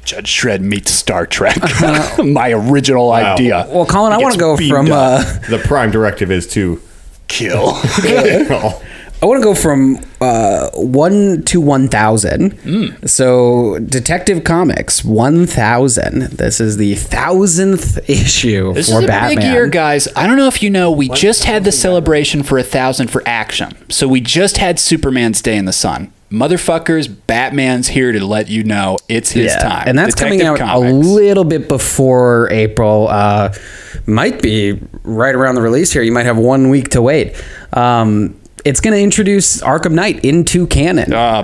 [SPEAKER 1] Judge Shred meets Star Trek. My original idea.
[SPEAKER 8] well, Colin, I
[SPEAKER 1] He
[SPEAKER 8] want to
[SPEAKER 1] gets
[SPEAKER 8] go
[SPEAKER 1] beamed
[SPEAKER 8] from
[SPEAKER 1] up.
[SPEAKER 8] uh,
[SPEAKER 9] The prime directive is to
[SPEAKER 1] kill.
[SPEAKER 9] kill.
[SPEAKER 8] I want to go from uh, one to one thousand.
[SPEAKER 1] Hmm.
[SPEAKER 8] So, Detective Comics one thousand. This is the thousandth issue
[SPEAKER 1] This
[SPEAKER 8] for
[SPEAKER 1] is a
[SPEAKER 8] Batman.
[SPEAKER 1] big year, guys. I don't know if you know, we just had the celebration for a thousand for action. So we just had Superman's Day in the Sun. Motherfuckers, Batman's here to let you know it's his time.
[SPEAKER 8] And that's
[SPEAKER 1] Detective
[SPEAKER 8] coming out a
[SPEAKER 1] Comics.
[SPEAKER 8] little bit before April. Uh, might be right around the release here. You might have one week to wait. Um, it's going to introduce Arkham Knight into canon.
[SPEAKER 1] Oh.
[SPEAKER 9] Ah,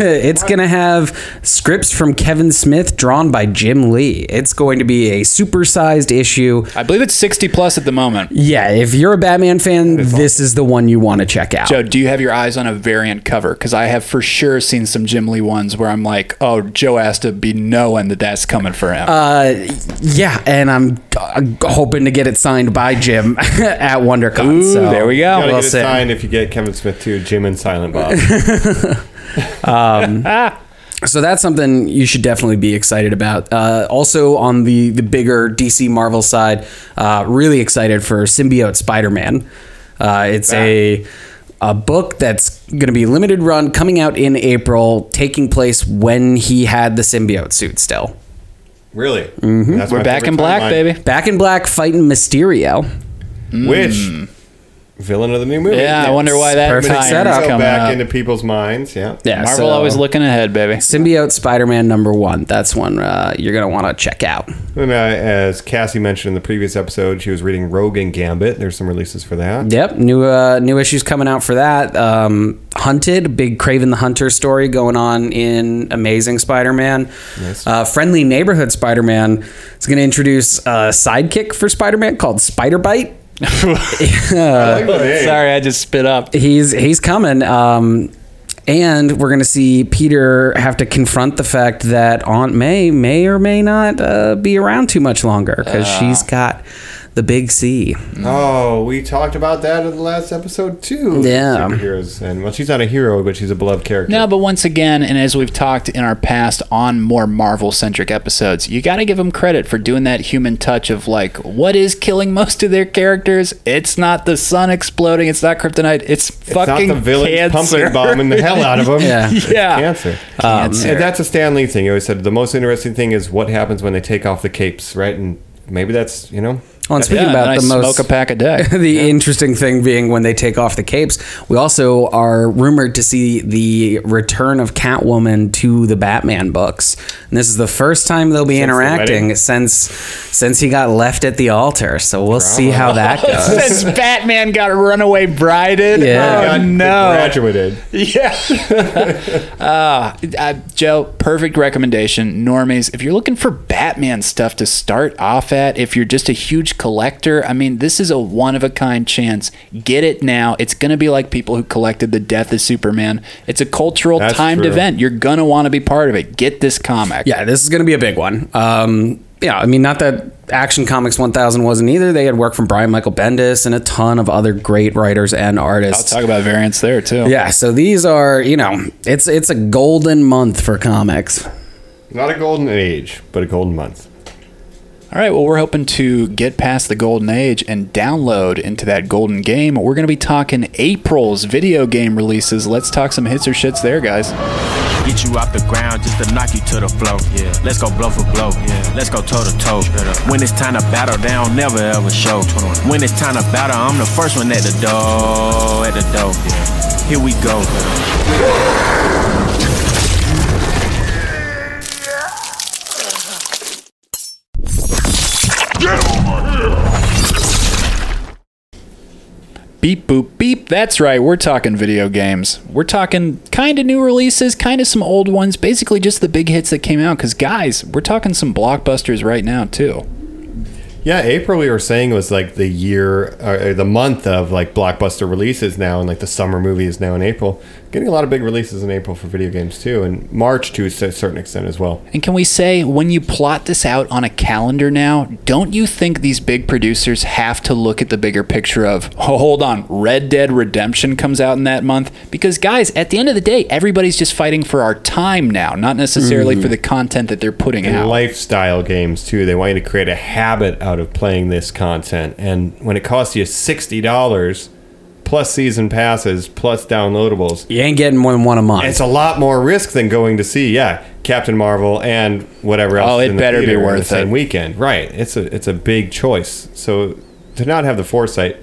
[SPEAKER 8] it's going to have scripts from Kevin Smith drawn by Jim Lee. It's going to be a supersized issue.
[SPEAKER 1] I believe it's 60 plus at the moment.
[SPEAKER 8] Yeah, if you're a Batman fan, this is the one you want to check out.
[SPEAKER 1] Joe, do you have your eyes on a variant cover? Because I have for sure seen some Jim Lee ones where I'm like, oh, Joe has to be knowing that that's coming for him.
[SPEAKER 8] Uh, yeah, and I'm uh, hoping to get it signed by Jim at WonderCon.
[SPEAKER 1] Ooh,
[SPEAKER 8] so
[SPEAKER 1] there we go.
[SPEAKER 9] Gotta
[SPEAKER 8] we'll
[SPEAKER 9] get it
[SPEAKER 8] see.
[SPEAKER 9] signed if you get Kevin Smith too, Jim and Silent Bob.
[SPEAKER 8] So that's something you should definitely be excited about. Uh, also, on the the bigger DC Marvel side, uh, really excited for Symbiote Spider Man. Uh, it's a a book that's going to be limited run, coming out in April, taking place when he had the symbiote suit still.
[SPEAKER 9] really? That's
[SPEAKER 1] Mm-hmm. We're
[SPEAKER 9] my
[SPEAKER 1] back
[SPEAKER 9] favorite
[SPEAKER 1] in black,
[SPEAKER 9] timeline.
[SPEAKER 1] baby.
[SPEAKER 8] Back in Black, fighting Mysterio.
[SPEAKER 9] Which villain of the new movie?
[SPEAKER 1] Mm. Yeah, I wonder why that
[SPEAKER 8] Perfect
[SPEAKER 1] time's
[SPEAKER 8] setup.
[SPEAKER 9] Go
[SPEAKER 1] coming
[SPEAKER 9] back
[SPEAKER 1] up.
[SPEAKER 9] into people's minds. Yeah.
[SPEAKER 8] Yeah,
[SPEAKER 1] Marvel
[SPEAKER 8] so-
[SPEAKER 1] always looking ahead, baby.
[SPEAKER 8] Symbiote Spider Man number one. That's one uh, you're going to want to check out.
[SPEAKER 9] And, uh, as Cassie mentioned in the previous episode, she was reading Rogue and Gambit. There's some releases for that.
[SPEAKER 8] Yep, new uh, new issues coming out for that. Um, Hunted, big Craven the Hunter story going on in Amazing Spider-Man. Uh, Friendly Neighborhood Spider-Man is going to introduce a sidekick for Spider-Man called Spider Bite.
[SPEAKER 9] I like the name.
[SPEAKER 1] Sorry, I just spit up.
[SPEAKER 8] He's he's coming, um, and we're going to see Peter have to confront the fact that Aunt May may or may not uh, be around too much longer because she's got the big C.
[SPEAKER 9] Oh, we talked about that in the last episode too.
[SPEAKER 8] Yeah.
[SPEAKER 9] Superheroes. And well, she's not a hero, but she's a beloved character.
[SPEAKER 1] No, but once again, and as we've talked in our past on more Marvel centric episodes, you got to give them credit for doing that human touch of like, what is killing most of their characters? It's not the sun exploding, it's not kryptonite, it's,
[SPEAKER 9] It's
[SPEAKER 1] fucking
[SPEAKER 9] not the villain
[SPEAKER 1] cancer.
[SPEAKER 9] pumpkin bombing the hell out of them.
[SPEAKER 8] Yeah.
[SPEAKER 9] It's
[SPEAKER 1] Yeah. Um,
[SPEAKER 9] cancer.
[SPEAKER 1] Cancer.
[SPEAKER 9] And that's a Stan Lee thing. He always said the most interesting thing is what happens when they take off the capes, right? And maybe that's you know
[SPEAKER 8] Well, and speaking
[SPEAKER 1] Yeah,
[SPEAKER 8] about
[SPEAKER 1] and I
[SPEAKER 8] the most
[SPEAKER 1] smoke a pack a day.
[SPEAKER 8] the interesting thing being when they take off the capes, we also are rumored to see the return of Catwoman to the Batman books. And this is the first time they'll be interacting
[SPEAKER 9] wedding?
[SPEAKER 8] since since he got left at the altar. So we'll see how that goes.
[SPEAKER 1] Since Batman got runaway brided,
[SPEAKER 8] Yeah.
[SPEAKER 1] oh,
[SPEAKER 9] got
[SPEAKER 1] no,
[SPEAKER 9] graduated.
[SPEAKER 1] Yeah. uh, uh, Joe, perfect recommendation. Normies, if you're looking for Batman stuff to start off at, if you're just a huge collector, I mean, this is a one of a kind chance. Get it now. It's going to be like people who collected The Death of Superman. It's a cultural
[SPEAKER 9] That's
[SPEAKER 1] timed
[SPEAKER 9] true.
[SPEAKER 1] event. You're going to want to be part of it. Get this comic.
[SPEAKER 8] yeah, this is going to be a big one. Um, yeah, I mean, not that Action Comics 1000 wasn't either. They had work from Brian Michael Bendis and a ton of other great writers and
[SPEAKER 1] I'll
[SPEAKER 8] artists.
[SPEAKER 1] talk about variants there, too.
[SPEAKER 8] yeah, so these are, you know, it's it's a golden month for comics.
[SPEAKER 9] Not a golden age, but a golden month.
[SPEAKER 1] All right, well, we're hoping to get past the golden age and download into that golden game. We're going to be talking April's video game releases. Let's talk some hits or shits there, guys.
[SPEAKER 3] Get you off the ground just to knock you to the floor. Yeah. Let's go blow for blow. Yeah. Let's go toe to toe. When it's time to battle, they don't never ever show. When it's time to battle, I'm the first one at the door. Oh, At the door. Yeah. Here we go.
[SPEAKER 1] Beep, boop, beep. That's right, we're talking video games. We're talking kind of new releases, kind of some old ones, basically just the big hits that came out. Because, guys, we're talking some blockbusters right now, too.
[SPEAKER 9] Yeah, April we were saying was like the year uh, or the month of like blockbuster releases now, and like the summer movie is now in April. Getting a lot of big releases in April for video games too, and March to a cer- certain extent as well.
[SPEAKER 1] And can we say, when you plot this out on a calendar now, don't you think these big producers have to look at the bigger picture of, oh, hold on, Red Dead Redemption comes out in that month? Because, guys, at the end of the day, everybody's just fighting for our time now, not necessarily for the
[SPEAKER 9] Mm-hmm.
[SPEAKER 1] content that they're putting
[SPEAKER 9] And
[SPEAKER 1] out.
[SPEAKER 9] lifestyle games too. They want you to create a habit out of playing this content, and when it costs you sixty dollars plus season passes plus downloadables,
[SPEAKER 8] You ain't getting more than one a month.
[SPEAKER 9] it's a lot more risk than going to see yeah Captain Marvel and whatever else.
[SPEAKER 1] Oh,
[SPEAKER 9] is
[SPEAKER 1] it
[SPEAKER 9] in the
[SPEAKER 1] better be
[SPEAKER 9] theater in
[SPEAKER 1] worth
[SPEAKER 9] the same
[SPEAKER 1] it.
[SPEAKER 9] weekend, right? It's a it's a big choice. So to not have the foresight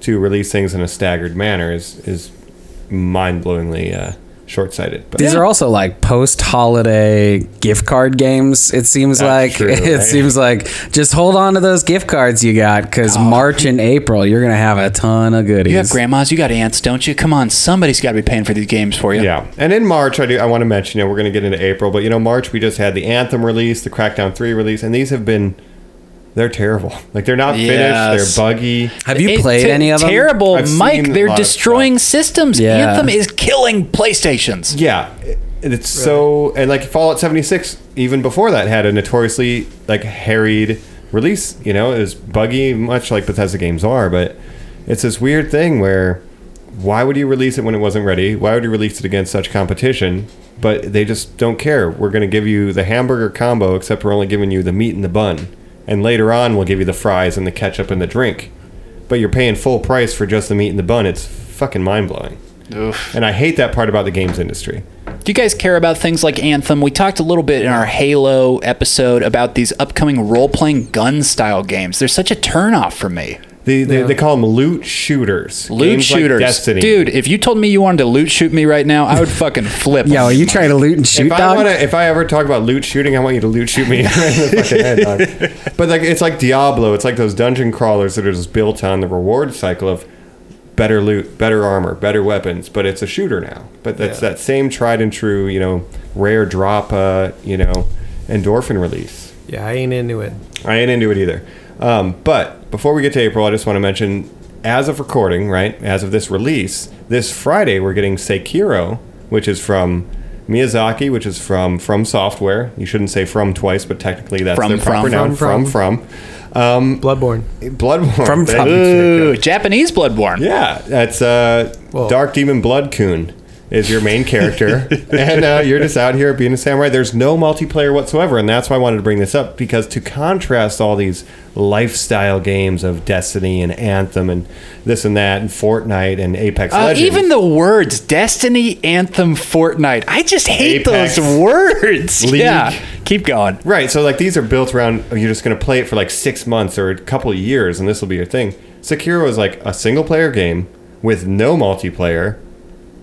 [SPEAKER 9] to release things in a staggered manner is is mind blowingly uh, short sighted. But
[SPEAKER 8] These are also like post-holiday gift card games. It seems like
[SPEAKER 9] true,
[SPEAKER 8] it
[SPEAKER 9] right?
[SPEAKER 8] seems like just hold on to those gift cards you got
[SPEAKER 9] Oh,
[SPEAKER 8] because March and April you're gonna have a ton of goodies.
[SPEAKER 1] You have grandmas, you got aunts, don't you? Come on, somebody's got to be paying for these games for you.
[SPEAKER 9] Yeah, and in March, I do. I want to mention. You know, we're going to get into April, but you know, March we just had the Anthem release, the Crackdown Three release, and these have been they're terrible. Like they're not
[SPEAKER 1] Yes.
[SPEAKER 9] finished. They're buggy.
[SPEAKER 8] have you
[SPEAKER 1] It's
[SPEAKER 8] played
[SPEAKER 1] te-
[SPEAKER 8] any of them?
[SPEAKER 1] Terrible,
[SPEAKER 9] I've
[SPEAKER 1] Mike.
[SPEAKER 9] seen a
[SPEAKER 1] They're
[SPEAKER 9] lot of
[SPEAKER 1] destroying systems.
[SPEAKER 8] Yeah.
[SPEAKER 1] Anthem is killing PlayStations.
[SPEAKER 9] Yeah, it- it's so and like Fallout seventy six. Even before that, had a notoriously like harried release. You know, it was buggy, much like Bethesda games are. But it's this weird thing where why would you release it when it wasn't ready? Why would you release it against such competition? But they just don't care. We're going to give you the hamburger combo, except we're only giving you the meat and the bun. And later on, we'll give you the fries and the ketchup and the drink. But you're paying full price for just the meat and the bun. It's fucking mind blowing. And I hate that part about the games industry.
[SPEAKER 1] Do you guys care about things like Anthem? We talked a little bit in our Halo episode about these upcoming role playing gun style games. They're such a turnoff for me.
[SPEAKER 9] They, they, they call them loot shooters.
[SPEAKER 1] Loot
[SPEAKER 9] Games like
[SPEAKER 1] shooters.
[SPEAKER 9] Destiny.
[SPEAKER 1] Dude, if you told me you wanted to loot shoot me right now, I would fucking flip.
[SPEAKER 8] Yo, are you trying to loot and shoot,
[SPEAKER 9] If I,
[SPEAKER 8] dog?
[SPEAKER 9] wanna, if I ever talk about loot shooting, I want you to loot shoot me in the fucking head, dog. But like, it's like Diablo. It's like those dungeon crawlers that are just built on the reward cycle of better loot, better armor, better weapons. But it's a shooter now. But that's that same tried and true, you know, rare drop, uh, you know, endorphin release.
[SPEAKER 10] Yeah, I ain't into it.
[SPEAKER 9] I ain't into it either. Um, but before we get to April, I just want to mention, as of recording, right, as of this release, this Friday we're getting Sekiro, which is from Miyazaki, which is from From Software. You shouldn't say from twice, but technically that's
[SPEAKER 1] From,
[SPEAKER 9] their proper
[SPEAKER 1] from,
[SPEAKER 9] noun. From
[SPEAKER 10] from,
[SPEAKER 9] from.
[SPEAKER 10] Bloodborne.
[SPEAKER 9] Bloodborne.
[SPEAKER 8] From,
[SPEAKER 9] Thank
[SPEAKER 8] from.
[SPEAKER 9] you,
[SPEAKER 10] uh,
[SPEAKER 9] Sekiro.
[SPEAKER 1] Ooh, Japanese Bloodborne.
[SPEAKER 9] Yeah, that's uh,
[SPEAKER 10] Well-
[SPEAKER 9] Dark Demon Blood Coon is your main character, and uh, you're just out here being a samurai. There's no multiplayer whatsoever, and that's why I wanted to bring this up because to contrast all these lifestyle games of Destiny and Anthem and this and that and Fortnite and Apex
[SPEAKER 1] Uh,
[SPEAKER 9] Legends,
[SPEAKER 1] even the words Destiny, Anthem, Fortnite. I just hate
[SPEAKER 9] Apex.
[SPEAKER 1] those words.
[SPEAKER 9] League.
[SPEAKER 1] Yeah. Keep going.
[SPEAKER 9] Right. So like these are built around oh, you're just going to play it for like six months or a couple of years, and this will be your thing. Sekiro is like a single player game with no multiplayer,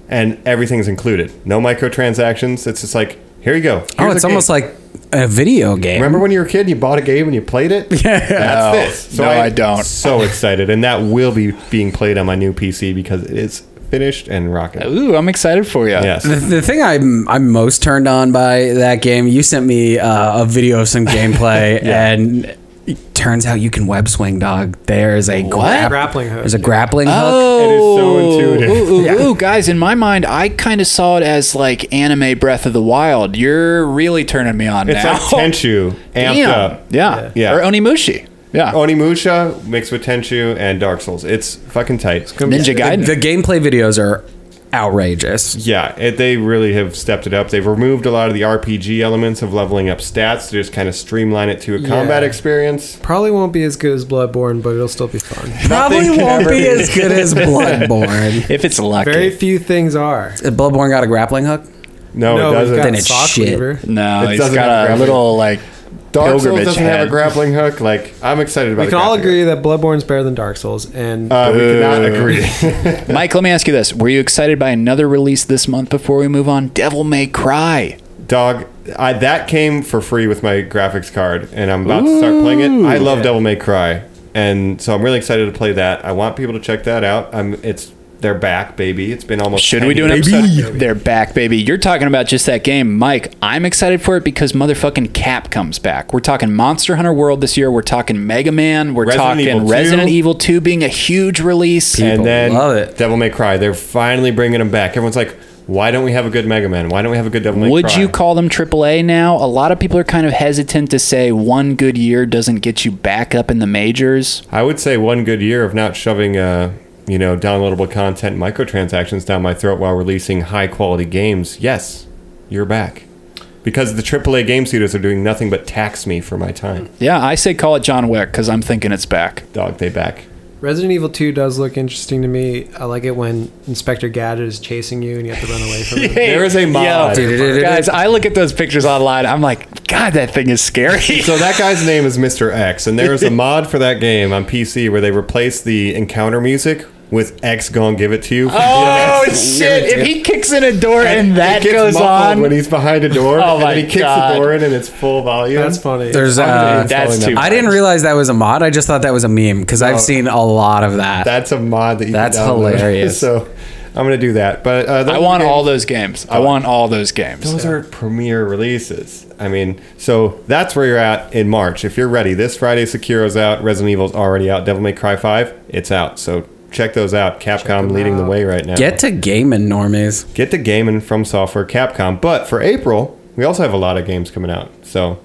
[SPEAKER 9] and everything's included. No microtransactions. It's just like here you go.
[SPEAKER 8] oh, it's almost like a video game.
[SPEAKER 9] Remember when you were a kid and you bought a game and you played it? Yeah. That's this.
[SPEAKER 1] No, I
[SPEAKER 9] I'm
[SPEAKER 1] don't.
[SPEAKER 9] So excited, and that will be being played on my new PC because it is finished and rocking.
[SPEAKER 1] Ooh, I'm excited for
[SPEAKER 8] Oh,
[SPEAKER 1] you.
[SPEAKER 9] Yes.
[SPEAKER 8] The, the thing I'm I'm most turned on by that game. You sent me uh, a video of some gameplay, and it turns out you can web swing, dog. There is a grap-
[SPEAKER 10] Grappling hook.
[SPEAKER 8] There's a grappling hook.
[SPEAKER 1] Oh,
[SPEAKER 9] It is so intuitive.
[SPEAKER 1] Ooh, ooh, ooh, guys! In my mind, I kind of saw it as like anime Breath of the Wild. You're really turning me on
[SPEAKER 9] It's
[SPEAKER 1] now.
[SPEAKER 9] like Tenchu amped
[SPEAKER 1] Damn.
[SPEAKER 9] up.
[SPEAKER 1] Yeah.
[SPEAKER 9] Yeah.
[SPEAKER 1] Or Onimushi. Yeah.
[SPEAKER 9] Onimusha mixed with Tenchu and Dark Souls. It's fucking tight.
[SPEAKER 1] Ninja Gaiden.
[SPEAKER 8] The gameplay videos are outrageous.
[SPEAKER 9] Yeah, it, they really have stepped it up. They've removed a lot of the RPG elements of leveling up stats to just kind of streamline it to a combat
[SPEAKER 10] Yeah.
[SPEAKER 9] experience.
[SPEAKER 10] Probably won't be as good as Bloodborne, but it'll still be fun.
[SPEAKER 8] Probably
[SPEAKER 9] Nothing can
[SPEAKER 8] won't
[SPEAKER 9] ever
[SPEAKER 8] be
[SPEAKER 9] be.
[SPEAKER 8] as good as Bloodborne.
[SPEAKER 1] if it's lucky.
[SPEAKER 10] Very few things are.
[SPEAKER 8] Bloodborne got a grappling hook.
[SPEAKER 1] Oh,
[SPEAKER 9] No,
[SPEAKER 10] no,
[SPEAKER 9] it doesn't.
[SPEAKER 10] we've
[SPEAKER 8] Then
[SPEAKER 10] got
[SPEAKER 8] it's
[SPEAKER 10] sock
[SPEAKER 8] shit.
[SPEAKER 10] lever.
[SPEAKER 1] no,
[SPEAKER 9] It
[SPEAKER 1] it has
[SPEAKER 9] doesn't have
[SPEAKER 1] got a
[SPEAKER 9] gravity.
[SPEAKER 1] little like.
[SPEAKER 9] Dark Souls
[SPEAKER 1] Pilgrimage
[SPEAKER 9] doesn't have
[SPEAKER 1] head.
[SPEAKER 9] a grappling hook. Like I'm excited about.
[SPEAKER 10] We
[SPEAKER 9] the
[SPEAKER 10] can all
[SPEAKER 9] grappling
[SPEAKER 10] agree
[SPEAKER 9] hook.
[SPEAKER 10] that Bloodborne's better than Dark Souls, and
[SPEAKER 9] Uh, we cannot agree.
[SPEAKER 1] Mike, let me ask you this: Were you excited by another release this month? Before we move on, Devil May Cry.
[SPEAKER 9] Dog, I, that came for free with my graphics card, and I'm about to start playing it. I love Devil May Cry, and so I'm really excited to play that. I want people to check that out. I'm, it's they're back, baby. It's been almost.
[SPEAKER 1] Should
[SPEAKER 9] 10
[SPEAKER 1] we do an
[SPEAKER 9] years.
[SPEAKER 1] episode? They're back, baby. You're talking about just that game, Mike. I'm excited for it because motherfucking Cap comes back. We're talking Monster Hunter World this year. We're talking Mega Man. We're
[SPEAKER 9] Resident
[SPEAKER 1] talking
[SPEAKER 9] Evil 2.
[SPEAKER 1] Resident Evil 2 being a huge release.
[SPEAKER 9] and then
[SPEAKER 8] love it.
[SPEAKER 9] Devil May Cry. They're finally bringing them back. Everyone's like, why don't we have a good Mega Man? Why don't we have a good Devil May
[SPEAKER 1] Would
[SPEAKER 9] Cry?
[SPEAKER 1] you call them AAA now? A lot of people are kind of hesitant to say one good year doesn't get you back up in the majors.
[SPEAKER 9] I would say one good year of not shoving, uh, you know, downloadable content, microtransactions down my throat while releasing high quality games. Yes, you're back. Because the AAA game studios are doing nothing but tax me for my time.
[SPEAKER 1] Yeah, I say call it John Wick because I'm thinking it's back.
[SPEAKER 9] Dog, they back.
[SPEAKER 10] Resident Evil 2 does look interesting to me. I like it when Inspector Gadget is chasing you and you have to run away from him.
[SPEAKER 9] There is a mod.
[SPEAKER 1] guys, I look at those pictures online. I'm like, God, that thing is scary.
[SPEAKER 9] So that guy's name is Mr. X, and there is a mod for that game on PC where they replace the encounter music with X gonna give it to you.
[SPEAKER 1] Oh shit! If he kicks in a door and,
[SPEAKER 9] it
[SPEAKER 1] that
[SPEAKER 9] gets
[SPEAKER 1] goes
[SPEAKER 9] muffled
[SPEAKER 1] on,
[SPEAKER 9] when he's behind a door,
[SPEAKER 1] Oh
[SPEAKER 9] and
[SPEAKER 1] my
[SPEAKER 9] then he kicks
[SPEAKER 1] God.
[SPEAKER 9] the door in and it's full volume.
[SPEAKER 10] That's funny.
[SPEAKER 8] There's uh,
[SPEAKER 1] that's too-
[SPEAKER 9] Installing that.
[SPEAKER 8] I didn't realize that was a mod. I just thought that was a meme because I've seen a lot of that.
[SPEAKER 9] That's a mod that you.
[SPEAKER 8] That's
[SPEAKER 9] can download.
[SPEAKER 8] hilarious.
[SPEAKER 9] so I'm gonna do that. But uh, those
[SPEAKER 1] I
[SPEAKER 9] are
[SPEAKER 1] want
[SPEAKER 9] the
[SPEAKER 1] all
[SPEAKER 9] games-
[SPEAKER 1] those games. I want all those games.
[SPEAKER 9] Those are premiere releases. I mean, so that's where you're at in March. If you're ready, this Friday, Sekiro's out, Resident Evil's already out, Devil May Cry 5, it's out. So check those out. Capcom leading the way right now.
[SPEAKER 8] Get to gaming, normies.
[SPEAKER 9] Get the gaming from software Capcom. But for April, we also have a lot of games coming out. So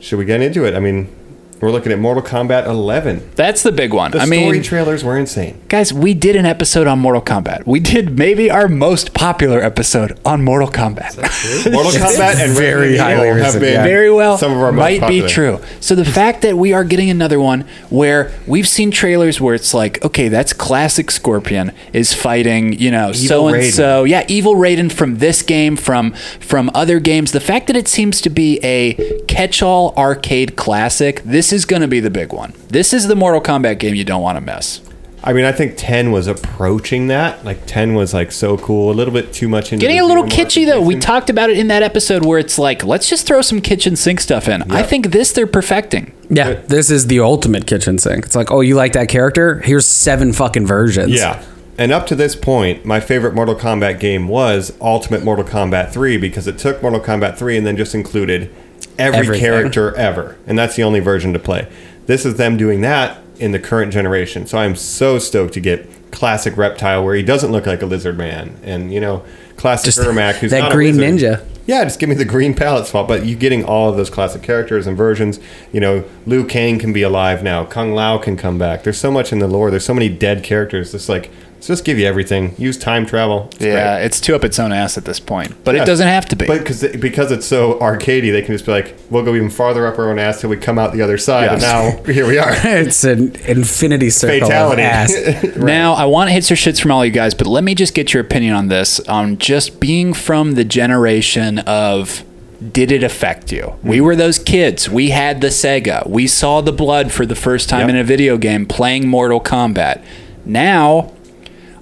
[SPEAKER 9] should we get into it? I mean, we're looking at Mortal Kombat 11.
[SPEAKER 1] That's the big one.
[SPEAKER 9] The
[SPEAKER 1] I
[SPEAKER 9] story
[SPEAKER 1] mean,
[SPEAKER 9] trailers were insane.
[SPEAKER 1] guys, we did an episode on Mortal Kombat. We did maybe our most popular episode on Mortal Kombat.
[SPEAKER 9] Mortal Kombat and
[SPEAKER 8] very
[SPEAKER 9] Resident
[SPEAKER 8] highly
[SPEAKER 9] Evil have
[SPEAKER 8] rated,
[SPEAKER 9] been
[SPEAKER 8] yeah.
[SPEAKER 1] Very well,
[SPEAKER 9] Some of our most
[SPEAKER 1] might be
[SPEAKER 9] popular.
[SPEAKER 1] true. So the fact that we are getting another one where we've seen trailers where it's like, okay, that's classic Scorpion is fighting, you know, so and so. Yeah, evil Raiden from this game, from from other games. The fact that it seems to be a catch-all arcade classic, this is going to be the big one. This is the Mortal Kombat game you don't want to miss.
[SPEAKER 9] I mean, I think 10 was approaching that. Like, 10 was, like, so cool. A little bit too much into
[SPEAKER 1] Getting
[SPEAKER 9] the
[SPEAKER 1] a little
[SPEAKER 9] humor
[SPEAKER 1] kitschy though. We
[SPEAKER 9] modification.
[SPEAKER 1] talked about it in that episode where it's like, let's just throw some kitchen sink stuff in. I think this they're perfecting.
[SPEAKER 8] Yeah, this is the ultimate kitchen sink. It's like, oh, you like that character? Here's seven fucking versions.
[SPEAKER 9] Yeah. And up to this point, my favorite Mortal Kombat game was Ultimate Mortal Kombat 3 because it took Mortal Kombat 3 and then just included every
[SPEAKER 8] Everything.
[SPEAKER 9] character ever. And that's the only version to play. This is them doing that in the current generation. So I'm so stoked to get classic Reptile where he doesn't look like a lizard man and, you know, classic
[SPEAKER 8] Just
[SPEAKER 9] Ermac who's
[SPEAKER 8] that
[SPEAKER 9] not a
[SPEAKER 8] green
[SPEAKER 9] lizard.
[SPEAKER 8] ninja.
[SPEAKER 9] Yeah, just give me the green palette swap. But you're getting all of those classic characters and versions. You know, Liu Kang can be alive now. Kung Lao can come back. There's so much in the lore. There's so many dead characters. It's like, let's just give you everything. Use time travel. It's
[SPEAKER 1] Yeah,
[SPEAKER 9] great.
[SPEAKER 1] it's two up its own ass at this point, but
[SPEAKER 9] Yeah.
[SPEAKER 1] it doesn't have to be.
[SPEAKER 9] But cause, because it's so arcadey, they can just be like, we'll go even farther up our own ass till we come out the other side. And now here we are.
[SPEAKER 8] It's an infinity circle. Fatality.
[SPEAKER 9] Fatality.
[SPEAKER 1] Now, I want hits or shits from all you guys, but let me just get your opinion on this on just being from the generation of did it affect you?
[SPEAKER 9] Mm.
[SPEAKER 1] We were those kids. We had the Sega. We saw the blood for the first time
[SPEAKER 9] Yep.
[SPEAKER 1] in a video game playing Mortal Kombat. Now,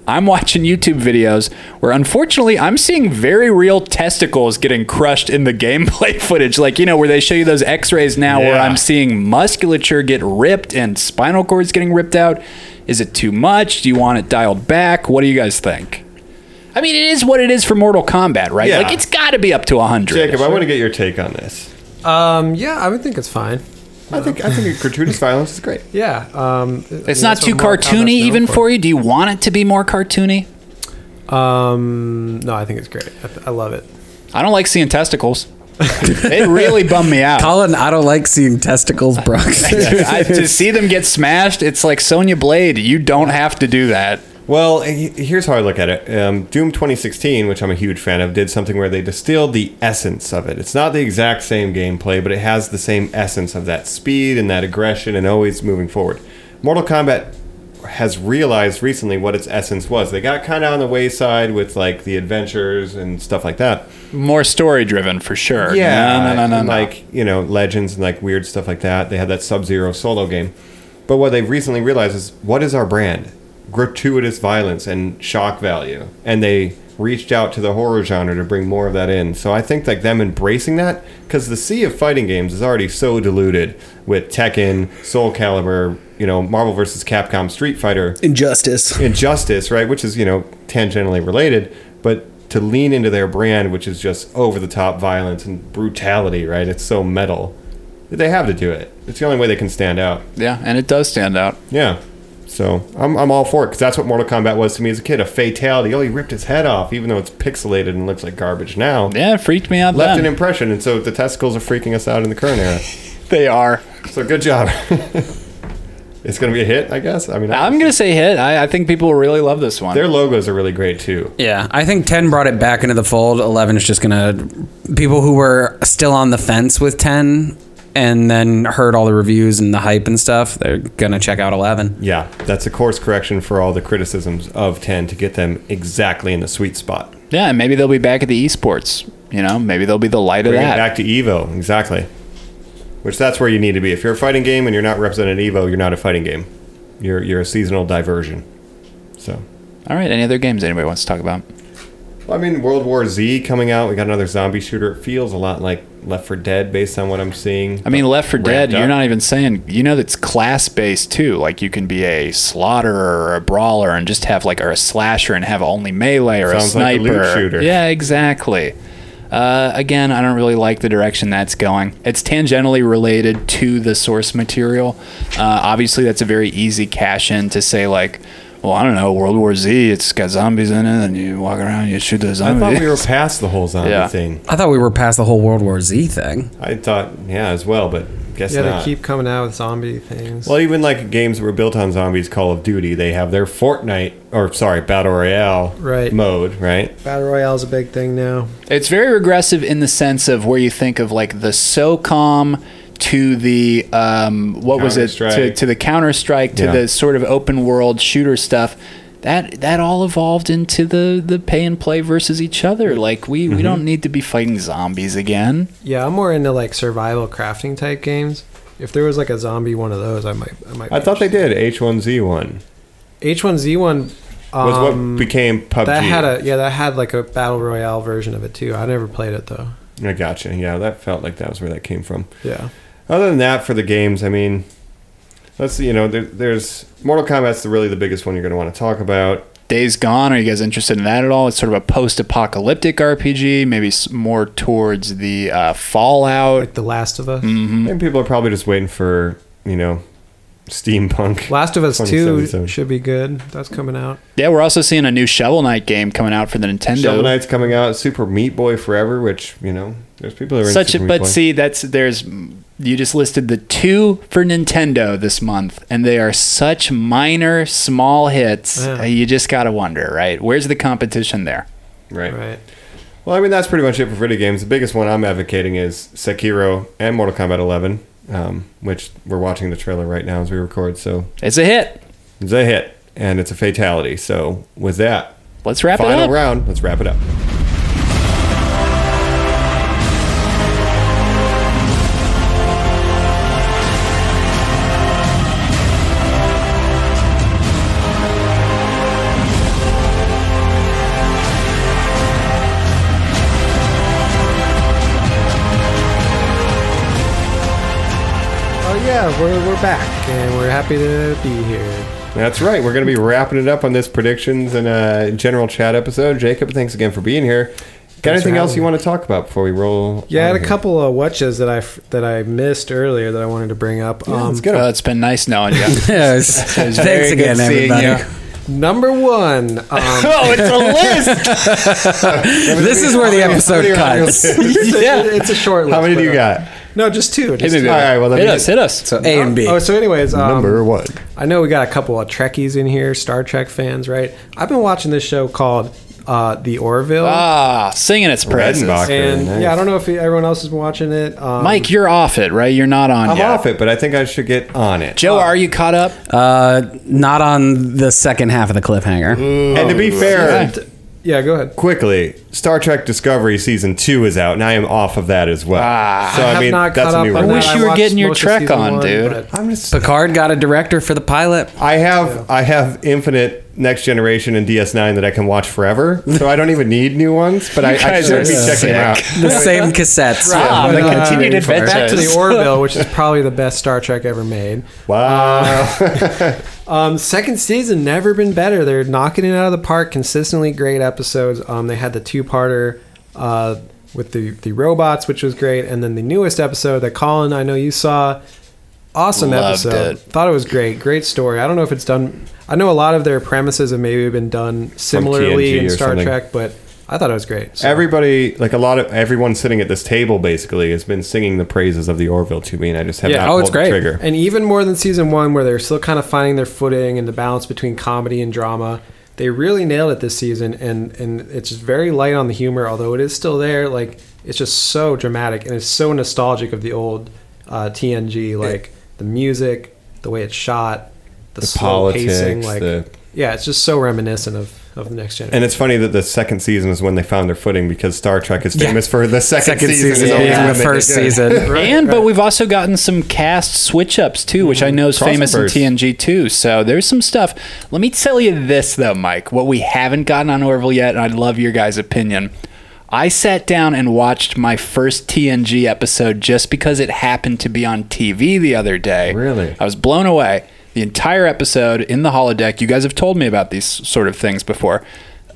[SPEAKER 1] I'm watching YouTube videos where unfortunately I'm seeing very real testicles getting crushed in the gameplay footage. Like, you know, where they show you those x rays now where
[SPEAKER 9] Yeah.
[SPEAKER 1] I'm seeing musculature get ripped and spinal cords getting ripped out. Is it too much? Do you want it dialed back? What do you guys think? I mean, it is what it is for Mortal Kombat, right?
[SPEAKER 9] Yeah.
[SPEAKER 1] Like, it's got to be up to 100.
[SPEAKER 9] Jacob, I want to get your take on this.
[SPEAKER 10] Um, yeah, I would think it's fine.
[SPEAKER 9] I think I think gratuitous violence is great.
[SPEAKER 10] Yeah. Um,
[SPEAKER 1] it's not too cartoony even for you. Do you want it to be more cartoony?
[SPEAKER 10] Um, no, I think it's great. I, I love it.
[SPEAKER 1] I don't like seeing testicles. they really bum me out.
[SPEAKER 8] Colin, I don't like seeing testicles, Brooks.
[SPEAKER 1] I, to see them get smashed, it's like Sonya Blade. You don't have to do that.
[SPEAKER 9] Well, he- here's how I look at it. Um, Doom 2016, which I'm a huge fan of, did something where they distilled the essence of it. It's not the exact same gameplay, but it has the same essence of that speed and that aggression and always moving forward. Mortal Kombat has realized recently what its essence was. They got kind of on the wayside with like the adventures and stuff like that.
[SPEAKER 1] More story driven for sure. No,
[SPEAKER 9] Yeah,
[SPEAKER 1] no, no, no,
[SPEAKER 9] and,
[SPEAKER 1] no.
[SPEAKER 9] Like you know, legends and like weird stuff like that. They had that Sub Zero solo game, but what they've recently realized is what is our brand? Gratuitous violence and shock value, and they reached out to the horror genre to bring more of that in. So I think like them embracing that because the sea of fighting games is already so diluted with Tekken, Soul Calibur, you know, Marvel vs. Capcom, Street Fighter.
[SPEAKER 8] Injustice.
[SPEAKER 9] Injustice, right, which is you know tangentially related, but to lean into their brand, which is just over the top violence and brutality, right? It's so metal. They have to do it. It's the only way they can stand out.
[SPEAKER 1] yeah, and it does stand out.
[SPEAKER 9] Yeah. So I'm, I'm all for it because that's what Mortal Kombat was to me as a kid a fatality. Oh, he ripped his head off, even though it's pixelated and looks like garbage now.
[SPEAKER 1] Yeah, it freaked me out.
[SPEAKER 9] Left an
[SPEAKER 1] then.
[SPEAKER 9] impression, and so the testicles are freaking us out in the current era.
[SPEAKER 1] they are.
[SPEAKER 9] So good job. it's going to be a hit, I guess. I mean,
[SPEAKER 1] I'm gonna say hit. I, I think people will really love this one.
[SPEAKER 9] their logos are really great too.
[SPEAKER 8] Yeah, I think 10 brought it back into the fold. 11 is just going to. People who were still on the fence with 10 and then heard all the reviews and the hype and stuff, they're going to check out 11.
[SPEAKER 9] Yeah, that's a course correction for all the criticisms of 10 to get them exactly in the sweet spot.
[SPEAKER 1] yeah, and maybe they'll be back at the esports. You know, maybe they'll be the light
[SPEAKER 9] Bring
[SPEAKER 1] of
[SPEAKER 9] it
[SPEAKER 1] that.
[SPEAKER 9] back to Evo, exactly. Which that's where you need to be. If you're a fighting game and you're not represented at Evo, you're not a fighting game. You're you're a seasonal diversion. So,
[SPEAKER 1] All right. Any other games anybody wants to talk about?
[SPEAKER 9] well, I mean, World War Z coming out. We got another zombie shooter. It feels a lot like Left for Dead based on what I'm seeing.
[SPEAKER 1] I mean, Left for Dead.
[SPEAKER 9] Ramped
[SPEAKER 1] You're
[SPEAKER 9] up.
[SPEAKER 1] not even saying. You know that's class based too. Like you can be a slaughterer or a brawler and just have like or a slasher and have only melee or a
[SPEAKER 9] Sounds like a
[SPEAKER 1] sniper.
[SPEAKER 9] loot shooter.
[SPEAKER 1] Yeah, exactly. Uh, again, I don't really like the direction that's going. It's tangentially related to the source material. Uh, obviously, that's a very easy cash in to say like. Well, I don't know. World War Z. It's got zombies in it, and you walk around, you shoot the
[SPEAKER 9] I
[SPEAKER 1] zombies.
[SPEAKER 9] thought we were past the whole zombie
[SPEAKER 1] Yeah.
[SPEAKER 9] thing.
[SPEAKER 8] I thought we were past the whole World War Z thing.
[SPEAKER 9] I thought, yeah, as well, but guess
[SPEAKER 10] Yeah,
[SPEAKER 9] not.
[SPEAKER 10] they keep coming out with zombie things.
[SPEAKER 9] Well, even like games that were built on zombies, Call of Duty, they have their Fortnite or sorry, Battle Royale
[SPEAKER 10] Right.
[SPEAKER 9] mode, right?
[SPEAKER 10] Battle Royale's a big thing now.
[SPEAKER 1] It's very regressive in the sense of where you think of like the SOCOM to the um, what was it to,
[SPEAKER 9] Counter-Strike.
[SPEAKER 1] to the Counter Strike to
[SPEAKER 9] Yeah.
[SPEAKER 1] the sort of open world shooter stuff. That that all evolved into the the pay and play versus each
[SPEAKER 9] Mm-hmm.
[SPEAKER 1] other. Like we we don't need to be fighting zombies again.
[SPEAKER 10] Yeah, I'm more into like survival crafting type games. If there was like a zombie one of those, I might. I might.
[SPEAKER 9] I thought they did H1Z1
[SPEAKER 10] H1Z1
[SPEAKER 9] was
[SPEAKER 10] um,
[SPEAKER 9] what became PUBG.
[SPEAKER 10] that had a yeah that had like a battle royale version of it too. I never played it though.
[SPEAKER 9] I gotcha. Yeah, that felt like that was where that came from.
[SPEAKER 10] Yeah.
[SPEAKER 9] Other than that, for the games, I mean, let's you know, there, there's Mortal Kombat's the, really the biggest one you're going to want to talk about.
[SPEAKER 1] Days Gone. Are you guys interested in that at all? It's sort of a post apocalyptic RPG, maybe s- more towards the uh, Fallout.
[SPEAKER 10] Like The Last of Us.
[SPEAKER 1] Mm.
[SPEAKER 9] And people are probably just waiting for you know, steampunk.
[SPEAKER 10] Last of Us 2
[SPEAKER 9] 2077.
[SPEAKER 10] should be good. That's coming out.
[SPEAKER 1] Yeah, we're also seeing a new Shovel Knight game coming out for the Nintendo.
[SPEAKER 9] Shovel Knight's coming out. Super Meat Boy Forever, which you know, there's people that are in
[SPEAKER 1] such a,
[SPEAKER 9] Super Meat
[SPEAKER 1] but
[SPEAKER 9] Boy.
[SPEAKER 1] see that's there's you just listed the two for Nintendo this month and they are such minor small hits
[SPEAKER 10] Yeah.
[SPEAKER 1] uh, you just got to wonder right where's the competition there
[SPEAKER 10] Right.
[SPEAKER 9] Well, I mean, that's pretty much it for video games. The biggest one I'm advocating is Sekiro and Mortal Kombat 11, um, which we're watching the trailer right now as we record. So
[SPEAKER 1] it's a hit
[SPEAKER 9] it's a hit, and it's a fatality. So with that,
[SPEAKER 1] let's wrap it
[SPEAKER 9] final
[SPEAKER 1] up
[SPEAKER 9] round, let's wrap it up.
[SPEAKER 10] Oh yeah, we're we're back and we're happy to be here.
[SPEAKER 9] That's right. We're going to be wrapping it up on this predictions and uh, general chat episode. Jacob, thanks again for being here. Got anything
[SPEAKER 10] for
[SPEAKER 9] else
[SPEAKER 10] having
[SPEAKER 9] you
[SPEAKER 10] me.
[SPEAKER 9] want to talk about before we roll?
[SPEAKER 10] Yeah, I
[SPEAKER 9] out
[SPEAKER 10] had
[SPEAKER 9] of
[SPEAKER 10] a
[SPEAKER 9] here?
[SPEAKER 10] couple of watches that I f- that I missed earlier that I wanted to bring up.
[SPEAKER 9] Yeah,
[SPEAKER 10] um,
[SPEAKER 9] let's get 'em.
[SPEAKER 1] well, Oh, it's been nice knowing you
[SPEAKER 8] Yes. Thanks again, everybody.
[SPEAKER 10] number one, um,
[SPEAKER 1] oh it's a list
[SPEAKER 8] This is where the episode cuts.
[SPEAKER 10] it's, a, it's a short.
[SPEAKER 9] How
[SPEAKER 10] list,
[SPEAKER 9] many do
[SPEAKER 10] but,
[SPEAKER 9] you
[SPEAKER 10] uh,
[SPEAKER 9] got?
[SPEAKER 10] No, just two. Just
[SPEAKER 1] hit,
[SPEAKER 10] two.
[SPEAKER 1] me,
[SPEAKER 9] All
[SPEAKER 1] baby.
[SPEAKER 9] right, well, let
[SPEAKER 1] hit
[SPEAKER 9] me-
[SPEAKER 1] us hit us
[SPEAKER 8] So A and B.
[SPEAKER 10] Oh, so anyways, um,
[SPEAKER 9] one.
[SPEAKER 10] I know we got a couple of Trekkies in here, Star Trek fans, right? I've been watching this show called uh, The Orville,
[SPEAKER 1] ah singing its praises
[SPEAKER 10] and
[SPEAKER 9] Redenbach. Very nice.
[SPEAKER 10] yeah, I don't know if everyone else has been watching it. Um,
[SPEAKER 1] Mike you're off it right you're not on
[SPEAKER 9] I'm
[SPEAKER 1] yet
[SPEAKER 9] off it, but I think I should get on it.
[SPEAKER 1] Joe are you caught up
[SPEAKER 8] Uh, not on the second half of the cliffhanger.
[SPEAKER 9] And to be fair,
[SPEAKER 10] yeah, go ahead.
[SPEAKER 9] quickly, Star Trek Discovery season two is out, and I am off of that as well.
[SPEAKER 10] Ah.
[SPEAKER 9] so
[SPEAKER 10] I have not caught up.
[SPEAKER 1] I
[SPEAKER 10] on
[SPEAKER 9] release.
[SPEAKER 1] wish
[SPEAKER 10] that.
[SPEAKER 1] you were
[SPEAKER 10] watched
[SPEAKER 1] getting your
[SPEAKER 10] most of
[SPEAKER 1] Trek
[SPEAKER 10] season
[SPEAKER 1] on, dude.
[SPEAKER 10] but-
[SPEAKER 9] I'm just.
[SPEAKER 8] Picard got a director for the pilot.
[SPEAKER 9] I have I have Infinite Next Generation and DS9 that I can watch forever, so I don't even need new ones. But I, I
[SPEAKER 1] guys
[SPEAKER 9] should
[SPEAKER 1] are
[SPEAKER 9] be checking them out.
[SPEAKER 8] The same cassettes.
[SPEAKER 1] Ah,
[SPEAKER 10] but,
[SPEAKER 1] the
[SPEAKER 10] uh,
[SPEAKER 1] continued adventures.
[SPEAKER 10] Back to the Orville, which is probably the best Star Trek ever made.
[SPEAKER 9] Wow,
[SPEAKER 10] Um, second season never been better. They're knocking it out of the park. Consistently great episodes. Um, they had the two-parter uh, with the the robots, which was great, and then the newest episode that Colin, I know you saw. Awesome
[SPEAKER 1] Loved
[SPEAKER 10] episode.
[SPEAKER 1] it.
[SPEAKER 10] Thought it was great. Great story. I don't know if it's done. I know a lot of their premises have maybe been done similarly
[SPEAKER 9] TNG
[SPEAKER 10] in
[SPEAKER 9] or
[SPEAKER 10] Star
[SPEAKER 9] something.
[SPEAKER 10] Trek, but I thought it was great. So-
[SPEAKER 9] everybody, like a lot of everyone sitting at this table, basically has been singing the praises of the Orville to me, and I just have
[SPEAKER 10] Yeah.
[SPEAKER 9] not
[SPEAKER 8] Oh,
[SPEAKER 9] pulled
[SPEAKER 8] it's
[SPEAKER 9] the
[SPEAKER 8] great.
[SPEAKER 9] trigger.
[SPEAKER 10] And even more than season one, where they're still kind of finding their footing and the balance between comedy and drama, they really nailed it this season. And and it's just very light on the humor, although it is still there. Like it's just so dramatic and it's so nostalgic of the old uh, TNG, like the music, the way it's shot, the, slow
[SPEAKER 9] politics,
[SPEAKER 10] pacing, like
[SPEAKER 9] the-
[SPEAKER 10] yeah, it's just so reminiscent of of the next generation.
[SPEAKER 9] And it's funny that the second season is when they found their footing because Star Trek is
[SPEAKER 8] Yeah.
[SPEAKER 9] famous for the second,
[SPEAKER 8] Second
[SPEAKER 9] season,
[SPEAKER 8] season,
[SPEAKER 9] is always
[SPEAKER 8] yeah.
[SPEAKER 9] when
[SPEAKER 8] the
[SPEAKER 9] they
[SPEAKER 8] first
[SPEAKER 9] get good.
[SPEAKER 8] season.
[SPEAKER 1] and but we've also gotten some cast switch ups too, which I
[SPEAKER 9] Mm-hmm.
[SPEAKER 1] know is famous in
[SPEAKER 9] Crossovers.
[SPEAKER 1] TNG too. So there's some stuff. Let me tell you this though, Mike, what we haven't gotten on Orville yet, and I'd love your guys' opinion. I sat down and watched my first TNG episode just because it happened to be on TV the other day.
[SPEAKER 9] Really?
[SPEAKER 1] I was blown away. The entire episode in the holodeck. You guys have told me about these sort of things before.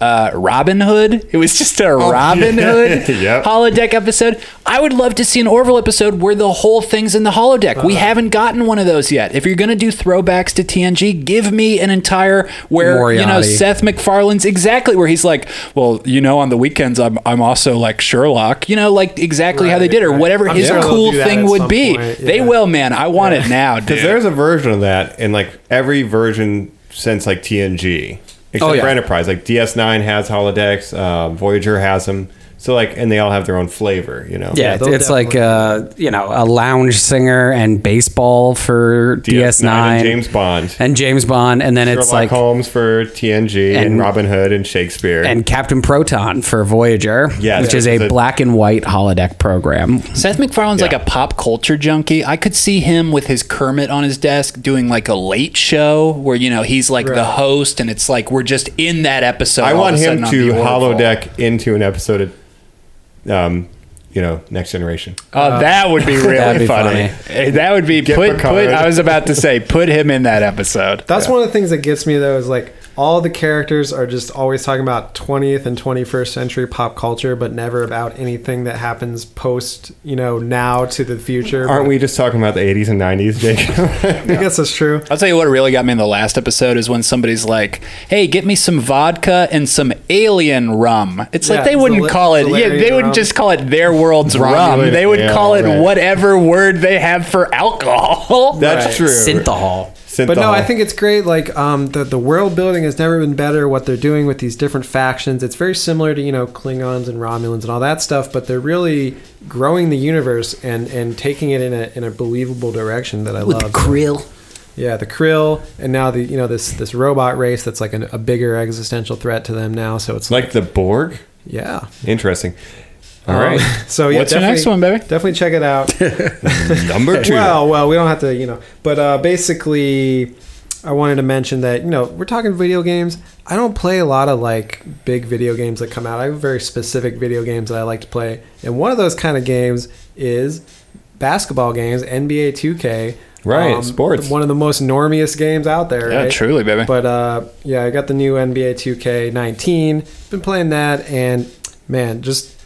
[SPEAKER 1] Uh, Robin Hood. It was just a Robin
[SPEAKER 9] Oh, yeah.
[SPEAKER 1] Hood
[SPEAKER 9] Yep.
[SPEAKER 1] holodeck episode. I would love to see an Orville episode where the whole thing's in the holodeck. we
[SPEAKER 10] Uh-huh.
[SPEAKER 1] haven't gotten one of those yet. If you're gonna do throwbacks to TNG, give me an entire where you know
[SPEAKER 8] Moriarty.
[SPEAKER 1] Seth MacFarlane's exactly where he's like, well, you know, on the weekends I'm I'm also like Sherlock, you know, like exactly how they
[SPEAKER 10] Right,
[SPEAKER 1] did or
[SPEAKER 10] right.
[SPEAKER 1] whatever
[SPEAKER 10] I'm
[SPEAKER 1] his
[SPEAKER 10] sure they'll
[SPEAKER 1] cool
[SPEAKER 10] do that
[SPEAKER 1] thing
[SPEAKER 10] at
[SPEAKER 1] would
[SPEAKER 10] some
[SPEAKER 1] be.
[SPEAKER 10] point,
[SPEAKER 1] They
[SPEAKER 10] yeah.
[SPEAKER 1] will, man. I want it now, dude.
[SPEAKER 9] Because there's a version of that in like every version since like TNG, except
[SPEAKER 8] Oh, yeah.
[SPEAKER 9] for Enterprise. Like DS9 has holodecks, uh, Voyager has them. So like, and they all have their own flavor, you know.
[SPEAKER 8] Yeah,
[SPEAKER 10] they'll
[SPEAKER 8] it's like uh, you know a lounge singer and baseball for DS9,
[SPEAKER 9] DS9 and James Bond.
[SPEAKER 8] and James Bond, and then it's
[SPEAKER 9] Sherlock
[SPEAKER 8] like
[SPEAKER 9] Holmes for TNG and,
[SPEAKER 8] And-
[SPEAKER 9] Robin Hood and Shakespeare.
[SPEAKER 8] and Captain Proton for Voyager,
[SPEAKER 9] Yes,
[SPEAKER 8] which is a
[SPEAKER 9] the-
[SPEAKER 8] black and white holodeck program.
[SPEAKER 1] Seth MacFarlane's like
[SPEAKER 9] Yeah.
[SPEAKER 1] a pop culture junkie. I could see him with his Kermit on his desk doing like a late show where you know he's like the host, and it's like we're just in that episode.
[SPEAKER 9] I
[SPEAKER 1] all
[SPEAKER 9] want
[SPEAKER 1] of a
[SPEAKER 9] him
[SPEAKER 1] sudden on
[SPEAKER 9] to
[SPEAKER 1] the Orville.
[SPEAKER 9] holodeck into an episode of, um, you know, Next Generation.
[SPEAKER 1] Oh, that would be really
[SPEAKER 8] be
[SPEAKER 1] funny.
[SPEAKER 8] funny.
[SPEAKER 1] Eh, That would be
[SPEAKER 9] Get
[SPEAKER 1] put, put.
[SPEAKER 9] Picard.
[SPEAKER 1] I was about to say put him in that episode.
[SPEAKER 10] That's one of the things that gets me though is like all the characters are just always talking about 20th and 21st century pop culture, but never about anything that happens post, you know, now to the future.
[SPEAKER 9] Aren't we just talking about the 80s and 90s, Jacob?
[SPEAKER 10] I guess that's true.
[SPEAKER 1] I'll tell you what really got me in the last episode is when somebody's like, "Hey, get me some vodka and some alien rum." It's like
[SPEAKER 10] Yeah,
[SPEAKER 1] they wouldn't
[SPEAKER 10] Zala-
[SPEAKER 1] call it. Yeah,
[SPEAKER 10] Zalarian
[SPEAKER 1] they wouldn't
[SPEAKER 10] rum.
[SPEAKER 1] just call it their world's rum.
[SPEAKER 9] Romulan-
[SPEAKER 1] They would
[SPEAKER 9] yeah,
[SPEAKER 1] call it
[SPEAKER 9] right.
[SPEAKER 1] whatever word they have for alcohol.
[SPEAKER 9] That's
[SPEAKER 10] Right.
[SPEAKER 9] true.
[SPEAKER 8] Synthahol.
[SPEAKER 10] But no,
[SPEAKER 9] Synthahol.
[SPEAKER 10] I think it's great. Like um, the the world building has never been better. What they're doing with these different factions, it's very similar to you know Klingons and Romulans and all that stuff. But they're really growing the universe and and taking it in a in a believable direction that I love.
[SPEAKER 1] krill.
[SPEAKER 10] Yeah, the Krill, and now the you know this this robot race that's like an, a bigger existential threat to them now. So it's like
[SPEAKER 9] like the Borg.
[SPEAKER 10] yeah.
[SPEAKER 9] Interesting. All
[SPEAKER 10] Um,
[SPEAKER 9] right,
[SPEAKER 10] so yeah,
[SPEAKER 1] What's your
[SPEAKER 10] definitely-
[SPEAKER 1] next one, baby?
[SPEAKER 10] Definitely check it out.
[SPEAKER 9] number two.
[SPEAKER 10] Well, well, we don't have to, you know. But uh, basically, I wanted to mention that you know we're talking video games. I don't play a lot of like big video games that come out. I have very specific video games that I like to play, and one of those kind of games is basketball games, NBA 2K.
[SPEAKER 9] Right, sports.
[SPEAKER 10] Um, One of the most normiest games out there.
[SPEAKER 1] Yeah,
[SPEAKER 10] right?
[SPEAKER 1] truly, baby.
[SPEAKER 10] But uh, yeah, I got the new NBA 2K19. Been playing that, and man, just.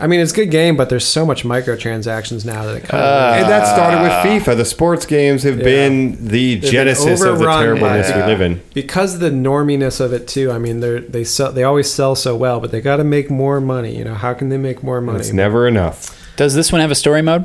[SPEAKER 10] I mean, it's a good game, but there's so much microtransactions now that it kind of
[SPEAKER 9] and that started with FIFA. The sports games have uh, been the
[SPEAKER 10] been
[SPEAKER 9] genesis of the
[SPEAKER 10] overrun by-
[SPEAKER 9] terribleness we live in.
[SPEAKER 10] because of the norminess of it too. I mean, they they sell they always sell so well, but they got to make more money. You know, how can they make more money?
[SPEAKER 9] It's never enough.
[SPEAKER 1] Does this one have a story mode?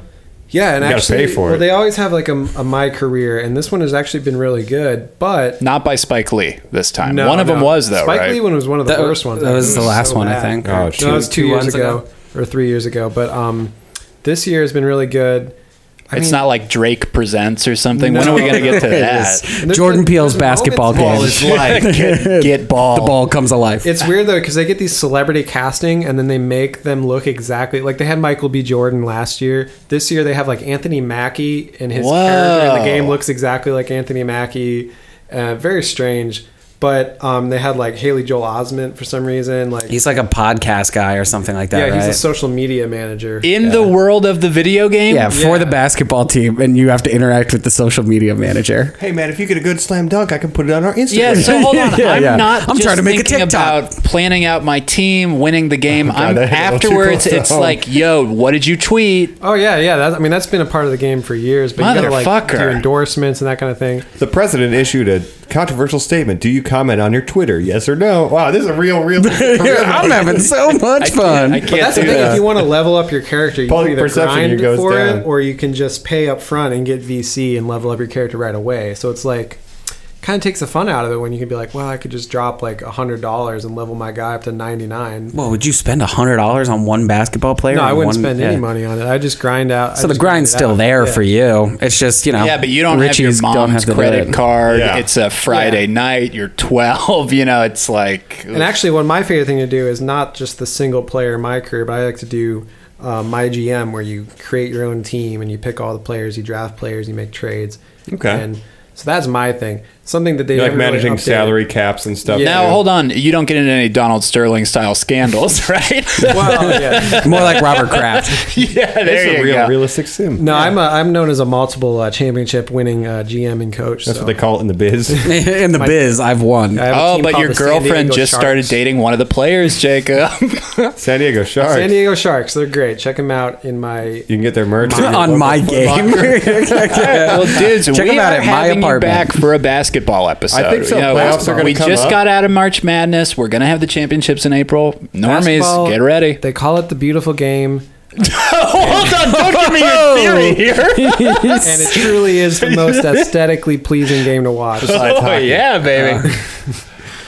[SPEAKER 10] yeah, and
[SPEAKER 9] You gotta
[SPEAKER 10] actually,
[SPEAKER 9] pay for
[SPEAKER 10] well,
[SPEAKER 9] it.
[SPEAKER 10] they always have like a, a my career, and this one has actually been really good. But
[SPEAKER 1] Not by Spike Lee this time.
[SPEAKER 10] no,
[SPEAKER 1] one of
[SPEAKER 10] no.
[SPEAKER 1] them was though,
[SPEAKER 10] Spike
[SPEAKER 1] right?
[SPEAKER 10] Lee one was one of the
[SPEAKER 8] That-
[SPEAKER 10] worst ones.
[SPEAKER 8] that
[SPEAKER 10] It
[SPEAKER 8] was the last one, I think.
[SPEAKER 10] No,
[SPEAKER 9] Oh,
[SPEAKER 10] it was two,
[SPEAKER 8] two
[SPEAKER 10] years
[SPEAKER 8] ones
[SPEAKER 10] ago,
[SPEAKER 8] ago.
[SPEAKER 10] or three years ago. But um, this year has been really good. I
[SPEAKER 1] it's
[SPEAKER 10] mean,
[SPEAKER 1] not like Drake presents or something. When are we gonna get to that?
[SPEAKER 10] there's-
[SPEAKER 8] Jordan
[SPEAKER 10] there's
[SPEAKER 8] Peele's
[SPEAKER 10] moments-
[SPEAKER 8] basketball game.
[SPEAKER 1] get, get ball.
[SPEAKER 8] The ball comes alive.
[SPEAKER 10] It's weird though because they get these celebrity casting and then they make them look exactly like they had Michael B. Jordan last year. This year they have like Anthony Mackie and his
[SPEAKER 1] Whoa.
[SPEAKER 10] character in the game looks exactly like Anthony Mackie. Uh, very strange. But um, they had like Haley Joel Osment for some reason. Like
[SPEAKER 8] he's like a podcast guy or something like that.
[SPEAKER 10] yeah, he's
[SPEAKER 8] right?
[SPEAKER 10] a social media manager.
[SPEAKER 1] In the world of the video game,
[SPEAKER 8] yeah, for
[SPEAKER 10] Yeah.
[SPEAKER 8] the basketball team, and you have to interact with the social media manager.
[SPEAKER 9] Hey man, if you get a good slam dunk, I can put it on our Instagram.
[SPEAKER 1] Yeah, so hold on.
[SPEAKER 8] Yeah,
[SPEAKER 1] I'm
[SPEAKER 8] yeah.
[SPEAKER 1] not.
[SPEAKER 8] I'm
[SPEAKER 1] just
[SPEAKER 8] trying to make a
[SPEAKER 1] thinking
[SPEAKER 8] TikTok.
[SPEAKER 1] about planning out my team, winning the game.
[SPEAKER 9] God,
[SPEAKER 1] I'm
[SPEAKER 9] that hit a little too
[SPEAKER 1] afterwards.
[SPEAKER 9] close to
[SPEAKER 1] It's
[SPEAKER 9] home.
[SPEAKER 1] like, yo, what did you tweet?
[SPEAKER 10] oh yeah, yeah. That, I mean that's been a part of the game for years. But you gotta like do
[SPEAKER 1] Motherfucker.
[SPEAKER 10] endorsements and that kind of thing.
[SPEAKER 9] the president issued a controversial statement. Do you comment on your Twitter? Yes or no? Wow, this is a real, real.
[SPEAKER 8] I'm having so much fun.
[SPEAKER 1] I
[SPEAKER 10] But
[SPEAKER 1] can't
[SPEAKER 10] that's the
[SPEAKER 1] do
[SPEAKER 10] thing.
[SPEAKER 1] that.
[SPEAKER 10] If you want to level up your character, you can
[SPEAKER 9] Public
[SPEAKER 10] either
[SPEAKER 9] perception
[SPEAKER 10] grind
[SPEAKER 9] goes
[SPEAKER 10] for
[SPEAKER 9] down.
[SPEAKER 10] it, or you can just pay up front and get VC and level up your character right away. So it's like kind of takes the fun out of it when you can be like, well, I could just drop like a hundred dollars and level my guy up to ninety nine.
[SPEAKER 8] Well, would you spend hundred dollars on one basketball player?
[SPEAKER 10] No, I
[SPEAKER 8] and
[SPEAKER 10] wouldn't
[SPEAKER 8] one-
[SPEAKER 10] spend
[SPEAKER 8] yeah.
[SPEAKER 10] any money on it. I just grind out.
[SPEAKER 8] So the grind's still there for you. It's just you know.
[SPEAKER 1] Yeah, but you don't
[SPEAKER 8] Richie's
[SPEAKER 1] have your
[SPEAKER 8] don't
[SPEAKER 1] mom's
[SPEAKER 8] have the
[SPEAKER 1] credit
[SPEAKER 8] lid.
[SPEAKER 1] card.
[SPEAKER 9] Yeah.
[SPEAKER 1] It's a Friday night. You're 12. You know, it's like.
[SPEAKER 10] And actually, one of my favorite thing to do is not just the single player my career, but I like to do uh, my GM, where you create your own team and you pick all the players, you draft players, you make trades.
[SPEAKER 9] Okay.
[SPEAKER 10] And so that's my thing. Something that they
[SPEAKER 9] like
[SPEAKER 10] never really
[SPEAKER 9] managing
[SPEAKER 10] updated.
[SPEAKER 9] salary caps and stuff.
[SPEAKER 10] Yeah.
[SPEAKER 1] now,
[SPEAKER 9] too.
[SPEAKER 1] hold on. You don't get into any Donald Sterling style scandals, right?
[SPEAKER 10] Well, yeah.
[SPEAKER 8] More like Robert Kraft.
[SPEAKER 1] yeah, there
[SPEAKER 9] It's
[SPEAKER 1] you
[SPEAKER 9] a real,
[SPEAKER 1] go.
[SPEAKER 9] realistic sim.
[SPEAKER 10] No, I'm a, I'm known as a multiple uh, championship winning uh, GM and coach.
[SPEAKER 9] That's
[SPEAKER 10] so.
[SPEAKER 9] what they call it in the biz.
[SPEAKER 8] In the biz, I've won.
[SPEAKER 10] I have a
[SPEAKER 1] oh,
[SPEAKER 10] team
[SPEAKER 1] but
[SPEAKER 10] called
[SPEAKER 1] your
[SPEAKER 10] the San
[SPEAKER 1] girlfriend
[SPEAKER 10] Diego
[SPEAKER 1] just started
[SPEAKER 10] Sharks.
[SPEAKER 1] dating one of the players, Jacob.
[SPEAKER 9] San Diego Sharks.
[SPEAKER 10] San Diego Sharks. They're great. Check them out in my
[SPEAKER 9] you can get their merch at your
[SPEAKER 8] on my
[SPEAKER 9] local-
[SPEAKER 8] game.
[SPEAKER 1] well, dudes,
[SPEAKER 8] Check
[SPEAKER 1] we
[SPEAKER 8] them out
[SPEAKER 1] are
[SPEAKER 8] at my
[SPEAKER 1] having you
[SPEAKER 8] apartment.
[SPEAKER 1] back for a basketball episode.
[SPEAKER 9] I think so.
[SPEAKER 1] You know,
[SPEAKER 9] Playoffs are gonna
[SPEAKER 1] we
[SPEAKER 9] come
[SPEAKER 1] just
[SPEAKER 9] up.
[SPEAKER 1] got out of March Madness. We're gonna have the championships in April. Normies,
[SPEAKER 10] basketball.
[SPEAKER 1] get ready.
[SPEAKER 10] They call it the beautiful game,
[SPEAKER 1] Hold on, don't give me your theory here.
[SPEAKER 10] and it truly is the most aesthetically pleasing game to watch.
[SPEAKER 1] oh yeah, baby.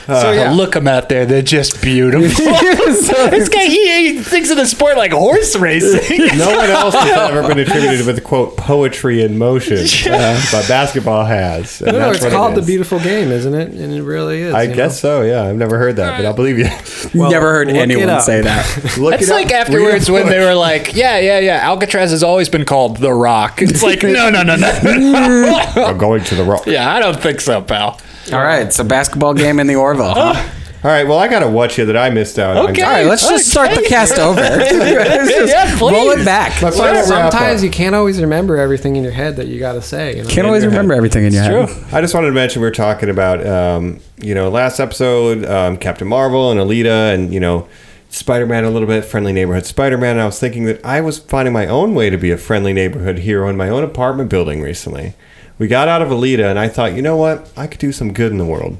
[SPEAKER 10] so yeah,
[SPEAKER 1] Look them out there; they're just beautiful. this guy, he, he thinks of the sport like horse racing.
[SPEAKER 9] No one else has ever been attributed with the quote "poetry in motion," uh, but basketball has.
[SPEAKER 10] No,
[SPEAKER 9] and
[SPEAKER 10] no,
[SPEAKER 9] that's
[SPEAKER 10] it's
[SPEAKER 9] what it
[SPEAKER 10] called the
[SPEAKER 9] is.
[SPEAKER 10] beautiful game, isn't it? And it really is.
[SPEAKER 9] I
[SPEAKER 10] you know?
[SPEAKER 9] guess so. Yeah, I've never heard that, but I'll believe you.
[SPEAKER 8] Never heard
[SPEAKER 10] look it
[SPEAKER 8] anyone
[SPEAKER 10] up.
[SPEAKER 8] say that.
[SPEAKER 9] Look
[SPEAKER 1] That's
[SPEAKER 9] it up.
[SPEAKER 1] like
[SPEAKER 9] Read a
[SPEAKER 1] afterwards when
[SPEAKER 9] book.
[SPEAKER 1] they were like, "Yeah, yeah, yeah." Alcatraz has always been called the Rock. It's like, no, no, no, no.
[SPEAKER 9] I'm going to the rock.
[SPEAKER 1] yeah, I don't think so, pal.
[SPEAKER 8] All right, so basketball game in the Orville. Huh?
[SPEAKER 9] All right. Well, I got a watch here that I missed out on.
[SPEAKER 1] Okay.
[SPEAKER 8] All right, let's just start the cast over. Let's just
[SPEAKER 1] Yeah, please.
[SPEAKER 8] roll it back.
[SPEAKER 9] My final wrap-up.
[SPEAKER 10] Sometimes you can't always remember everything in your head that you got to say. You know?
[SPEAKER 8] Can't always remember everything in your head.
[SPEAKER 9] I just wanted to mention we were talking about, um, you know, last episode, um, Captain Marvel and Alita and, you know, Spider Man a little bit, friendly neighborhood Spider Man. And I was thinking that I was finding my own way to be a friendly neighborhood hero in my own apartment building recently. We got out of Alita and I thought, you know what? I could do some good in the world.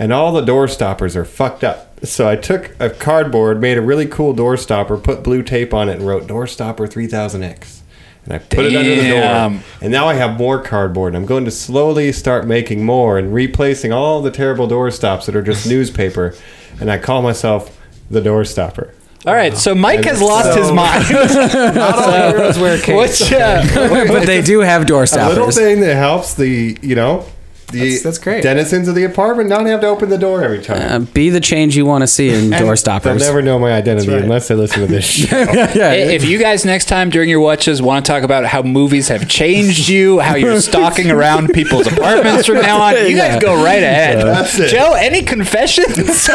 [SPEAKER 9] And all the door stoppers are fucked up. So I took a cardboard, made a really cool door stopper, put blue tape on it, and wrote door stopper 3000X. And I put it under the door.
[SPEAKER 1] Damn.
[SPEAKER 9] And now I have more cardboard. I'm going to slowly start making more and replacing all the terrible door stops that are just newspaper. And I call myself the door stopper.
[SPEAKER 1] All right, so Mike has lost
[SPEAKER 9] So-
[SPEAKER 1] his mind.
[SPEAKER 10] Not all heroes wear capes.
[SPEAKER 1] What's uh,
[SPEAKER 8] But they do have door
[SPEAKER 9] A little
[SPEAKER 8] stoppers.
[SPEAKER 9] thing that helps the, you know, the
[SPEAKER 10] That's- that's great.
[SPEAKER 9] denizens of the apartment not have to open the door every time.
[SPEAKER 8] Uh, be the change you want to see in door stoppers.
[SPEAKER 9] They'll never know my identity unless they listen to this show.
[SPEAKER 8] yeah,
[SPEAKER 1] if you guys next time during your watches want to talk about how movies have changed you, how you're stalking around people's apartments from now on, you guys go right ahead.
[SPEAKER 9] That's it.
[SPEAKER 1] Joe, any confessions?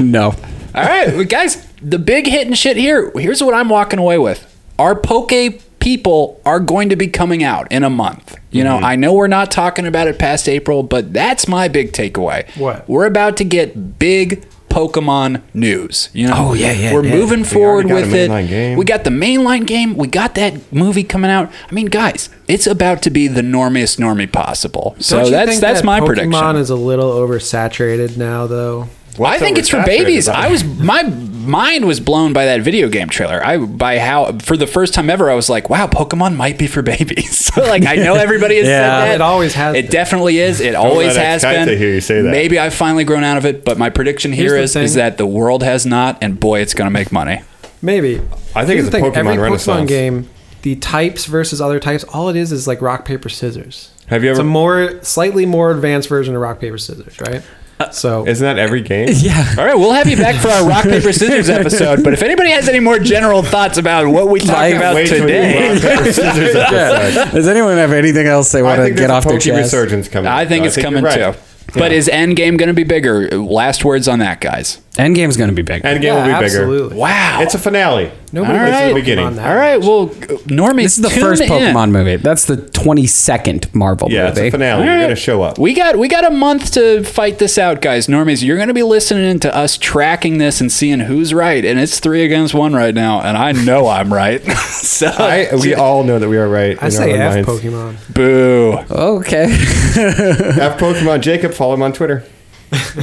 [SPEAKER 8] no.
[SPEAKER 1] All right, well, guys, the big hit and shit here. Here's what I'm walking away with. Our poke people are going to be coming out in a month. You know, I know we're not talking about it past April, but that's my big takeaway.
[SPEAKER 10] What?
[SPEAKER 1] We're about to get big Pokemon news. You know,
[SPEAKER 8] Oh, yeah, yeah,
[SPEAKER 1] We're
[SPEAKER 8] yeah.
[SPEAKER 1] moving forward
[SPEAKER 9] got a
[SPEAKER 1] with it.
[SPEAKER 9] mainline game.
[SPEAKER 1] We got the mainline game. We got that movie coming out. I mean, guys, it's about to be the normiest normie possible.
[SPEAKER 10] Don't
[SPEAKER 1] So
[SPEAKER 10] you
[SPEAKER 1] that's
[SPEAKER 10] think
[SPEAKER 1] that's
[SPEAKER 10] that
[SPEAKER 1] my
[SPEAKER 10] Pokemon
[SPEAKER 1] prediction.
[SPEAKER 10] is a little oversaturated now, though.
[SPEAKER 1] I think it's for babies. I was my mind was blown by that video game trailer. I by how for the first time ever I was like, wow, Pokemon might be for babies. So, like I know everybody has
[SPEAKER 8] Yeah.
[SPEAKER 1] said that.
[SPEAKER 10] It always has
[SPEAKER 1] It
[SPEAKER 10] been.
[SPEAKER 1] definitely is. It always
[SPEAKER 9] let it
[SPEAKER 1] has
[SPEAKER 9] kite
[SPEAKER 1] been.
[SPEAKER 9] to hear you say that.
[SPEAKER 1] Maybe I've finally grown out of it, but my prediction here
[SPEAKER 10] Here's
[SPEAKER 1] is
[SPEAKER 10] the
[SPEAKER 1] is
[SPEAKER 10] thing.
[SPEAKER 1] that the world has not, and boy, it's going to make money.
[SPEAKER 10] Maybe.
[SPEAKER 9] I think
[SPEAKER 10] Here's
[SPEAKER 9] it's
[SPEAKER 10] the
[SPEAKER 9] a Pokemon
[SPEAKER 10] Every
[SPEAKER 9] renaissance.
[SPEAKER 10] Pokemon game, the types versus other types, all it is is like rock paper scissors.
[SPEAKER 9] Have you
[SPEAKER 10] It's a
[SPEAKER 9] ever-
[SPEAKER 10] more slightly more advanced version of rock paper scissors, right?
[SPEAKER 9] Uh,
[SPEAKER 10] So
[SPEAKER 9] Isn't that every game?
[SPEAKER 8] Yeah.
[SPEAKER 1] All right, we'll have you back for our rock paper scissors episode. But if anybody has any more general thoughts about what we talked
[SPEAKER 8] Like,
[SPEAKER 1] about
[SPEAKER 9] Wait till
[SPEAKER 1] today,
[SPEAKER 9] you rock, paper, scissors episode.
[SPEAKER 8] Does anyone have anything else they
[SPEAKER 9] I
[SPEAKER 8] want to
[SPEAKER 9] think
[SPEAKER 8] get
[SPEAKER 9] there's a
[SPEAKER 8] off their
[SPEAKER 9] Poke
[SPEAKER 8] chest?
[SPEAKER 9] resurgence coming.
[SPEAKER 1] I think it's coming too. But is Endgame going to be bigger? Last words on that, guys.
[SPEAKER 8] Endgame's going to be big.
[SPEAKER 9] Endgame
[SPEAKER 10] yeah,
[SPEAKER 9] will be bigger.
[SPEAKER 10] absolutely.
[SPEAKER 1] Wow,
[SPEAKER 9] It's a finale.
[SPEAKER 10] Nobody
[SPEAKER 1] All
[SPEAKER 9] it's
[SPEAKER 1] right.
[SPEAKER 9] the beginning.
[SPEAKER 10] that.
[SPEAKER 1] All right, well, Normie,
[SPEAKER 8] This is the first Pokemon movie. That's the 22nd Marvel
[SPEAKER 9] Yeah, it's
[SPEAKER 8] movie.
[SPEAKER 9] a finale. You're gonna show up.
[SPEAKER 1] We got we got a month to fight this out, guys. Normies, you're going to be listening to us tracking this and seeing who's right, and it's three against one right now, and I know I'm right. so
[SPEAKER 9] I, we all know that we are right.
[SPEAKER 10] I say F Pokemon.
[SPEAKER 1] boo.
[SPEAKER 8] Okay.
[SPEAKER 9] F Pokemon. Jacob, follow him on Twitter.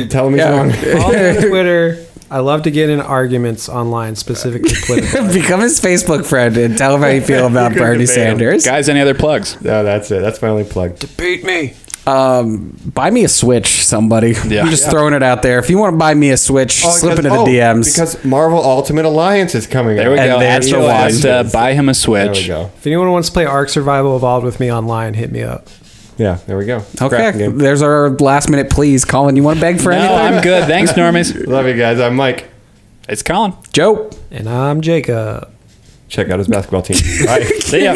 [SPEAKER 9] Tell him he's wrong.
[SPEAKER 10] Follow me on Twitter. I love to get in arguments online, specifically political.
[SPEAKER 8] Become his Facebook friend and tell him how you feel about
[SPEAKER 9] You can
[SPEAKER 8] Bernie
[SPEAKER 9] debate him.
[SPEAKER 8] Sanders.
[SPEAKER 1] Guys, any other plugs?
[SPEAKER 9] No, that's it. That's my only plug.
[SPEAKER 8] Uh, Um, buy me a Switch, somebody.
[SPEAKER 9] Yeah.
[SPEAKER 8] I'm just
[SPEAKER 9] Yeah.
[SPEAKER 8] throwing it out there. If you want to buy me a Switch,
[SPEAKER 9] Oh,
[SPEAKER 8] slip
[SPEAKER 9] because-
[SPEAKER 8] into the
[SPEAKER 9] oh,
[SPEAKER 8] DMs.
[SPEAKER 9] because Marvel Ultimate Alliance is coming.
[SPEAKER 1] There we
[SPEAKER 9] out.
[SPEAKER 1] go.
[SPEAKER 8] And
[SPEAKER 1] That's
[SPEAKER 8] there's
[SPEAKER 1] the
[SPEAKER 8] your
[SPEAKER 1] one.
[SPEAKER 8] license.
[SPEAKER 1] Uh, buy him a
[SPEAKER 9] There we
[SPEAKER 1] Switch.
[SPEAKER 9] go.
[SPEAKER 10] If anyone wants to play Ark Survival Evolved with me online, hit me up.
[SPEAKER 9] Yeah, there we go. Crafting
[SPEAKER 8] okay,
[SPEAKER 9] game.
[SPEAKER 8] there's our last minute please. Colin, you want to beg for
[SPEAKER 1] No,
[SPEAKER 8] anything?
[SPEAKER 1] I'm good. Thanks, Normies.
[SPEAKER 9] Love you guys. I'm Mike.
[SPEAKER 1] It's Colin.
[SPEAKER 8] Joe.
[SPEAKER 10] And I'm Jacob.
[SPEAKER 9] Check out his basketball team. Bye.
[SPEAKER 1] See ya.